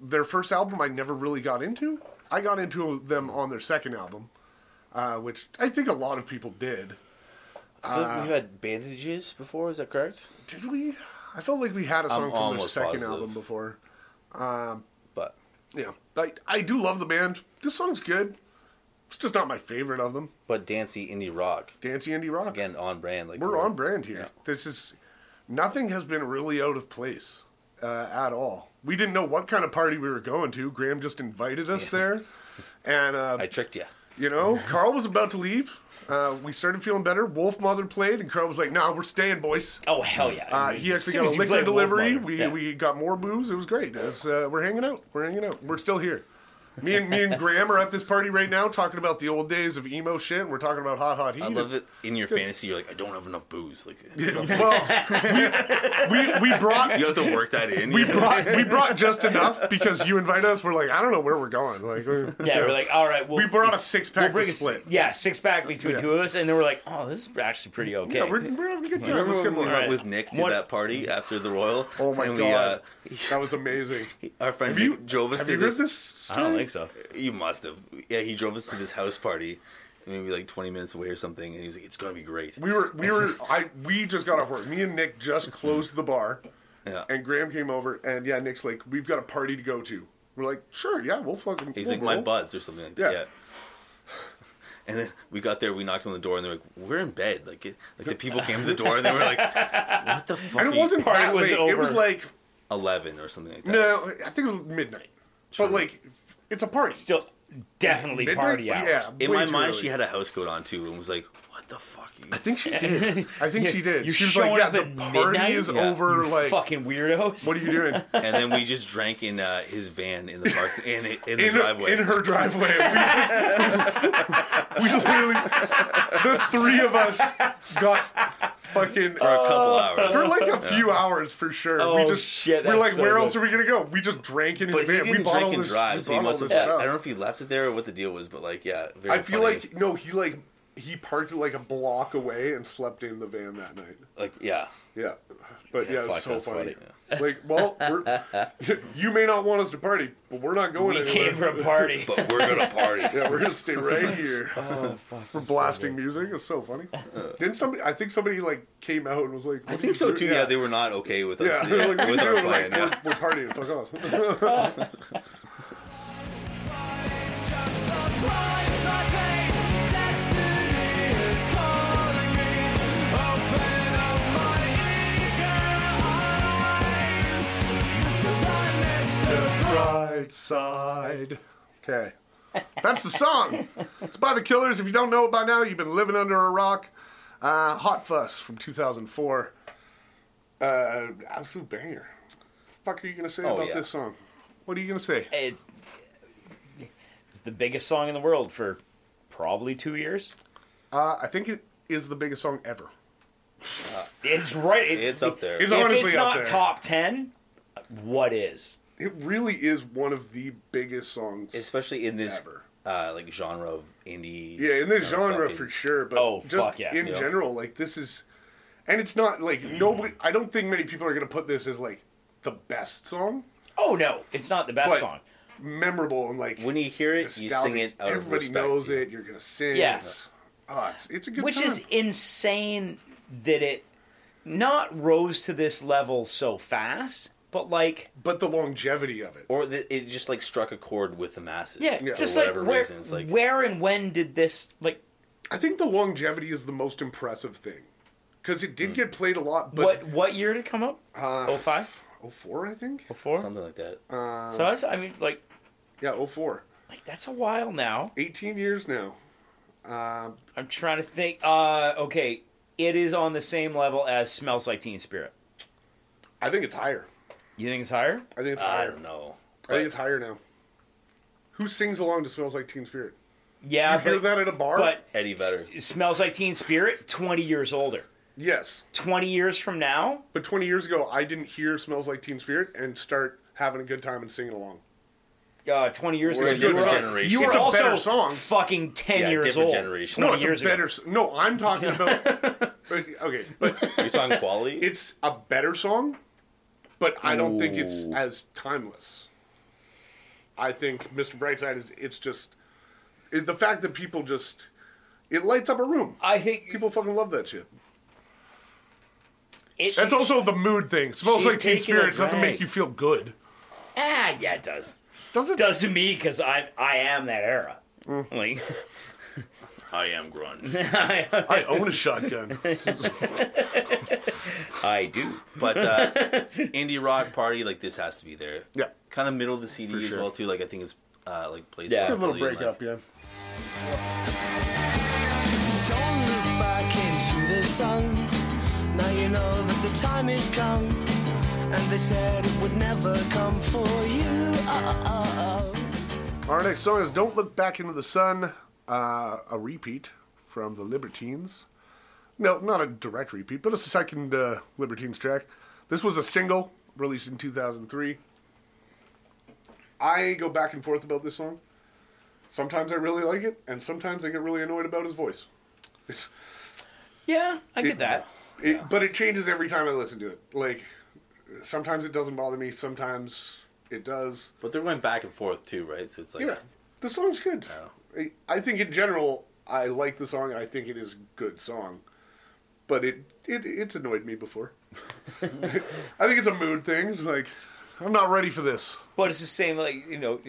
Speaker 4: their first album I never really got into. I got into them on their second album, uh, which I think a lot of people did. Uh,
Speaker 6: We've had bandages before. Is that correct?
Speaker 4: Did we? I felt like we had a song from their
Speaker 6: almost
Speaker 4: second
Speaker 6: positive.
Speaker 4: album before.
Speaker 6: But
Speaker 4: Yeah, I, I do love the band. This song's good. It's just not my favorite of them.
Speaker 6: but dancey indie rock
Speaker 4: Dancy indie rock.
Speaker 6: again on brand. Like
Speaker 4: we're on brand here.
Speaker 6: Yeah.
Speaker 4: This is nothing has been really out of place uh, at all. We didn't know what kind of party we were going to. Graham just invited us
Speaker 6: (laughs)
Speaker 4: there, and uh,
Speaker 6: I tricked you.
Speaker 4: you know, Carl was about to leave. Uh, we started feeling better. Wolf Mother played, and Carl was like, "Nah, we're staying, boys."
Speaker 5: Oh hell yeah!
Speaker 4: Uh, he
Speaker 5: As
Speaker 4: actually
Speaker 5: soon
Speaker 4: got a
Speaker 5: as you play
Speaker 4: liquor
Speaker 5: Wolf
Speaker 4: delivery.
Speaker 5: Mother,
Speaker 4: We
Speaker 5: yeah.
Speaker 4: we got more booze. It was great. It was, uh, we're hanging out. We're hanging out. We're still here. Me and me and
Speaker 5: (laughs)
Speaker 4: Graham are at this party right now, talking about the old days of emo shit. And we're talking about hot hot heat.
Speaker 6: I love it in your fantasy. You're like, I don't have enough
Speaker 4: (laughs)
Speaker 6: booze. Like
Speaker 4: Well, we, we, we brought
Speaker 5: (laughs)
Speaker 6: (laughs) you have to work that in.
Speaker 4: we
Speaker 6: yeah.
Speaker 4: brought we brought just enough because you invited us. We're like, I don't know where we're going. Like, we're,
Speaker 5: Yeah, we're like, all right, we'll,
Speaker 4: we brought a six
Speaker 5: we'll
Speaker 4: pack
Speaker 5: bring
Speaker 4: to
Speaker 5: a s-
Speaker 4: split.
Speaker 5: Yeah, six pack between
Speaker 4: Yeah.
Speaker 5: two of us, and then we're like, oh, this is actually pretty okay.
Speaker 4: Yeah, we're, we're having a good time.
Speaker 6: Remember
Speaker 4: Let's
Speaker 6: when
Speaker 4: get more.
Speaker 6: we went
Speaker 5: Alright.
Speaker 6: with Nick to
Speaker 5: What-
Speaker 6: that party after the Royal?
Speaker 4: Oh my
Speaker 6: and we,
Speaker 4: god,
Speaker 6: uh,
Speaker 4: that was
Speaker 5: (laughs)
Speaker 4: amazing.
Speaker 6: our friend
Speaker 4: Have you-
Speaker 6: Nick drove us
Speaker 4: Have
Speaker 6: to
Speaker 4: you heard
Speaker 6: this.
Speaker 4: this?
Speaker 5: I don't
Speaker 4: story?
Speaker 5: think so.
Speaker 6: You must have. Yeah, he drove us to this house party, maybe like 20 minutes away or something, and he's like, "It's gonna be great."
Speaker 4: We were we were I we just got off work. Me and Nick just closed the bar,
Speaker 6: Yeah.
Speaker 4: and Graham came over, and yeah, Nick's like, "We've got a party to go to." We're like, "Sure, yeah, we'll fucking."
Speaker 6: He's
Speaker 4: we'll
Speaker 6: like my
Speaker 4: roll."
Speaker 6: buds or something like that.
Speaker 4: Yeah.
Speaker 6: Yeah. (laughs) And then we got there, we knocked on the door, and they're like, "We're in bed." Like, it, like the people came to the door, and they
Speaker 4: (laughs)
Speaker 6: were like, "What the fuck?"
Speaker 4: And
Speaker 6: are
Speaker 4: it
Speaker 6: you-
Speaker 4: wasn't
Speaker 5: Party
Speaker 4: that
Speaker 5: was
Speaker 4: late. It was
Speaker 5: over.
Speaker 4: like
Speaker 6: eleven or something like that.
Speaker 4: no, I think it was midnight. But like, it's a party.
Speaker 5: Still, definitely
Speaker 4: midnight.
Speaker 5: party hours.
Speaker 4: yeah.
Speaker 6: In
Speaker 4: way
Speaker 6: my
Speaker 4: too
Speaker 6: mind,
Speaker 4: early.
Speaker 6: she had a house coat on too, and was like, "What the fuck?" You? (laughs)
Speaker 4: I think she
Speaker 5: (laughs)
Speaker 4: did. I think she did.
Speaker 5: You're
Speaker 4: she was like,
Speaker 5: showing
Speaker 4: "Yeah,
Speaker 5: up
Speaker 4: the
Speaker 5: at
Speaker 4: party
Speaker 5: midnight?
Speaker 4: is
Speaker 6: Yeah.
Speaker 4: over." like,
Speaker 5: Fucking weirdos.
Speaker 4: what are you
Speaker 6: (laughs)
Speaker 4: doing?
Speaker 6: And then we just drank in uh, his van in the park in, in
Speaker 4: (laughs)
Speaker 6: the
Speaker 4: in,
Speaker 6: driveway.
Speaker 4: in her driveway. (laughs) We, we literally, the three of us got fucking
Speaker 6: for a
Speaker 4: (laughs)
Speaker 6: couple hours.
Speaker 4: for like
Speaker 6: (laughs)
Speaker 4: a few hours for sure. we
Speaker 5: Oh,
Speaker 4: just
Speaker 5: shit,
Speaker 4: we're
Speaker 5: that's
Speaker 4: like,
Speaker 5: so
Speaker 4: where
Speaker 5: good.
Speaker 4: else are we gonna go? We just drank in his
Speaker 6: but he
Speaker 4: van. we
Speaker 6: didn't
Speaker 4: bought all
Speaker 6: drink and
Speaker 4: this, we
Speaker 6: drive, so he
Speaker 4: bought all
Speaker 6: must have.
Speaker 4: this
Speaker 6: I don't
Speaker 4: stuff.
Speaker 6: know if he left it there or what the deal was, but like, yeah. Very
Speaker 4: I feel
Speaker 6: funny.
Speaker 4: like no, he like he parked it like a block away and slept in the van that night.
Speaker 6: like yeah.
Speaker 4: Yeah, but yeah,
Speaker 6: fuck,
Speaker 4: it's so
Speaker 6: that's
Speaker 4: funny.
Speaker 6: funny,
Speaker 4: (laughs) Like, well, we're, (laughs) you may not want us to party, but we're not going
Speaker 5: we
Speaker 4: anywhere.
Speaker 5: came for a party.
Speaker 6: But we're gonna
Speaker 4: (laughs)
Speaker 6: party.
Speaker 4: Yeah, we're gonna stay
Speaker 6: (laughs) Oh,
Speaker 4: right here. (laughs) we're blasting music. It's so funny. Didn't somebody? I think somebody like came out and was like,
Speaker 6: I think so too. Yeah. they were not okay with us
Speaker 4: Yeah, (laughs)
Speaker 6: yeah,
Speaker 4: like, what
Speaker 6: with
Speaker 4: are you
Speaker 6: our
Speaker 4: doing?
Speaker 6: plan.
Speaker 4: Like,
Speaker 6: yeah.
Speaker 4: we're, we're partying. Fuck off.
Speaker 7: It's just a
Speaker 3: price I paid. Destiny is calling me. Open up my eager eyes. 'Cause I missed a
Speaker 4: Right side. Okay. That's the song. It's by The Killers. If you don't know it by now, you've been living under a rock. Uh, Hot Fuss from 2004. Uh, absolute banger. fuck are you going to say
Speaker 6: Oh,
Speaker 4: about
Speaker 6: yeah.
Speaker 4: this song? What are you going to say?
Speaker 5: It's it's the biggest song in the world for probably two years.
Speaker 4: Uh, I think it is the biggest song ever.
Speaker 5: It's right. It,
Speaker 6: It's up there.
Speaker 4: It's
Speaker 5: if
Speaker 4: honestly up
Speaker 5: it's not
Speaker 4: there.
Speaker 5: top ten, what is?
Speaker 4: It really is one of the biggest songs
Speaker 6: Especially in this
Speaker 4: ever.
Speaker 6: uh, like genre of indie.
Speaker 4: Yeah, in this
Speaker 6: kind of
Speaker 4: genre
Speaker 6: fucking-
Speaker 4: for sure, but
Speaker 5: Oh,
Speaker 4: just
Speaker 5: fuck yeah.
Speaker 4: in
Speaker 6: Yeah.
Speaker 4: general, like this is, and it's not like nobody. I don't think many people are gonna put this as like the best song,
Speaker 5: Oh no, it's not the best
Speaker 4: But-
Speaker 5: song.
Speaker 4: memorable and like
Speaker 6: When you hear it, you
Speaker 4: nostalgic.
Speaker 6: sing it out of
Speaker 4: Everybody
Speaker 6: respect.
Speaker 4: knows
Speaker 6: you know?
Speaker 4: it. You're gonna sing.
Speaker 5: Yeah.
Speaker 4: It's, oh, it's, it's a good
Speaker 5: Which
Speaker 4: time.
Speaker 5: is insane that it not rose to this level so fast, but like
Speaker 4: but the longevity of it.
Speaker 6: Or that it just like struck a chord with the masses.
Speaker 5: yeah,
Speaker 4: Yeah.
Speaker 5: just
Speaker 6: for
Speaker 5: like
Speaker 6: whatever
Speaker 5: where,
Speaker 6: reason, it's like
Speaker 5: where and when did this like
Speaker 4: I think the longevity is the most impressive thing because it did get played a lot, but
Speaker 5: Hmm. what what year did it come up?
Speaker 4: uh,
Speaker 5: Oh five,
Speaker 4: oh four, I think.
Speaker 5: oh four.
Speaker 6: something like that.
Speaker 4: Uh,
Speaker 5: So that's, I mean, like
Speaker 4: yeah, oh four.
Speaker 5: like that's a while now.
Speaker 4: 18 years now. Um,
Speaker 5: I'm trying to think. Uh, okay, it is on the same level as "Smells Like Teen Spirit."
Speaker 4: I think it's higher.
Speaker 5: You think it's higher?
Speaker 4: I think it's
Speaker 6: I
Speaker 4: higher.
Speaker 6: don't know.
Speaker 4: I think it's higher now. Who sings along to "Smells Like Teen Spirit"?
Speaker 5: Yeah,
Speaker 4: You hear
Speaker 5: but,
Speaker 4: that at a bar?
Speaker 5: but
Speaker 6: Eddie Vedder.
Speaker 4: (laughs)
Speaker 5: S- "Smells Like Teen Spirit" 20 years older.
Speaker 4: yes.
Speaker 5: 20 years from now,
Speaker 4: But 20 years ago, I didn't hear "Smells Like Teen Spirit" and start having a good time and singing along.
Speaker 5: uh, 20 years
Speaker 6: We're
Speaker 5: ago,
Speaker 6: a
Speaker 5: you
Speaker 6: different
Speaker 5: were-
Speaker 6: generation.
Speaker 5: You were
Speaker 6: It's a
Speaker 5: also
Speaker 4: better song.
Speaker 5: fucking 10
Speaker 6: Yeah,
Speaker 5: years
Speaker 6: different
Speaker 5: old.
Speaker 6: generation.
Speaker 5: 20
Speaker 4: No, it's
Speaker 5: years
Speaker 4: a better.
Speaker 5: ago.
Speaker 4: s- No, I'm talking about.
Speaker 5: (laughs)
Speaker 4: but- okay, but
Speaker 6: You're talking quality.
Speaker 4: it's a better song, but I don't think it's
Speaker 1: Ooh.
Speaker 4: as timeless. I think "Mr. Brightside" is. It's just it, the fact that people just it lights up a room.
Speaker 5: I think
Speaker 4: People fucking love that shit.
Speaker 5: it,
Speaker 4: That's also the mood thing. Smells
Speaker 5: She's
Speaker 4: like Teen
Speaker 5: taking
Speaker 4: Spirit
Speaker 5: it
Speaker 4: doesn't make
Speaker 5: right.
Speaker 4: you feel good.
Speaker 5: Ah, yeah, it does.
Speaker 4: Does it?
Speaker 5: Does to me because I I am that era. Like,
Speaker 6: I am grunge.
Speaker 5: (laughs) I,
Speaker 4: I own a shotgun.
Speaker 5: I do.
Speaker 4: (laughs)
Speaker 6: But uh, indie rock party like this has to be there.
Speaker 4: Yeah.
Speaker 6: Kind of middle of the CD
Speaker 4: For
Speaker 6: as
Speaker 4: sure.
Speaker 6: well too. Like I think it's uh, like plays.
Speaker 5: Yeah.
Speaker 4: a
Speaker 6: properly
Speaker 4: little
Speaker 6: and,
Speaker 4: break
Speaker 6: like,
Speaker 4: up, yeah.
Speaker 3: Don't look back into the sun. Now you know that the time has come. And they said it would never come for you.
Speaker 4: Our next song is Don't Look Back Into the Sun, uh, a repeat from the Libertines. No, not a direct repeat, but it's the second uh, Libertines track. This was a single released in 2003. I go back and forth about this song. Sometimes I really like it, and sometimes I get really annoyed about his voice.
Speaker 5: Yeah, I get that.
Speaker 4: It, But it changes every time I listen to it. Like, sometimes it doesn't bother me, sometimes it does.
Speaker 6: But they're going back and forth too, right? So it's like
Speaker 4: Yeah, the song's good. I, I think in general, I like the song. I think it is a good song, but it, it it's annoyed me (laughs) before. I think it's a mood thing. It's like I'm not ready for this.
Speaker 5: But it's the same, like you know,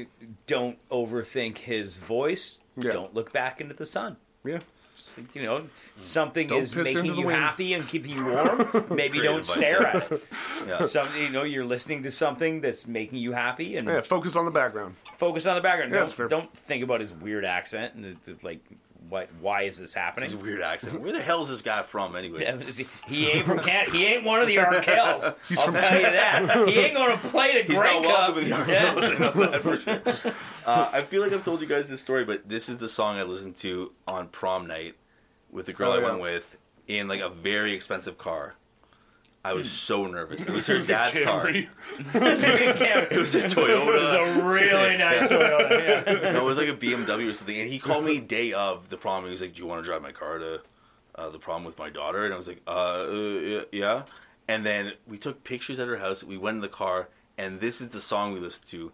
Speaker 5: don't overthink his voice.
Speaker 4: Yeah.
Speaker 5: Don't look back into the sun.
Speaker 4: Yeah,
Speaker 5: It's like, you know, something
Speaker 4: Don't
Speaker 5: is
Speaker 4: piss into
Speaker 5: making
Speaker 4: the
Speaker 5: you
Speaker 4: wind.
Speaker 5: happy and keeping
Speaker 4: (laughs)
Speaker 5: you warm. Maybe
Speaker 6: Great
Speaker 5: don't
Speaker 6: advice.
Speaker 5: stare at it.
Speaker 6: Yeah.
Speaker 5: Some, you know, you're listening to something that's making you happy and
Speaker 4: yeah. Focus on the background.
Speaker 5: focus on the background.
Speaker 4: Yeah, that's fair.
Speaker 5: don't, don't think about his weird accent and it's just like, what? Why is this happening?
Speaker 4: (laughs)
Speaker 6: It's a weird accent. Where the hell is this guy from, anyways?
Speaker 5: Yeah, he- He ain't from Canada. He ain't one of
Speaker 4: (laughs)
Speaker 5: the Arkells. I'll tell you that. He ain't going to play the
Speaker 6: He's
Speaker 5: Grey
Speaker 6: not
Speaker 5: Cup.
Speaker 6: welcome with the Argos.
Speaker 5: Yeah.
Speaker 6: I know that
Speaker 5: (laughs)
Speaker 6: for sure. Uh, I feel like I've told you guys this story, but this is the song I listened to on prom night with the girl
Speaker 4: Oh,
Speaker 6: I
Speaker 4: yeah.
Speaker 6: went with in like a very expensive car. I was so nervous. It was her dad's car. It
Speaker 4: Henry,
Speaker 5: it
Speaker 6: was a Toyota.
Speaker 5: a really
Speaker 6: (laughs)
Speaker 5: nice Toyota. Yeah.
Speaker 6: no, it was like a BMW or something. And he called me day of the prom. He was like, "Do you want to drive my car to uh, the prom with my daughter?" And I was like, "Uh, uh, yeah." And then we took pictures at her house. We went in the car, and this is the song we listened to.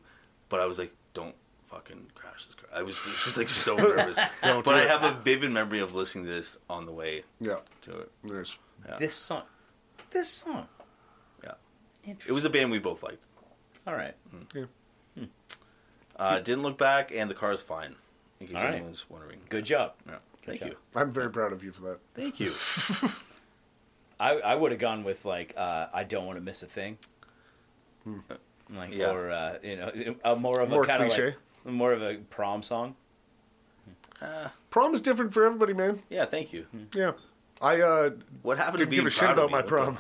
Speaker 6: But I was like, "Don't fucking crash this car." I was just like
Speaker 5: (laughs)
Speaker 6: so nervous.
Speaker 4: Don't
Speaker 6: but
Speaker 4: do
Speaker 6: I
Speaker 4: it.
Speaker 6: have a vivid memory of listening to this on the way
Speaker 4: Yeah,
Speaker 6: to it.
Speaker 4: there's
Speaker 5: This song. This song.
Speaker 6: Yeah, it
Speaker 5: Interesting.
Speaker 6: was a band we both liked. Hmm.
Speaker 5: All right. Hmm.
Speaker 6: Uh, didn't look back, and the car's fine. In case
Speaker 5: All right.
Speaker 6: anyone's wondering.
Speaker 5: Good job.
Speaker 6: Yeah. Thank
Speaker 5: job.
Speaker 6: you.
Speaker 4: I'm very proud of you for that.
Speaker 6: Thank you.
Speaker 5: I, I would have gone with like uh, I don't want to miss a thing, like
Speaker 6: (laughs) Yeah.
Speaker 5: or uh, you know a more of
Speaker 4: More
Speaker 5: a kind of like
Speaker 4: cliche.
Speaker 5: more of a prom song.
Speaker 4: Prom is different for everybody, man.
Speaker 6: Yeah, thank you.
Speaker 5: Hmm.
Speaker 4: Yeah. I uh,
Speaker 6: What happened
Speaker 4: didn't
Speaker 6: to being
Speaker 4: give a shit
Speaker 6: proud
Speaker 4: about
Speaker 6: of me?
Speaker 4: my (laughs)
Speaker 6: What
Speaker 4: prom.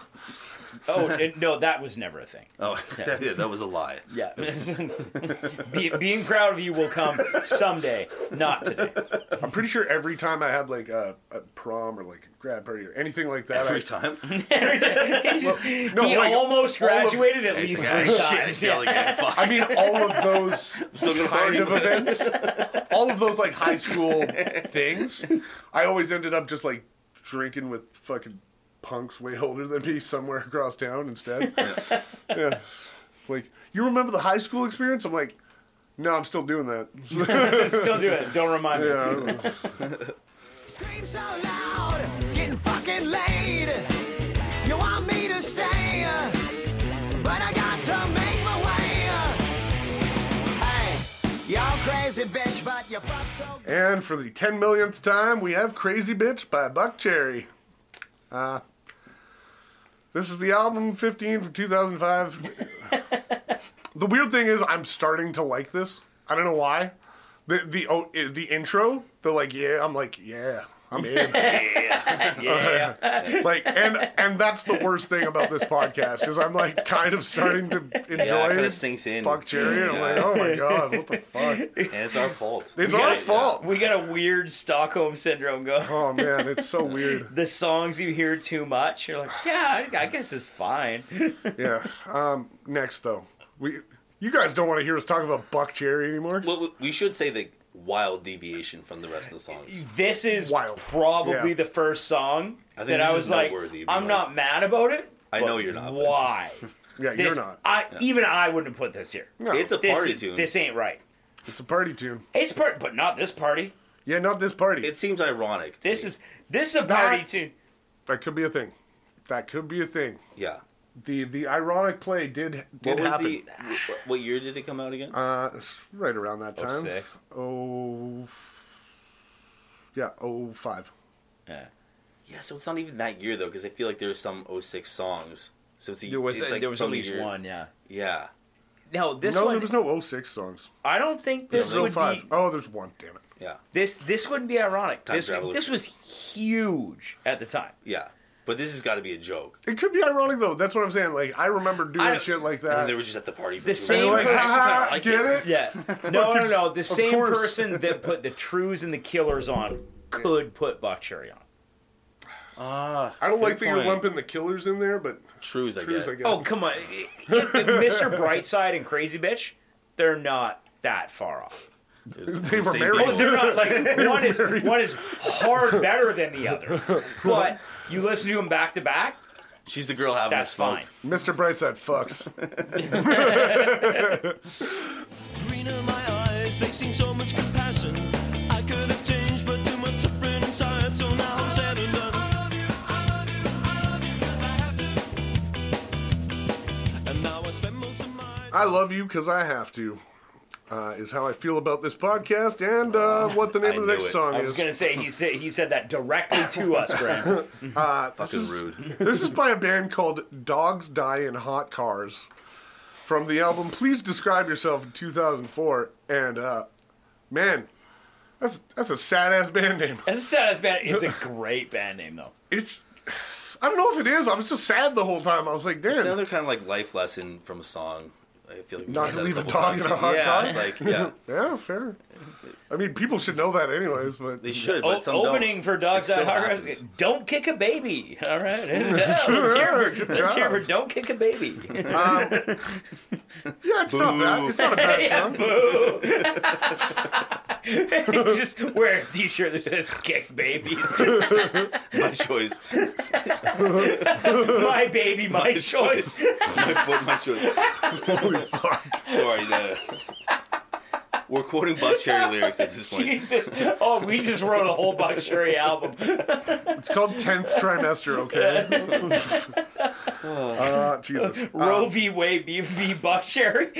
Speaker 5: Oh it, no, that was never
Speaker 4: (laughs)
Speaker 5: a thing.
Speaker 6: the- (laughs) Oh, (laughs) yeah, that was a lie.
Speaker 5: Yeah, (laughs) Be, being proud of you will come someday, not today. (laughs)
Speaker 4: I'm pretty sure every time I had like a, a prom or like a grad party or anything like that, I,
Speaker 6: Every time.
Speaker 5: he just,
Speaker 4: no,
Speaker 5: he
Speaker 4: like,
Speaker 5: almost
Speaker 4: all of-
Speaker 5: graduated at least
Speaker 6: Yeah,
Speaker 5: three
Speaker 6: shit,
Speaker 5: times.
Speaker 6: fail
Speaker 5: Yeah.
Speaker 6: again.
Speaker 4: (laughs)
Speaker 6: Fuck.
Speaker 4: I mean, all of those
Speaker 6: Still gonna
Speaker 4: kind
Speaker 6: party.
Speaker 4: of events, all of those like high school things, I always ended up just like drinking with fucking punks way older than me somewhere across town instead. Yeah. Like, you remember the high school experience? I'm like, no, I'm still doing that. (laughs)
Speaker 5: Still do it. (laughs) Don't remind me.
Speaker 4: yeah.
Speaker 8: Scream so loud, getting fucking laid. You want me to stay, but I got to make my way. Hey, y'all crazy bitch, but you fuck so good.
Speaker 4: And for the 10 millionth time, we have Crazy Bitch by Buck Cherry. Uh, this is the album 15 from 2005. the weird thing is, I'm starting to like this. I don't know why. The the oh, i- the intro, they're like, yeah, I'm like, yeah, I'm in. yeah. like, and and that's the worst thing about this podcast is I'm like kind of starting to enjoy
Speaker 6: yeah, it kind
Speaker 4: it.
Speaker 6: of sinks in.
Speaker 4: Buck Cherry, and I'm like,
Speaker 6: Yeah.
Speaker 4: oh my god, what the fuck?
Speaker 6: (laughs) And it's our fault.
Speaker 4: It's
Speaker 5: We got
Speaker 4: our
Speaker 5: it, yeah.
Speaker 4: fault.
Speaker 5: We got a weird Stockholm syndrome going.
Speaker 4: Oh man, it's so weird.
Speaker 5: The songs you hear too much, you're like, yeah, I, I
Speaker 4: (sighs)
Speaker 5: guess it's fine.
Speaker 4: Yeah. Um, next though, we you guys don't want to hear us talk about Buck Cherry anymore.
Speaker 6: Well, we- we should say the wild deviation from the rest of the songs.
Speaker 5: this is
Speaker 4: Wild.
Speaker 5: probably
Speaker 4: Yeah.
Speaker 5: the first song
Speaker 6: I think
Speaker 5: that
Speaker 6: this
Speaker 5: I
Speaker 6: is
Speaker 5: was like,
Speaker 6: noteworthy, even
Speaker 5: I'm
Speaker 6: though-
Speaker 5: not mad about it.
Speaker 6: I
Speaker 5: but
Speaker 6: know you're not, but-
Speaker 5: Why?
Speaker 4: yeah, (laughs)
Speaker 5: This,
Speaker 4: you're not.
Speaker 5: I even I wouldn't have put this here.
Speaker 4: No,
Speaker 6: It's a
Speaker 5: This,
Speaker 6: party
Speaker 5: is-
Speaker 6: tune.
Speaker 5: this ain't right.
Speaker 4: it's a party tune.
Speaker 5: It's part, but not this party.
Speaker 4: Yeah, not this party.
Speaker 6: It seems ironic. to
Speaker 5: This
Speaker 6: me.
Speaker 5: is this is a party
Speaker 4: That-
Speaker 5: tune.
Speaker 4: that could be a thing. That could be a thing.
Speaker 6: yeah.
Speaker 4: The the ironic play did
Speaker 6: What
Speaker 4: did
Speaker 6: was
Speaker 4: happen.
Speaker 6: the? wh- What year did it come out again?
Speaker 4: Uh, it's right around that time.
Speaker 5: six.
Speaker 4: Oh. Yeah, oh five.
Speaker 5: Yeah.
Speaker 6: yeah, so it's not even that year though, because I feel like there's some 06 songs. So it's a,
Speaker 5: There was
Speaker 6: it's like
Speaker 5: there was at
Speaker 6: from the
Speaker 5: least
Speaker 6: year-
Speaker 5: one. Yeah.
Speaker 6: Yeah.
Speaker 5: No, this
Speaker 4: no,
Speaker 5: one.
Speaker 4: there was no 06 songs.
Speaker 5: I don't think
Speaker 4: This
Speaker 5: this
Speaker 4: is
Speaker 5: would
Speaker 4: 05.
Speaker 5: be
Speaker 4: Oh, there's one. Damn it.
Speaker 6: Yeah.
Speaker 5: this. This wouldn't be ironic.
Speaker 6: Time
Speaker 5: This
Speaker 6: travel
Speaker 5: this
Speaker 6: issue.
Speaker 5: was huge at the time.
Speaker 6: Yeah. But this has got to be a joke.
Speaker 4: It could be ironic though. That's what I'm saying. Like I remember doing
Speaker 5: I-
Speaker 4: shit like
Speaker 6: And
Speaker 4: that.
Speaker 6: then they were just at the party for
Speaker 5: The
Speaker 6: two
Speaker 5: same
Speaker 6: hours.
Speaker 4: like,
Speaker 5: person-
Speaker 6: (laughs) I actually kinda
Speaker 4: haha, get it?
Speaker 6: like
Speaker 5: Yeah. No, no, no. The same
Speaker 4: course.
Speaker 5: person that put the Trues and the Killers on could put Buck Cherry on.
Speaker 6: Ah.
Speaker 4: I don't like that
Speaker 6: Good
Speaker 4: you're
Speaker 6: point.
Speaker 4: lumping the killers in there, but
Speaker 6: Trues, I
Speaker 4: Trues,
Speaker 6: get.
Speaker 4: I guess.
Speaker 5: Oh, come on.
Speaker 1: (laughs)
Speaker 5: Mr. Brightside and Crazy Bitch, they're not that far off.
Speaker 4: They were
Speaker 6: Same
Speaker 4: married. Oh,
Speaker 6: people.
Speaker 5: Well, they're not (laughs) like one is one is hard better than the other. (laughs) But you listen to them back to back,
Speaker 6: She's the girl having
Speaker 5: that's
Speaker 6: a smoke.
Speaker 5: fine.
Speaker 4: Mr. Brightside fucks.
Speaker 9: green in my eyes, they seen so much compassion. I could have changed, but too much suffering inside, so now I'm sad and done. And now I spend most of my
Speaker 4: I love you because I have to. Uh, is how I feel about this podcast and uh, what the
Speaker 6: I
Speaker 4: name of the
Speaker 6: knew
Speaker 4: next
Speaker 6: it.
Speaker 4: song
Speaker 5: I
Speaker 4: is.
Speaker 5: was gonna (laughs) say he said he said that directly to us, Graham.
Speaker 6: Fucking
Speaker 4: (laughs)
Speaker 6: rude.
Speaker 4: This is by a band called Dogs Die in Hot Cars from the album Please Describe Yourself in 2004. And uh, man, that's that's a sad ass band name.
Speaker 5: That's a sad band. It's a great band name though.
Speaker 4: It's I don't know if it is. I was just sad the whole time. I was like,
Speaker 6: It's
Speaker 4: damn.
Speaker 6: another kind of like life lesson from a song. I feel like we
Speaker 4: Not
Speaker 6: said
Speaker 4: to
Speaker 6: that
Speaker 4: leave a
Speaker 6: couple
Speaker 4: dog
Speaker 6: times.
Speaker 4: in a hot
Speaker 6: yeah,
Speaker 4: dog?
Speaker 6: It's like
Speaker 4: (laughs)
Speaker 6: yeah,
Speaker 4: Yeah, fair. I mean, people should know that anyways, but
Speaker 6: they should.
Speaker 5: O-
Speaker 6: But some don't.
Speaker 5: opening for Dogs
Speaker 6: It still
Speaker 5: That Hard.
Speaker 6: happens.
Speaker 5: Don't kick a baby. All right. (laughs) Yeah, let's hear for, let's hear for Don't Kick a (laughs) Baby.
Speaker 4: yeah, it's not bad. It's not a bad
Speaker 5: yeah,
Speaker 4: song.
Speaker 5: boo. Just wear a t shirt that says kick babies.
Speaker 6: (laughs)
Speaker 5: (laughs)
Speaker 6: My choice.
Speaker 5: My baby, my, choice.
Speaker 6: (laughs) my foot, my choice. Sorry, no. We're quoting Buck Cherry lyrics at
Speaker 5: (laughs)
Speaker 6: this point.
Speaker 5: Jesus. Oh, we just wrote a whole Buck Cherry album.
Speaker 4: It's called tenth trimester. Okay. (laughs) uh,
Speaker 6: (laughs)
Speaker 4: Jesus. Uh,
Speaker 5: Roe v. Wade v. v. Buck Cherry.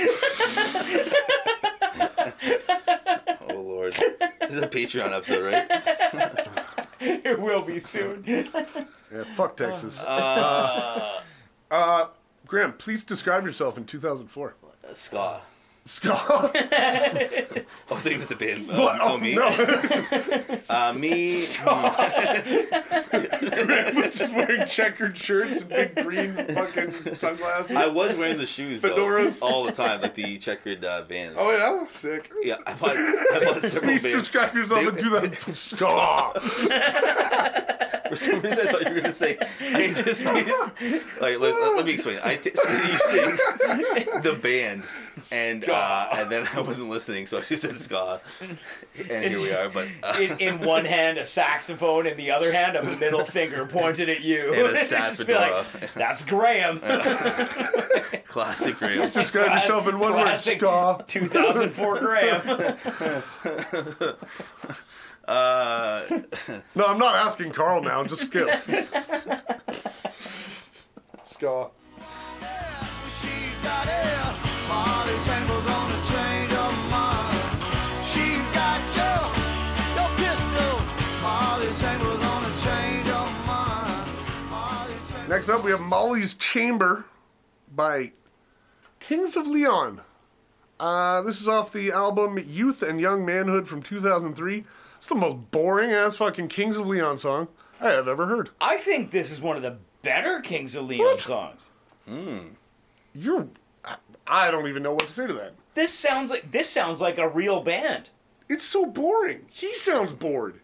Speaker 6: Oh Lord. This is a Patreon episode, right?
Speaker 5: (laughs) It will be soon.
Speaker 4: Ah, Yeah, fuck Texas. Uh,
Speaker 6: Ah.
Speaker 4: (laughs) Graham, please describe yourself in 2004.
Speaker 6: Uh, Ska.
Speaker 4: Scott. (laughs)
Speaker 6: Oh, they with the band. Oh, oh, me. (laughs) Uh, me.
Speaker 4: Graham was just wearing checkered shirts and big green fucking sunglasses.
Speaker 6: I was wearing the shoes though,
Speaker 4: Fedoras.
Speaker 6: all the time, like the checkered uh, vans.
Speaker 4: oh, yeah? Sick.
Speaker 6: yeah. I bought, I
Speaker 4: (laughs)
Speaker 6: bought several
Speaker 4: Please
Speaker 6: vans.
Speaker 4: describe yourself
Speaker 6: They-
Speaker 4: in 2004.
Speaker 6: (laughs)
Speaker 4: Scott.
Speaker 6: For some reason, I thought you were gonna say
Speaker 4: (laughs)
Speaker 6: I anticipated. Like, let, let, let me explain. I anticipated
Speaker 4: (laughs)
Speaker 6: you saying the band, and uh, and then I wasn't listening, so I just said ska, and here we are. But uh,
Speaker 5: In, in one hand, a saxophone, in the other hand, a middle finger pointed at you.
Speaker 6: And a
Speaker 5: (laughs) Just be like, That's
Speaker 6: (laughs)
Speaker 5: Graham.
Speaker 6: (laughs) classic Graham.
Speaker 4: Describe yourself in one word.
Speaker 5: Classic
Speaker 4: Scott.
Speaker 5: 2004
Speaker 6: (laughs)
Speaker 5: Graham.
Speaker 6: Uh,
Speaker 4: No, I'm not asking Carl now. Just
Speaker 6: (laughs)
Speaker 4: skip. Scott.
Speaker 9: She's got hair, all is tangled on a chain of mine. She's got your, your pistol, all is tangled on a chain of mine. All is tangled-
Speaker 4: Next up, we have Molly's Chamber by Kings of Leon. Uh, this is off the album Youth and Young Manhood from 2003. It's the most boring ass fucking Kings of Leon song I have ever heard.
Speaker 5: I think this is one of the better Kings of Leon
Speaker 4: What?
Speaker 5: songs.
Speaker 4: You're. I, I don't even know what to say to that.
Speaker 5: This sounds like this sounds like a real band.
Speaker 4: It's so boring. He sounds bored.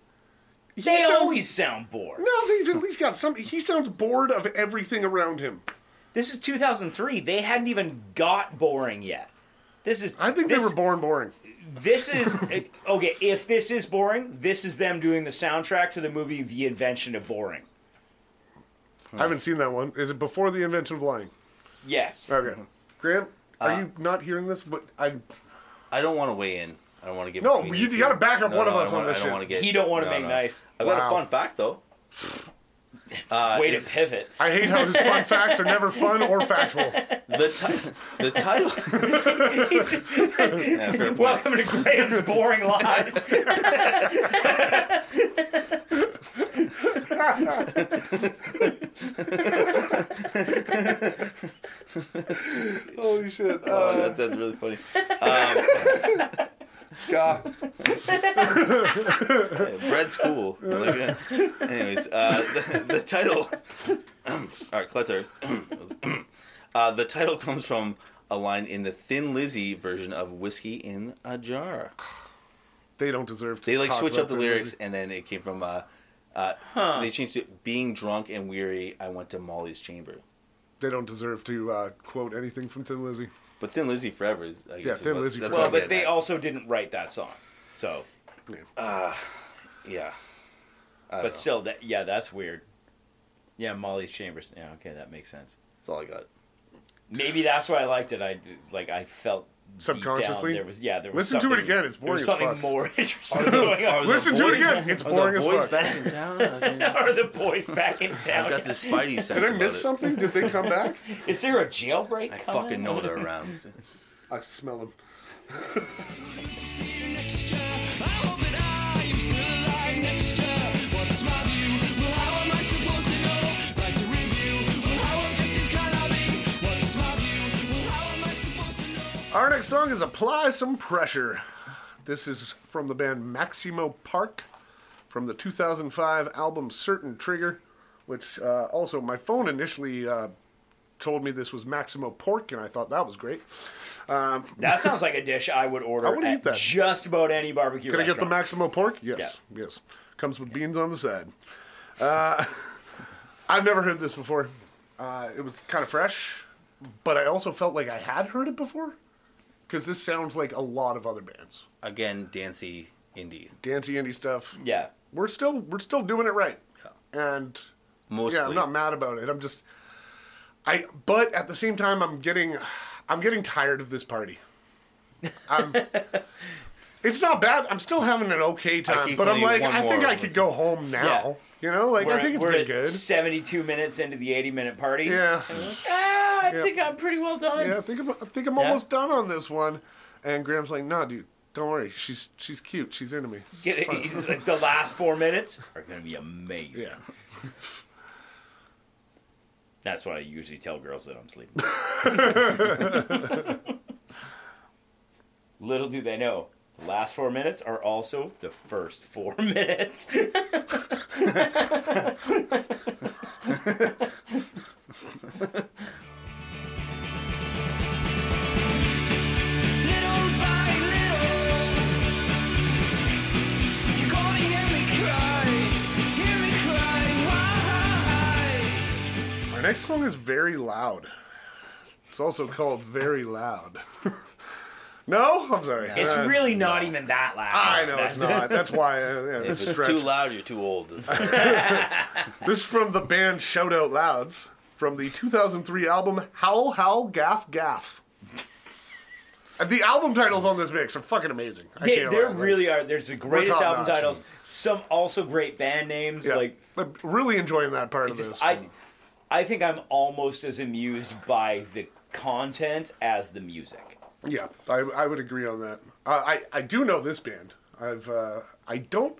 Speaker 4: He
Speaker 5: They
Speaker 4: sounds-
Speaker 5: always sound bored.
Speaker 4: No, they've at least got some. He sounds bored of everything around him.
Speaker 5: This is 2003. They hadn't even got boring yet. This is.
Speaker 4: I think
Speaker 5: this,
Speaker 4: they were born boring.
Speaker 5: This is (laughs) okay. If this is boring, this is them doing the soundtrack to the movie The Invention of Boring.
Speaker 4: I haven't seen that one. Is it before the invention of lying?
Speaker 5: Yes.
Speaker 4: Okay. Graham, are you not hearing this? But I
Speaker 6: I don't want to weigh in. I don't want to get.
Speaker 4: No,
Speaker 6: between
Speaker 4: you-
Speaker 6: two.
Speaker 4: you gotta back up one of
Speaker 6: I
Speaker 4: us
Speaker 6: don't
Speaker 4: on
Speaker 6: wanna-
Speaker 4: this
Speaker 6: I don't
Speaker 4: shit.
Speaker 6: want to get.
Speaker 5: He don't wanna
Speaker 6: no,
Speaker 5: make
Speaker 6: no.
Speaker 5: nice.
Speaker 6: I got
Speaker 4: Wow.
Speaker 6: a fun fact though. Uh,
Speaker 5: (laughs) Way
Speaker 6: is-
Speaker 5: to pivot.
Speaker 6: (laughs)
Speaker 4: I hate how his fun facts are never fun or factual.
Speaker 6: the, ti-
Speaker 5: (laughs)
Speaker 6: the title. Yeah, fair point.
Speaker 5: Welcome to Graham's Boring Lives.
Speaker 4: Holy shit.
Speaker 6: Oh, that, that's really funny. Um,
Speaker 4: Scott.
Speaker 6: Bread's cool. Like, uh, anyways, uh, the, the title. um, all right, clutter. (clears throat) uh, the title comes from a line in the Thin Lizzy version of "Whiskey in a Jar."
Speaker 4: They don't deserve to.
Speaker 6: They like
Speaker 4: talk
Speaker 6: switch
Speaker 4: about
Speaker 6: up the
Speaker 4: their
Speaker 6: lyrics,
Speaker 4: music.
Speaker 6: and then it came from. Uh, uh, They changed it. Being drunk and weary, I went to Molly's chamber.
Speaker 4: They don't deserve to uh, quote anything from Thin Lizzy.
Speaker 6: But Thin Lizzy forever is. I guess, is
Speaker 4: Thin
Speaker 6: what-
Speaker 4: Lizzy
Speaker 6: that's
Speaker 4: forever.
Speaker 5: well,
Speaker 6: what I'm
Speaker 5: but (laughs) they
Speaker 6: getting
Speaker 5: also didn't write that song. So,
Speaker 6: at. Yeah. I
Speaker 5: but
Speaker 6: don't know.
Speaker 5: still, that yeah, that's weird. Yeah, Molly's Chambers. Yeah, okay, that makes sense.
Speaker 6: That's all I got.
Speaker 5: Maybe that's why I liked it. I like I felt deep down
Speaker 4: Subconsciously?
Speaker 5: there was yeah there was
Speaker 4: Listen to it
Speaker 5: something-
Speaker 4: again, it's
Speaker 5: there
Speaker 4: boring
Speaker 5: was
Speaker 4: as
Speaker 5: something
Speaker 4: fuck.
Speaker 5: more (laughs) interesting going on.
Speaker 4: Listen to it again. It's boring as fuck.
Speaker 6: back in town?
Speaker 5: (laughs) Are the boys back in town?
Speaker 6: (laughs) I've got this Spidey sense.
Speaker 4: Did I
Speaker 6: about
Speaker 4: miss
Speaker 6: it.
Speaker 4: something? Did they come
Speaker 5: (laughs)
Speaker 4: back?
Speaker 5: Is there a jailbreak?
Speaker 6: I
Speaker 5: coming?
Speaker 6: fucking
Speaker 5: (laughs)
Speaker 6: know they're around.
Speaker 4: I smell them. Our next song is Apply Some Pressure. This is from the band Maximo Park from the 2005 album Certain Trigger, which uh, also my phone initially uh, told me this was Maximo Pork, and I thought that was great. Um,
Speaker 5: That sounds like a dish I would order
Speaker 4: I would
Speaker 5: at
Speaker 4: eat that.
Speaker 5: just about any barbecue
Speaker 4: Can I get the
Speaker 5: restaurant.
Speaker 4: Maximo pork? Yes. Yes. Comes with beans on the side. Uh, (laughs) I've never heard this before. Uh, it was kind of fresh, but I also felt like I had heard it before because this sounds like a lot of other bands.
Speaker 6: Again, Dancy Indie.
Speaker 4: Dancey indie stuff.
Speaker 5: Yeah.
Speaker 4: We're still we're still doing it right. And
Speaker 6: Mostly.
Speaker 4: yeah, I'm not mad about it. I'm just I but at the same time I'm getting I'm getting tired of this party. I'm It's not bad. I'm still having an okay time,
Speaker 6: keep
Speaker 4: but I'm like
Speaker 6: telling you one
Speaker 4: I think
Speaker 6: more
Speaker 4: I could
Speaker 6: was-
Speaker 4: go home now. You know, like
Speaker 5: We're,
Speaker 4: I think it's
Speaker 5: we're
Speaker 4: pretty
Speaker 5: at
Speaker 4: good.
Speaker 5: 72 minutes into the 80 minute party.
Speaker 4: Yeah.
Speaker 5: Ah, I
Speaker 4: Yeah.
Speaker 5: think I'm pretty well done.
Speaker 4: Yeah, I think I'm, I think I'm
Speaker 5: Yeah.
Speaker 4: almost done on this one. And Graham's like, "Nah, dude, Don't worry, she's she's cute. She's into me. It's
Speaker 5: Get it-
Speaker 4: fine.
Speaker 5: it's like the last four minutes are going to be amazing.
Speaker 4: Yeah.
Speaker 5: That's what I usually tell girls that I'm (laughs) sleeping. (laughs) Little do they know, the last four minutes are also the first four minutes.
Speaker 7: Little by little, you're gonna hear me cry, hear me cry. Why?
Speaker 4: Our next song is Very Loud. It's also called Very Loud. (laughs) no? I'm sorry.
Speaker 5: it's
Speaker 4: Uh,
Speaker 5: really not even that loud.
Speaker 4: I know it's
Speaker 5: Oh, That's-
Speaker 4: not. That's why. Uh,
Speaker 5: (laughs)
Speaker 4: yeah,
Speaker 6: If
Speaker 4: this,
Speaker 6: it's
Speaker 4: stretch.
Speaker 6: too loud, you're too old.
Speaker 4: (laughs)
Speaker 6: That's why.
Speaker 4: this is from the band Shout Out Louds from the 2003 album Howl Howl Gaff Gaff. And the album titles on this mix are fucking amazing. I
Speaker 5: They,
Speaker 4: can't
Speaker 5: there
Speaker 4: lie, like,
Speaker 5: really are. There's the greatest
Speaker 4: top
Speaker 5: album
Speaker 4: notch.
Speaker 5: titles. Some also great band names.
Speaker 4: yeah.
Speaker 5: Like
Speaker 4: I'm really enjoying that part of
Speaker 5: just
Speaker 4: this.
Speaker 5: I, I think I'm almost as amused by the content as the music.
Speaker 4: Yeah, I, I would agree on that. Uh, I I do know this band. I've uh, I don't.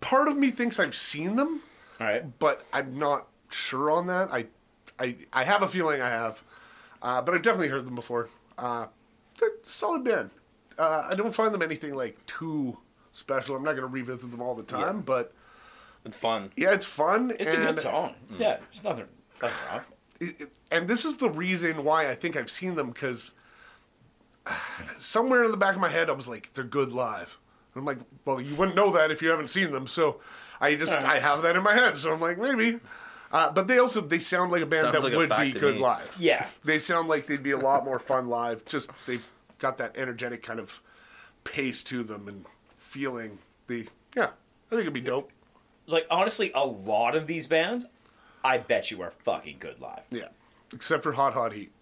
Speaker 4: Part of me thinks I've seen them,
Speaker 5: All right.
Speaker 4: but I'm not sure on that. I I I have a feeling I have, uh, but I've definitely heard them before. Uh, they're a solid band. Uh, I don't find them anything like too special. I'm not going to revisit them all the time, but
Speaker 6: it's fun.
Speaker 4: yeah, it's fun.
Speaker 5: It's
Speaker 4: and Hmm.
Speaker 5: a good song. Yeah, there's nothing, nothing wrong.
Speaker 4: (laughs) it- it- and this is the reason why I think I've seen them because (sighs) somewhere in the back of my head I was like, they're good live. And I'm like, well, you wouldn't know that if you haven't seen them. So I just I have that in my head. So I'm like, maybe. Uh, but they also they sound like a band
Speaker 6: Sounds
Speaker 4: that
Speaker 6: like a
Speaker 4: would
Speaker 6: fact
Speaker 4: be
Speaker 6: to
Speaker 4: good
Speaker 6: me.
Speaker 4: live.
Speaker 5: Yeah.
Speaker 4: they sound like they'd be a lot more fun live. Just they've got that energetic kind of pace to them and feeling. The yeah, I think it'd be dope.
Speaker 5: Like honestly, a lot of these bands, I bet you are fucking good live.
Speaker 4: Yeah. Except for Hot Hot Heat.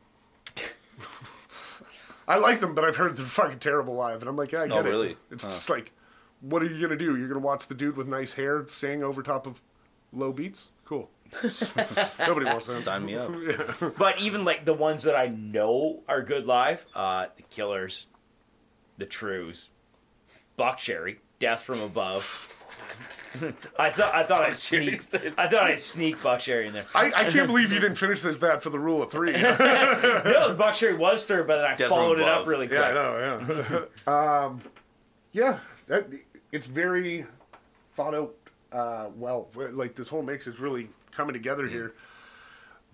Speaker 4: I like them, but I've heard they're fucking terrible live, and I'm like, yeah, I get
Speaker 6: Oh,
Speaker 4: it.
Speaker 6: really?
Speaker 4: It's just like, what are you gonna do? You're gonna watch the dude with nice hair sing over top of low beats? Cool.
Speaker 6: (laughs)
Speaker 4: Nobody wants that.
Speaker 6: Sign me up.
Speaker 4: (laughs) Yeah.
Speaker 5: But even like the ones that I know are good live, uh, the Killers, the Trues, Block Cherry, Death from Above. (laughs) I thought I thought I'd sneak I thought I'd sneak Buck Cherry in there.
Speaker 4: I, I can't believe you didn't finish this that for the rule of
Speaker 6: (laughs)
Speaker 4: three. yeah,
Speaker 5: No, Buck Cherry was third, but then I
Speaker 6: Death from
Speaker 5: followed it up
Speaker 6: Above.
Speaker 5: really quick.
Speaker 4: I know. Yeah, um, yeah. That, it's very thought out. Uh, well, like this whole mix is really coming together here.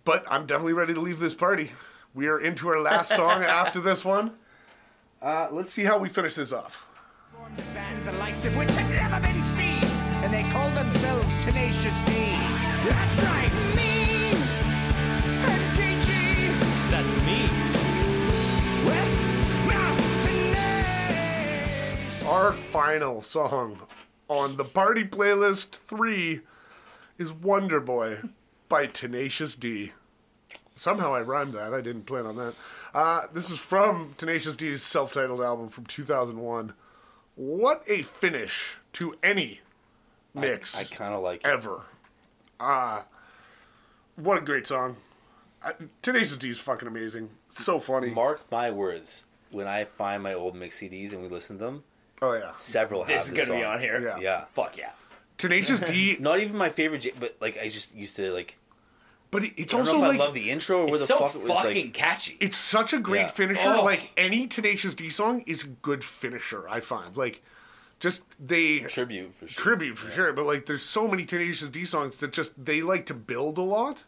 Speaker 4: But I'm definitely ready to leave this party. We are into our last song after this one. Uh, let's see how we finish this off.
Speaker 8: formed a band the likes of which had never been seen, and they called themselves Tenacious D. That's right, me and DG. That's me. Well, now Tenacious.
Speaker 4: Our final song on the party playlist three is Wonder Boy by Tenacious D. Somehow I rhymed that. I didn't plan on that. Uh, this is from Tenacious D's self titled album from 2001. What a finish to any mix
Speaker 6: I kind of like it.
Speaker 4: ever. Uh, what a great song. I, Tenacious D is fucking amazing. So funny.
Speaker 6: Mark my words. When I find my old mix CDs and we listen to them,
Speaker 4: oh, yeah.
Speaker 6: several have
Speaker 5: This is gonna
Speaker 6: song.
Speaker 5: be on here.
Speaker 4: Yeah.
Speaker 6: Yeah.
Speaker 5: Fuck yeah.
Speaker 4: Tenacious D,
Speaker 6: Not even my favorite, J- but like I just used to like.
Speaker 4: but it- it's
Speaker 6: I don't know
Speaker 4: also
Speaker 6: if
Speaker 4: like.
Speaker 6: I love the intro or where
Speaker 5: It's
Speaker 6: the
Speaker 5: so
Speaker 6: fuck it was
Speaker 5: fucking
Speaker 6: like.
Speaker 5: catchy.
Speaker 4: it's such a great
Speaker 6: Yeah.
Speaker 4: finisher.
Speaker 5: Oh.
Speaker 4: Like any Tenacious D song is a good finisher. I find like just they
Speaker 6: Tribute for sure.
Speaker 4: tribute for sure. But like there's so many Tenacious D songs that just they like to build a lot,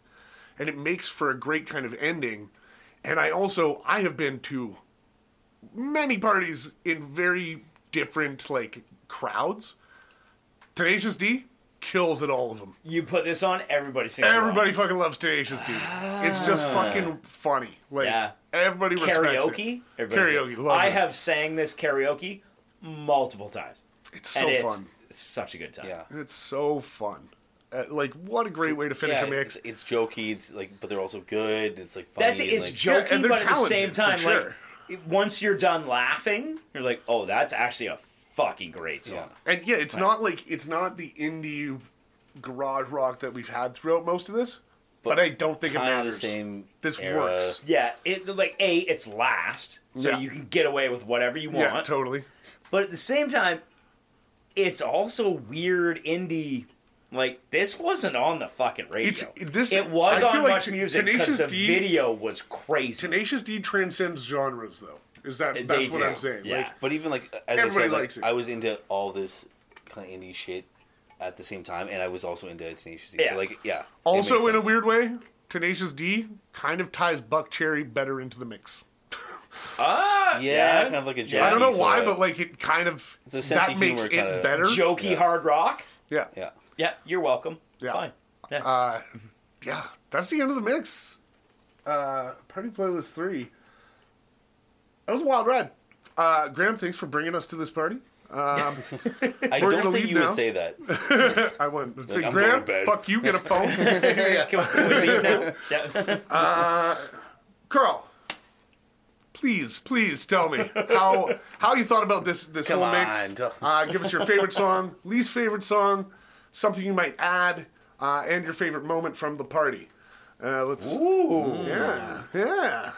Speaker 4: and it makes for a great kind of ending. And I also I have been to many parties in very different like crowds. Tenacious D kills at all of them.
Speaker 5: You put this on, everybody sings. along.
Speaker 4: Everybody fucking loves Tenacious D. It's just fucking funny. Like
Speaker 5: Ah. Yeah.
Speaker 4: everybody respects it.
Speaker 5: karaoke. Everybody
Speaker 4: Karaoke,
Speaker 5: does.
Speaker 4: love
Speaker 5: I
Speaker 4: it.
Speaker 5: have sang this karaoke multiple times.
Speaker 4: It's so
Speaker 5: and it's
Speaker 4: fun.
Speaker 5: such a good time.
Speaker 6: Yeah.
Speaker 4: It's so fun. Uh, like, what a great way to finish
Speaker 6: Yeah,
Speaker 4: a mix.
Speaker 6: it's, it's jokey, it's like, but they're also good. It's like funny.
Speaker 5: That's
Speaker 6: and,
Speaker 5: it's
Speaker 6: like,
Speaker 4: Yeah,
Speaker 5: joking,
Speaker 4: and they're
Speaker 5: but at the same
Speaker 4: talented, for
Speaker 5: time,
Speaker 4: sure.
Speaker 5: like it- once you're done laughing, you're like, "Oh, that's actually a fucking great song."
Speaker 6: Yeah.
Speaker 4: And yeah, it's not like it's not the indie garage rock that we've had throughout most of this, but,
Speaker 6: But
Speaker 4: I don't think it
Speaker 6: kind of
Speaker 4: matters.
Speaker 6: the same.
Speaker 4: This
Speaker 6: era.
Speaker 4: works.
Speaker 5: Yeah, it like a it's last, so
Speaker 4: Yeah.
Speaker 5: you can get away with whatever you want.
Speaker 4: Yeah, totally.
Speaker 5: But at the same time, it's also weird indie. Like this wasn't on the fucking radio.
Speaker 4: It's- this-
Speaker 5: it was
Speaker 4: I feel
Speaker 5: on
Speaker 4: like
Speaker 5: Much
Speaker 4: Ten-
Speaker 5: Music because
Speaker 4: Tenacious
Speaker 5: the
Speaker 4: D-
Speaker 5: video was crazy.
Speaker 4: Tenacious D transcends genres, though. Is that
Speaker 5: They
Speaker 4: that's what
Speaker 5: do,
Speaker 4: I'm saying?
Speaker 5: yeah.
Speaker 4: Like,
Speaker 6: But even like as
Speaker 4: Everybody
Speaker 6: I said, like,
Speaker 4: likes it.
Speaker 6: I was into all this kind of indie shit at the same time, and I was also into Tenacious D.
Speaker 5: Yeah.
Speaker 6: So like, yeah. it
Speaker 4: also,
Speaker 6: makes
Speaker 4: in a
Speaker 6: sense.
Speaker 4: weird way, Tenacious D kind of ties Buck Cherry better into the mix.
Speaker 5: Ah,
Speaker 6: yeah, kind of like a
Speaker 5: Yeah.
Speaker 4: I don't know
Speaker 6: Japanese,
Speaker 4: why,
Speaker 6: uh,
Speaker 4: but like it kind of
Speaker 6: It's a sense
Speaker 4: that
Speaker 6: of
Speaker 4: makes
Speaker 6: humor
Speaker 4: it
Speaker 6: kinda-
Speaker 4: better.
Speaker 5: jokey
Speaker 6: Yeah.
Speaker 5: hard rock.
Speaker 4: Yeah, (laughs)
Speaker 6: yeah,
Speaker 5: Yeah, you're welcome.
Speaker 4: Yeah.
Speaker 5: Fine. Yeah.
Speaker 4: uh, yeah. That's the end of the mix. Uh, Party playlist three. That was a wild ride. Uh, Graham, thanks for bringing us to this party. (laughs)
Speaker 6: I
Speaker 4: We're gonna
Speaker 6: don't think
Speaker 4: leave
Speaker 6: you
Speaker 4: now.
Speaker 6: would say that.
Speaker 4: (laughs) I went. and said,
Speaker 6: I'm going
Speaker 4: Graham,
Speaker 6: to bed."
Speaker 4: fuck you. Get a
Speaker 6: (laughs)
Speaker 4: phone.
Speaker 5: Can we, can we leave now? Yeah.
Speaker 4: Carl, please, please tell
Speaker 6: (laughs)
Speaker 4: me how how you thought about this this
Speaker 6: Come
Speaker 4: whole
Speaker 6: on, (laughs)
Speaker 4: mix.
Speaker 6: go-
Speaker 4: Uh, give us your favorite song, least favorite song, something you might add, uh, and your favorite moment from the party. Uh, let's.
Speaker 5: Ooh.
Speaker 4: Yeah, yeah.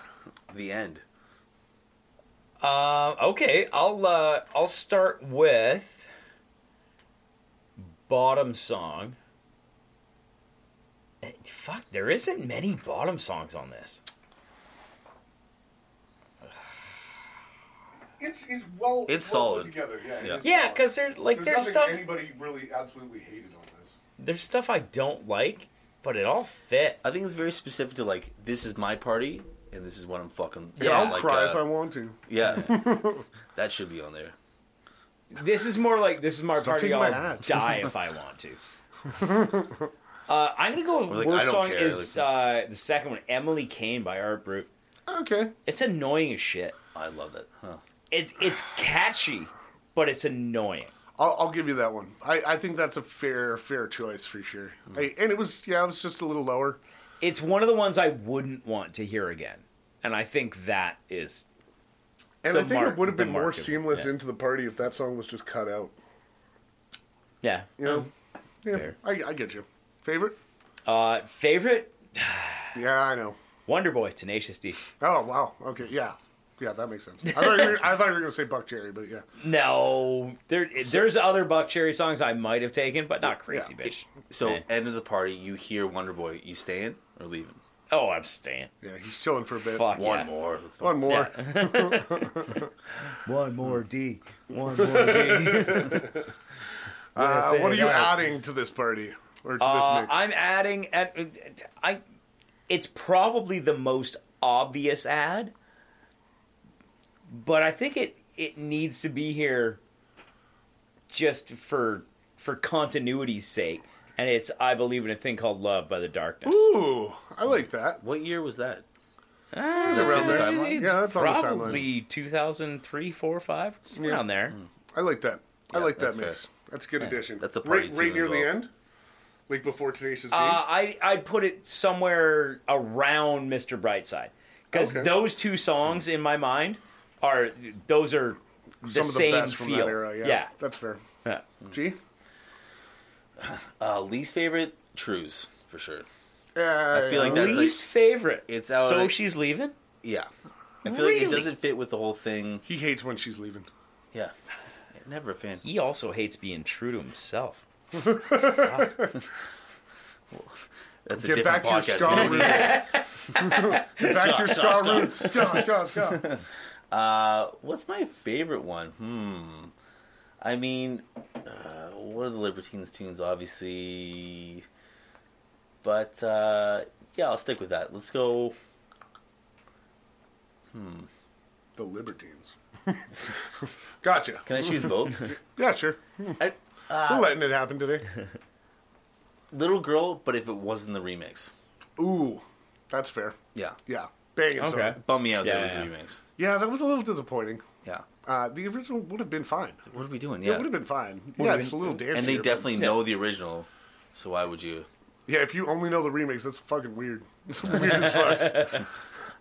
Speaker 6: the end.
Speaker 5: Um, okay, I'll uh, I'll start with bottom song. Eh, Fuck, there isn't many bottom songs on this.
Speaker 4: It's it's well.
Speaker 6: It's well put solid.
Speaker 4: together. Yeah,
Speaker 6: Yeah. is
Speaker 5: Yeah, because there's like there's stuff
Speaker 4: anybody really absolutely hated on this.
Speaker 5: there's stuff I don't like, but it all fits.
Speaker 6: I think it's very specific to like this is my party and this is what I'm fucking.
Speaker 5: Yeah,
Speaker 4: I'll
Speaker 6: like,
Speaker 4: cry
Speaker 6: uh,
Speaker 4: if I want to.
Speaker 6: Yeah,
Speaker 4: (laughs)
Speaker 6: that should be on there.
Speaker 5: This is more like this is my party.
Speaker 4: taking my
Speaker 5: I'll
Speaker 1: (laughs)
Speaker 4: hat.
Speaker 5: die if I want to. Uh, I'm gonna go. with
Speaker 6: like, I
Speaker 5: worst
Speaker 6: don't
Speaker 5: song
Speaker 6: care,
Speaker 5: is uh, the second one, "Emily Kane" by Art Brut.
Speaker 4: Okay.
Speaker 5: It's annoying as shit.
Speaker 6: I love that. Huh.
Speaker 5: It's it's catchy, but it's annoying.
Speaker 4: I'll, I'll give you that one. I, I think that's a fair fair choice for sure.
Speaker 6: Mm-hmm.
Speaker 4: I, and it was yeah, it was just a little lower.
Speaker 5: It's one of the ones I wouldn't want to hear again, and I think that is
Speaker 4: And
Speaker 5: the
Speaker 4: I think
Speaker 5: mark-
Speaker 4: it would have
Speaker 5: the
Speaker 4: been more
Speaker 5: mark of it,
Speaker 4: seamless
Speaker 5: yeah.
Speaker 4: into the party if that song was just cut out.
Speaker 5: yeah. Um,
Speaker 4: You know? yeah,
Speaker 5: fair.
Speaker 4: I, I get you. Favorite?
Speaker 5: Uh, favorite
Speaker 4: Yeah, I know.
Speaker 5: Wonder Boy, Tenacious D.
Speaker 4: Oh wow. Okay. Yeah. Yeah, that makes sense. I thought you were, I thought you were gonna say Buck Cherry, but yeah.
Speaker 5: No, there there's other Buck Cherry songs I might have taken, but not Crazy
Speaker 4: Yeah.
Speaker 5: Bitch.
Speaker 6: So
Speaker 5: Eh.
Speaker 6: end of the party, you hear Wonder Boy, you staying or leaving?
Speaker 5: Oh, I'm staying.
Speaker 4: Yeah, he's chilling for a bit.
Speaker 5: Fuck
Speaker 6: One
Speaker 5: yeah.
Speaker 6: more. Let's
Speaker 4: One more.
Speaker 5: Yeah. One more D. (laughs) One more D.
Speaker 4: (laughs)
Speaker 5: (laughs)
Speaker 4: Uh, what are you
Speaker 5: Yeah.
Speaker 4: adding to this party or to this
Speaker 5: Uh,
Speaker 4: mix?
Speaker 5: I'm adding at I it's probably the most obvious ad, but I think it it needs to be here just for for continuity's sake. And it's I believe in a thing called love by the darkness.
Speaker 4: Ooh, I like that.
Speaker 6: What year was that?
Speaker 5: Ah,
Speaker 6: it around the
Speaker 5: it's
Speaker 6: timeline?
Speaker 4: Yeah, that's on the timeline.
Speaker 5: probably 2003, 4, 5, it's
Speaker 4: Yeah.
Speaker 5: around there.
Speaker 4: I like that. I
Speaker 6: Yeah,
Speaker 4: like that
Speaker 6: that's
Speaker 4: mix.
Speaker 6: fair.
Speaker 4: That's a good addition.
Speaker 6: That's a party
Speaker 4: right, right
Speaker 6: tune
Speaker 4: near
Speaker 6: as
Speaker 4: the
Speaker 6: well.
Speaker 4: end, like before Tenacious D.
Speaker 5: Uh, I I put it somewhere around Mr. Brightside because
Speaker 4: Okay.
Speaker 5: those two songs in my mind are those are the
Speaker 4: Some of the
Speaker 5: same
Speaker 4: best
Speaker 5: feel.
Speaker 4: from that era. Yeah,
Speaker 5: yeah.
Speaker 4: that's fair.
Speaker 5: Yeah.
Speaker 4: G.
Speaker 6: Uh, least favorite, Trues for sure.
Speaker 4: Yeah,
Speaker 6: I feel like that's
Speaker 5: Least
Speaker 6: like
Speaker 5: favorite.
Speaker 6: It's out
Speaker 5: So
Speaker 6: of-
Speaker 5: she's leaving.
Speaker 6: yeah. I feel like
Speaker 5: Really?
Speaker 6: it doesn't fit with the whole thing.
Speaker 4: he hates when she's leaving.
Speaker 6: Yeah, never a fan.
Speaker 5: He also hates being true to himself.
Speaker 6: That's a
Speaker 4: Get back
Speaker 6: different
Speaker 4: to your
Speaker 6: podcast. (laughs)
Speaker 4: strong
Speaker 6: We don't need
Speaker 4: roots.
Speaker 6: that. (laughs)
Speaker 4: Get back to your
Speaker 6: Ska,
Speaker 4: ska roots. Ska, ska, (laughs) ska.
Speaker 6: Uh, what's my favorite one? Hmm. I mean, uh, one of the Libertines tunes, obviously. But uh, yeah, I'll stick with that. Let's go.
Speaker 4: The Libertines. gotcha.
Speaker 6: Can I Uh, choose both?
Speaker 4: Yeah, sure.
Speaker 6: I,
Speaker 4: We're letting it happen
Speaker 6: (laughs)
Speaker 4: today.
Speaker 6: Little Girl, but if it wasn't the remix.
Speaker 4: Ooh, that's fair.
Speaker 6: Yeah.
Speaker 4: Yeah, banging song.
Speaker 5: Okay.
Speaker 6: Bum me out that
Speaker 5: Yeah,
Speaker 6: it was
Speaker 5: yeah.
Speaker 6: the remix.
Speaker 4: Yeah, that was a little disappointing.
Speaker 6: Yeah.
Speaker 4: Uh, the original would have been fine.
Speaker 6: What are we doing?
Speaker 4: It
Speaker 6: Yeah.
Speaker 4: would have been fine.
Speaker 5: Would've
Speaker 4: yeah, it's a
Speaker 5: been-
Speaker 4: little dancing.
Speaker 6: and they definitely know the original, so why would you?
Speaker 4: Yeah, if you only know the remix, that's fucking weird. (laughs) It's weird as
Speaker 6: (laughs)
Speaker 4: fuck.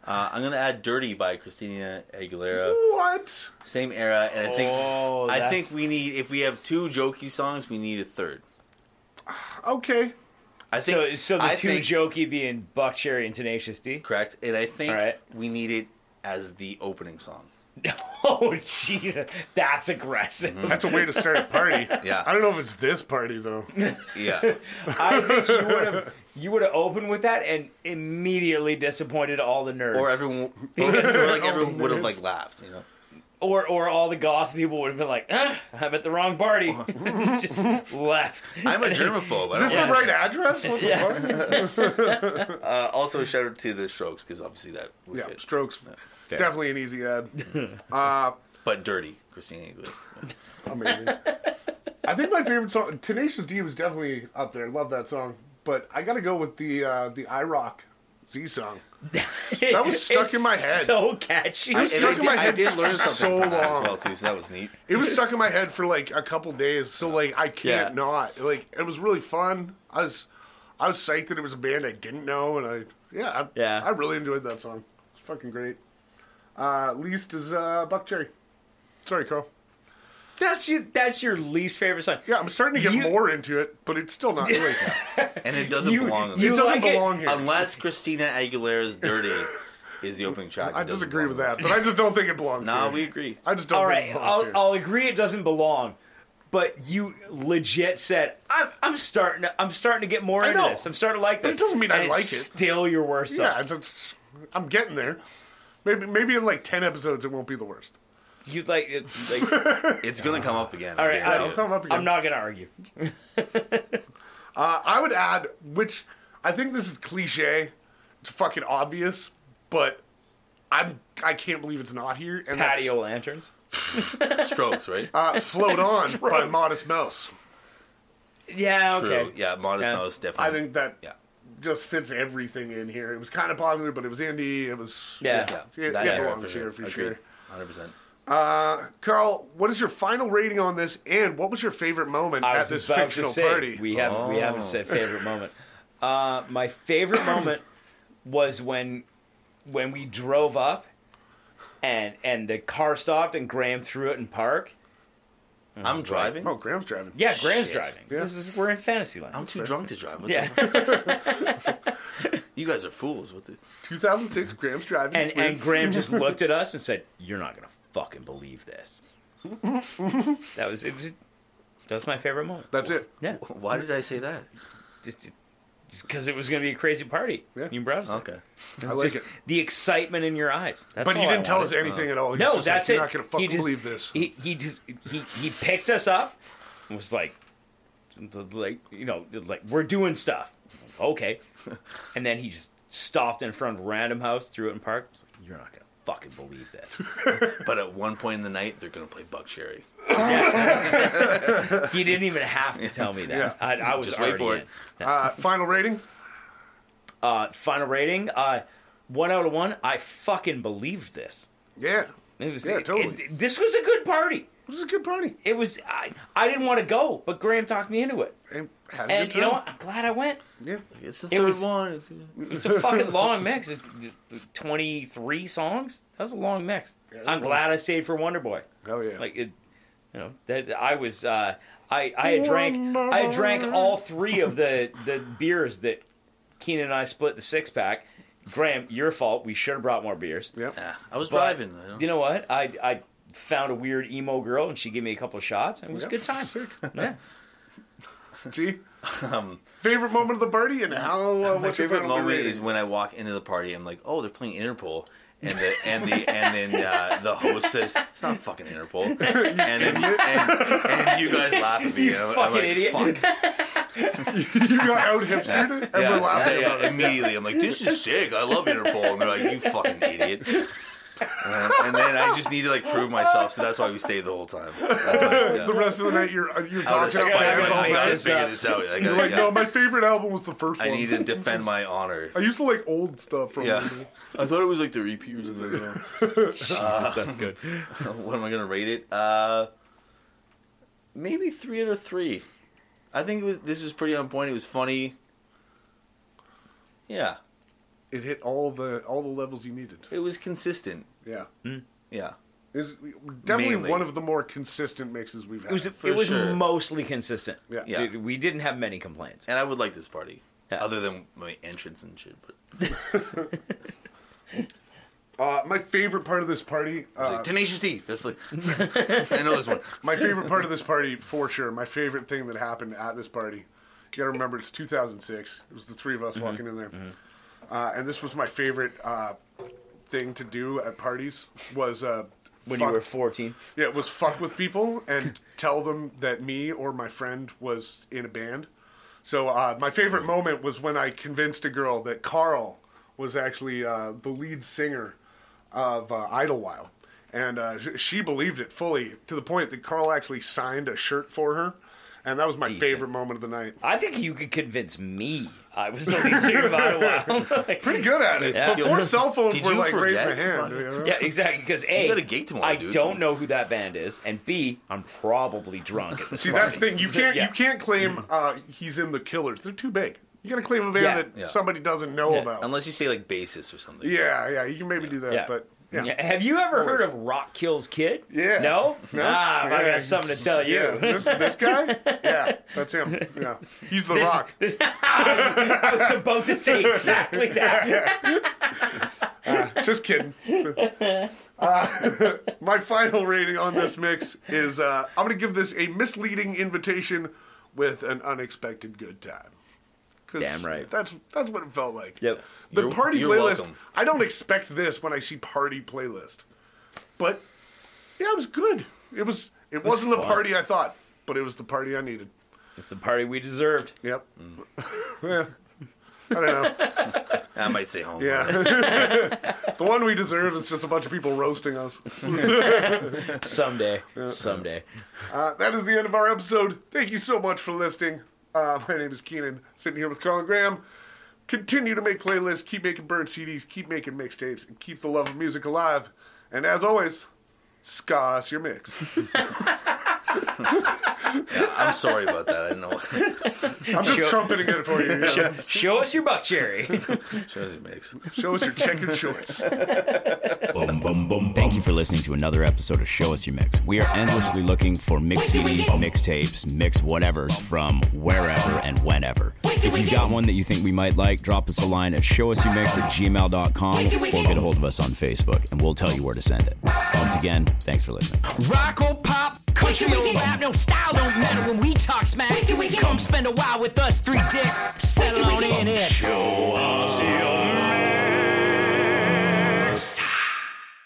Speaker 6: Uh, I'm gonna add "Dirty" by Christina Aguilera.
Speaker 4: What?
Speaker 6: Same era, and I think
Speaker 5: Oh,
Speaker 6: I
Speaker 5: that's-
Speaker 6: think we need if we have two jokey songs, we need a third.
Speaker 4: Okay.
Speaker 6: I think
Speaker 5: so so the
Speaker 6: I
Speaker 5: two
Speaker 6: think-
Speaker 5: jokey being Buck Cherry and Tenacious D. (laughs)
Speaker 6: correct, and I think
Speaker 5: All right. (laughs)
Speaker 6: we need it as the opening song.
Speaker 5: Oh Jesus, that's aggressive.
Speaker 4: That's a way to start a party.
Speaker 6: Yeah.
Speaker 4: I don't know if it's this party though.
Speaker 6: Yeah.
Speaker 5: I think you would have you would have opened with that and immediately disappointed all the nerds, (laughs)
Speaker 6: Or everyone, or like everyone would have like laughed, you know.
Speaker 5: or, or all the goth people would have been like, ah, "I'm at the wrong
Speaker 4: (laughs)
Speaker 5: party," (laughs) just left.
Speaker 6: I'm a germaphobe. I
Speaker 4: Is this
Speaker 6: don't
Speaker 4: the right address? What the fuck?
Speaker 6: uh, also, shout out to the Strokes because obviously that
Speaker 4: (laughs)
Speaker 6: would
Speaker 4: Yeah,
Speaker 6: fit.
Speaker 4: strokes. Definitely an easy ad. uh,
Speaker 6: But dirty, Christina English.
Speaker 4: (laughs) amazing. I think my favorite song, Tenacious D, was definitely up there. Love that song. But I gotta go with the uh, the I Rock Z song. That was stuck
Speaker 5: It's
Speaker 4: in my head.
Speaker 5: So catchy.
Speaker 4: I-
Speaker 6: And
Speaker 4: Stuck
Speaker 6: I
Speaker 4: in
Speaker 6: did,
Speaker 4: my
Speaker 6: I
Speaker 4: head
Speaker 6: did learn something
Speaker 4: so
Speaker 6: from that as
Speaker 4: long.
Speaker 6: well too, so that was neat.
Speaker 4: It was stuck in my head for like a couple days, so like I can't
Speaker 6: Yeah.
Speaker 4: not. Like it was really fun. I was I was psyched that it was a band I didn't know, and I yeah I,
Speaker 5: Yeah.
Speaker 4: I really enjoyed that song. It's fucking great. Uh, least is uh, Buck Cherry. Sorry, Carl.
Speaker 5: that's your that's your least favorite song.
Speaker 4: Yeah, I'm starting to get
Speaker 5: You-
Speaker 4: more into it, but it's still
Speaker 5: (laughs)
Speaker 4: not really.
Speaker 6: And it doesn't
Speaker 5: You-
Speaker 6: belong. on
Speaker 5: you
Speaker 4: it
Speaker 6: this.
Speaker 4: doesn't
Speaker 5: like it?
Speaker 4: belong here.
Speaker 6: Unless Christina Aguilera's "Dirty" is the opening track.
Speaker 4: I
Speaker 6: it doesn't
Speaker 4: disagree with
Speaker 6: belong on
Speaker 4: that, but I just don't think it belongs.
Speaker 6: this. No,
Speaker 4: here.
Speaker 6: we agree.
Speaker 4: I just don't.
Speaker 5: All
Speaker 4: think
Speaker 5: right,
Speaker 4: it belongs
Speaker 5: I'll,
Speaker 4: here.
Speaker 5: I'll agree it doesn't belong, but you legit said I'm I'm starting to, I'm starting to get more into
Speaker 4: know.
Speaker 5: this. I'm starting to like
Speaker 4: But
Speaker 5: this.
Speaker 4: it doesn't mean I
Speaker 5: And it's
Speaker 4: like it.
Speaker 5: Still your worst song.
Speaker 4: yeah, it's, it's, I'm getting there. Maybe maybe in like ten episodes it won't be the worst.
Speaker 5: You'd like it.
Speaker 6: Like, it's gonna come up again.
Speaker 5: All right,
Speaker 6: I,
Speaker 4: It'll
Speaker 6: guarantee
Speaker 4: come
Speaker 6: it.
Speaker 4: up again.
Speaker 5: I'm not gonna argue.
Speaker 4: Uh, I would add, which I think this is cliche. It's fucking obvious, but I'm I can't believe it's not here. And that's,
Speaker 5: Patio lanterns.
Speaker 6: Strokes, right?
Speaker 5: (laughs)
Speaker 4: uh, float on by
Speaker 5: Strokes.
Speaker 4: Modest Mouse.
Speaker 5: Yeah.
Speaker 6: True.
Speaker 5: Okay.
Speaker 6: Yeah, Modest
Speaker 5: Yeah.
Speaker 6: Mouse definitely.
Speaker 4: I think that
Speaker 6: Yeah.
Speaker 4: just fits everything in here. It was kind of popular, but it was indie. It was
Speaker 5: Yeah.
Speaker 6: Yeah.
Speaker 4: It-
Speaker 6: that
Speaker 4: it
Speaker 6: era
Speaker 4: belongs here for
Speaker 6: Agreed.
Speaker 4: sure.
Speaker 6: 100%.
Speaker 4: Carl, what is your final rating on this, and what was your favorite moment
Speaker 5: I
Speaker 4: at
Speaker 5: was
Speaker 4: this
Speaker 5: about
Speaker 4: fictional
Speaker 5: to say,
Speaker 4: party? Oh.
Speaker 5: We haven't we haven't said favorite moment. Uh,
Speaker 4: (coughs)
Speaker 5: my favorite moment was when when we drove up and and the car stopped and Graham threw it in park.
Speaker 6: I'm driving.
Speaker 4: oh, Graham's driving.
Speaker 5: Yeah, Graham's
Speaker 6: Shit.
Speaker 5: driving.
Speaker 4: Yeah.
Speaker 5: This is we're in Fantasyland.
Speaker 6: I'm too drunk to drive. What
Speaker 5: yeah,
Speaker 6: the- (laughs) You guys are fools. What the?
Speaker 4: 2006, Graham's driving.
Speaker 5: (laughs) and
Speaker 4: It's weird.
Speaker 5: and Graham
Speaker 4: (laughs)
Speaker 5: just looked at us and said, "You're not gonna fucking believe this." that was it. was- That was my favorite moment.
Speaker 4: That's it.
Speaker 5: Yeah,
Speaker 6: Why did I say that?
Speaker 5: just because it was gonna be a crazy party.
Speaker 4: Yeah.
Speaker 5: You brought us.
Speaker 6: Okay.
Speaker 4: I like
Speaker 5: just
Speaker 4: it.
Speaker 5: the excitement in your eyes. That's
Speaker 4: But you
Speaker 5: all I
Speaker 4: didn't tell us
Speaker 5: wanted.
Speaker 4: anything at all. You're
Speaker 5: No,
Speaker 4: just like,
Speaker 5: that's
Speaker 4: You're
Speaker 5: it.
Speaker 4: not going to fucking
Speaker 5: he just,
Speaker 4: believe this.
Speaker 5: He, he just he he picked us up and was like, like you know, like we're doing stuff.
Speaker 4: (laughs)
Speaker 5: Okay, and then he just stopped in front of Random House, threw it in park. I was like, You're not gonna fucking believe
Speaker 4: (laughs)
Speaker 5: this.
Speaker 6: But at one point in the night, they're gonna play Buck Cherry.
Speaker 5: he didn't even have to tell me that.
Speaker 4: Yeah.
Speaker 5: I, I was
Speaker 6: Just
Speaker 5: already
Speaker 6: wait for
Speaker 5: in.
Speaker 6: it.
Speaker 4: Uh, final rating?
Speaker 5: Uh, final rating. Uh, one out of one. I fucking believed this.
Speaker 4: Yeah.
Speaker 5: It was,
Speaker 4: Yeah,
Speaker 5: it-
Speaker 4: totally.
Speaker 5: it- this was a good party.
Speaker 4: It was a good party.
Speaker 5: it was I, I didn't want to go, but Graham talked me into it.
Speaker 4: And, had a
Speaker 5: And
Speaker 4: good
Speaker 5: you know
Speaker 4: time.
Speaker 5: what? I'm glad I went.
Speaker 4: Yeah.
Speaker 6: It's the
Speaker 5: It
Speaker 6: third
Speaker 5: was-
Speaker 6: one. It's-
Speaker 5: It's a fucking long mix. It- it- 23 songs. That was a long mix. I'm glad I stayed for Wonder Boy.
Speaker 4: Hell yeah.
Speaker 5: Like it, you know that I was. Uh, I I had drank I had drank all three of the the beers that Keenan and I split the six pack. Graham, your fault. We should have brought more beers.
Speaker 4: yeah.
Speaker 6: Yeah, I was
Speaker 5: But
Speaker 6: driving. I don't-
Speaker 5: You know what? I I found a weird emo girl and she gave me a couple of shots and it was
Speaker 4: Yep.
Speaker 5: a good time. Yeah.
Speaker 4: Gee. favorite moment of the party and how? Uh,
Speaker 6: um, My
Speaker 4: what's your
Speaker 6: favorite
Speaker 4: final
Speaker 6: moment
Speaker 4: rating?
Speaker 6: is when I walk into the party. I'm like, oh, they're playing Interpol. And the and the and then uh, the host says it's not
Speaker 4: (laughs)
Speaker 6: fucking Interpol, and then you, and, and you guys laugh at me.
Speaker 5: You
Speaker 6: and I'm- I'm
Speaker 5: fucking
Speaker 6: like,
Speaker 5: idiot.
Speaker 6: Fuck.
Speaker 4: you got out hipstered and
Speaker 6: Yeah,
Speaker 4: we're laughing
Speaker 6: yeah, yeah, immediately. I'm like, this is sick. I love Interpol, and they're like, you fucking idiot. And, and then I just need to like prove myself, so that's why we stayed the whole time. That's (laughs) why, yeah.
Speaker 4: The rest of the night, you're uh, you're
Speaker 6: Out of
Speaker 4: talking about
Speaker 6: spite,
Speaker 5: spite,
Speaker 6: I'm
Speaker 4: bands
Speaker 6: like,
Speaker 4: all
Speaker 6: I gotta
Speaker 4: night.
Speaker 6: figure this uh, out. I
Speaker 4: You're
Speaker 6: gotta,
Speaker 4: like,
Speaker 6: yeah.
Speaker 4: no, my favorite album was the first
Speaker 6: I
Speaker 4: one.
Speaker 6: need to defend my honor.
Speaker 4: I used to like old stuff from.
Speaker 6: Yeah. I thought it was like the repeaters of the. (laughs)
Speaker 5: that's good.
Speaker 6: Uh, what am I gonna rate it? Uh, maybe three out of three. I think it was. This was pretty on point. It was funny. Yeah,
Speaker 4: It hit all the all the levels you needed.
Speaker 6: it was consistent.
Speaker 4: Yeah.
Speaker 6: Yeah,
Speaker 4: It's definitely
Speaker 6: Mainly.
Speaker 4: one of the more consistent mixes we've had. (laughs)
Speaker 5: It was
Speaker 6: For
Speaker 5: it was
Speaker 6: sure.
Speaker 5: mostly consistent.
Speaker 4: Yeah.
Speaker 6: Yeah.
Speaker 5: It- we didn't have many complaints.
Speaker 6: and I would like this party,
Speaker 5: Yeah.
Speaker 6: other than my entrance and shit. But
Speaker 4: Uh, my favorite part of this party,
Speaker 6: It's
Speaker 4: uh,
Speaker 6: like, Tenacious D. That's like I know this one.
Speaker 4: my favorite part of this party for sure. My favorite thing that happened at this party. You gotta remember, it's 2006. It was the three of
Speaker 5: Mm-hmm.
Speaker 4: us walking in there, uh, and this was my favorite uh, thing to do at parties. Was uh,
Speaker 5: when
Speaker 4: fuck-
Speaker 5: you were 14.
Speaker 4: Yeah, it was fuck with people and tell them that me or my friend was in a band. So uh, my favorite moment was when I convinced a girl that Carl was actually uh, the lead singer of uh, Idlewild. And uh, sh- she believed it fully to the point that Carl actually signed a shirt for her. And that was my favorite moment of the night.
Speaker 5: I think you could convince me I was the lead singer
Speaker 4: (laughs)
Speaker 5: of Idlewild.
Speaker 4: Pretty good at it.
Speaker 5: Yeah.
Speaker 4: Before cell phones
Speaker 6: Did
Speaker 4: were
Speaker 6: you
Speaker 4: like raising
Speaker 6: forget?
Speaker 4: a hand. you know?
Speaker 5: Yeah, exactly. Because a, I
Speaker 6: got a gig tomorrow,
Speaker 5: I
Speaker 6: dude.
Speaker 5: don't know who that band is, and B, I'm probably drunk. At this
Speaker 4: See, that's the
Speaker 5: party.
Speaker 4: thing. You can't
Speaker 5: Yeah. Mm-hmm.
Speaker 4: you can't claim uh, he's in the Killers. They're too big. You gotta claim a band
Speaker 5: Yeah.
Speaker 4: that
Speaker 6: Yeah.
Speaker 4: somebody doesn't know
Speaker 5: Yeah.
Speaker 4: about.
Speaker 6: Unless you say like basis or something.
Speaker 4: yeah, yeah, you can maybe do that,
Speaker 5: Yeah.
Speaker 4: but (laughs) yeah.
Speaker 5: Yeah. Have you ever heard of Rock Kills Kid?
Speaker 4: Yeah.
Speaker 5: No?
Speaker 4: No.
Speaker 5: Ah, I
Speaker 4: Yeah.
Speaker 5: got something to tell you.
Speaker 4: Yeah, this, this guy,
Speaker 5: (laughs)
Speaker 4: yeah, that's him. Yeah, he's the
Speaker 5: This-
Speaker 4: Rock.
Speaker 5: this- I was about
Speaker 4: (laughs)
Speaker 5: to say exactly that.
Speaker 4: Just kidding. Uh, (laughs) my final rating on this mix is uh, I'm gonna give this a misleading invitation with an unexpected good time. 'Cause
Speaker 5: Damn right.
Speaker 4: That's that's what it felt like.
Speaker 5: Yep.
Speaker 4: The
Speaker 6: You're-
Speaker 4: party
Speaker 6: you're
Speaker 4: playlist.
Speaker 6: welcome.
Speaker 4: I don't expect this when I see party playlist, but yeah, it was good. It was. It, was not the
Speaker 5: fun.
Speaker 4: party I thought, but it was the party I needed.
Speaker 5: It's the party we deserved.
Speaker 4: Yep. (laughs) yeah. I don't know.
Speaker 6: I might say home.
Speaker 4: Yeah. the one we deserve is just a bunch of people roasting us.
Speaker 5: Someday. Someday.
Speaker 4: Uh, that is the end of our episode. Thank you so much for listening. Uh, my name is Keenan, sitting here with Carl and Graham. Continue to make playlists, keep making burn CDs, keep making mixtapes, and keep the love of music alive. And as always, ska us your mix.
Speaker 6: Yeah, I'm sorry about that. I know. (laughs)
Speaker 4: I'm just
Speaker 5: Sure.
Speaker 4: trumpeting it for you. you know?
Speaker 5: Show us your buck cherry.
Speaker 4: (laughs)
Speaker 6: Shows you mix.
Speaker 4: Show us your checkered shorts.
Speaker 1: Boom, boom, boom. Thank you for listening to another episode of Show Us Your Mix. We are endlessly looking for mix CDs, mixtapes, mix whatever from wherever and whenever. If you've got one that you think we might like, drop us a line at showusyourmix at gmail.com or get a hold of us on Facebook and we'll tell you where to send it. Once again, thanks for listening.
Speaker 8: Rock or pop, country or rap, no style don't matter when we talk smack. Come spend a while with us, three dicks, settle on in it.
Speaker 3: Show us your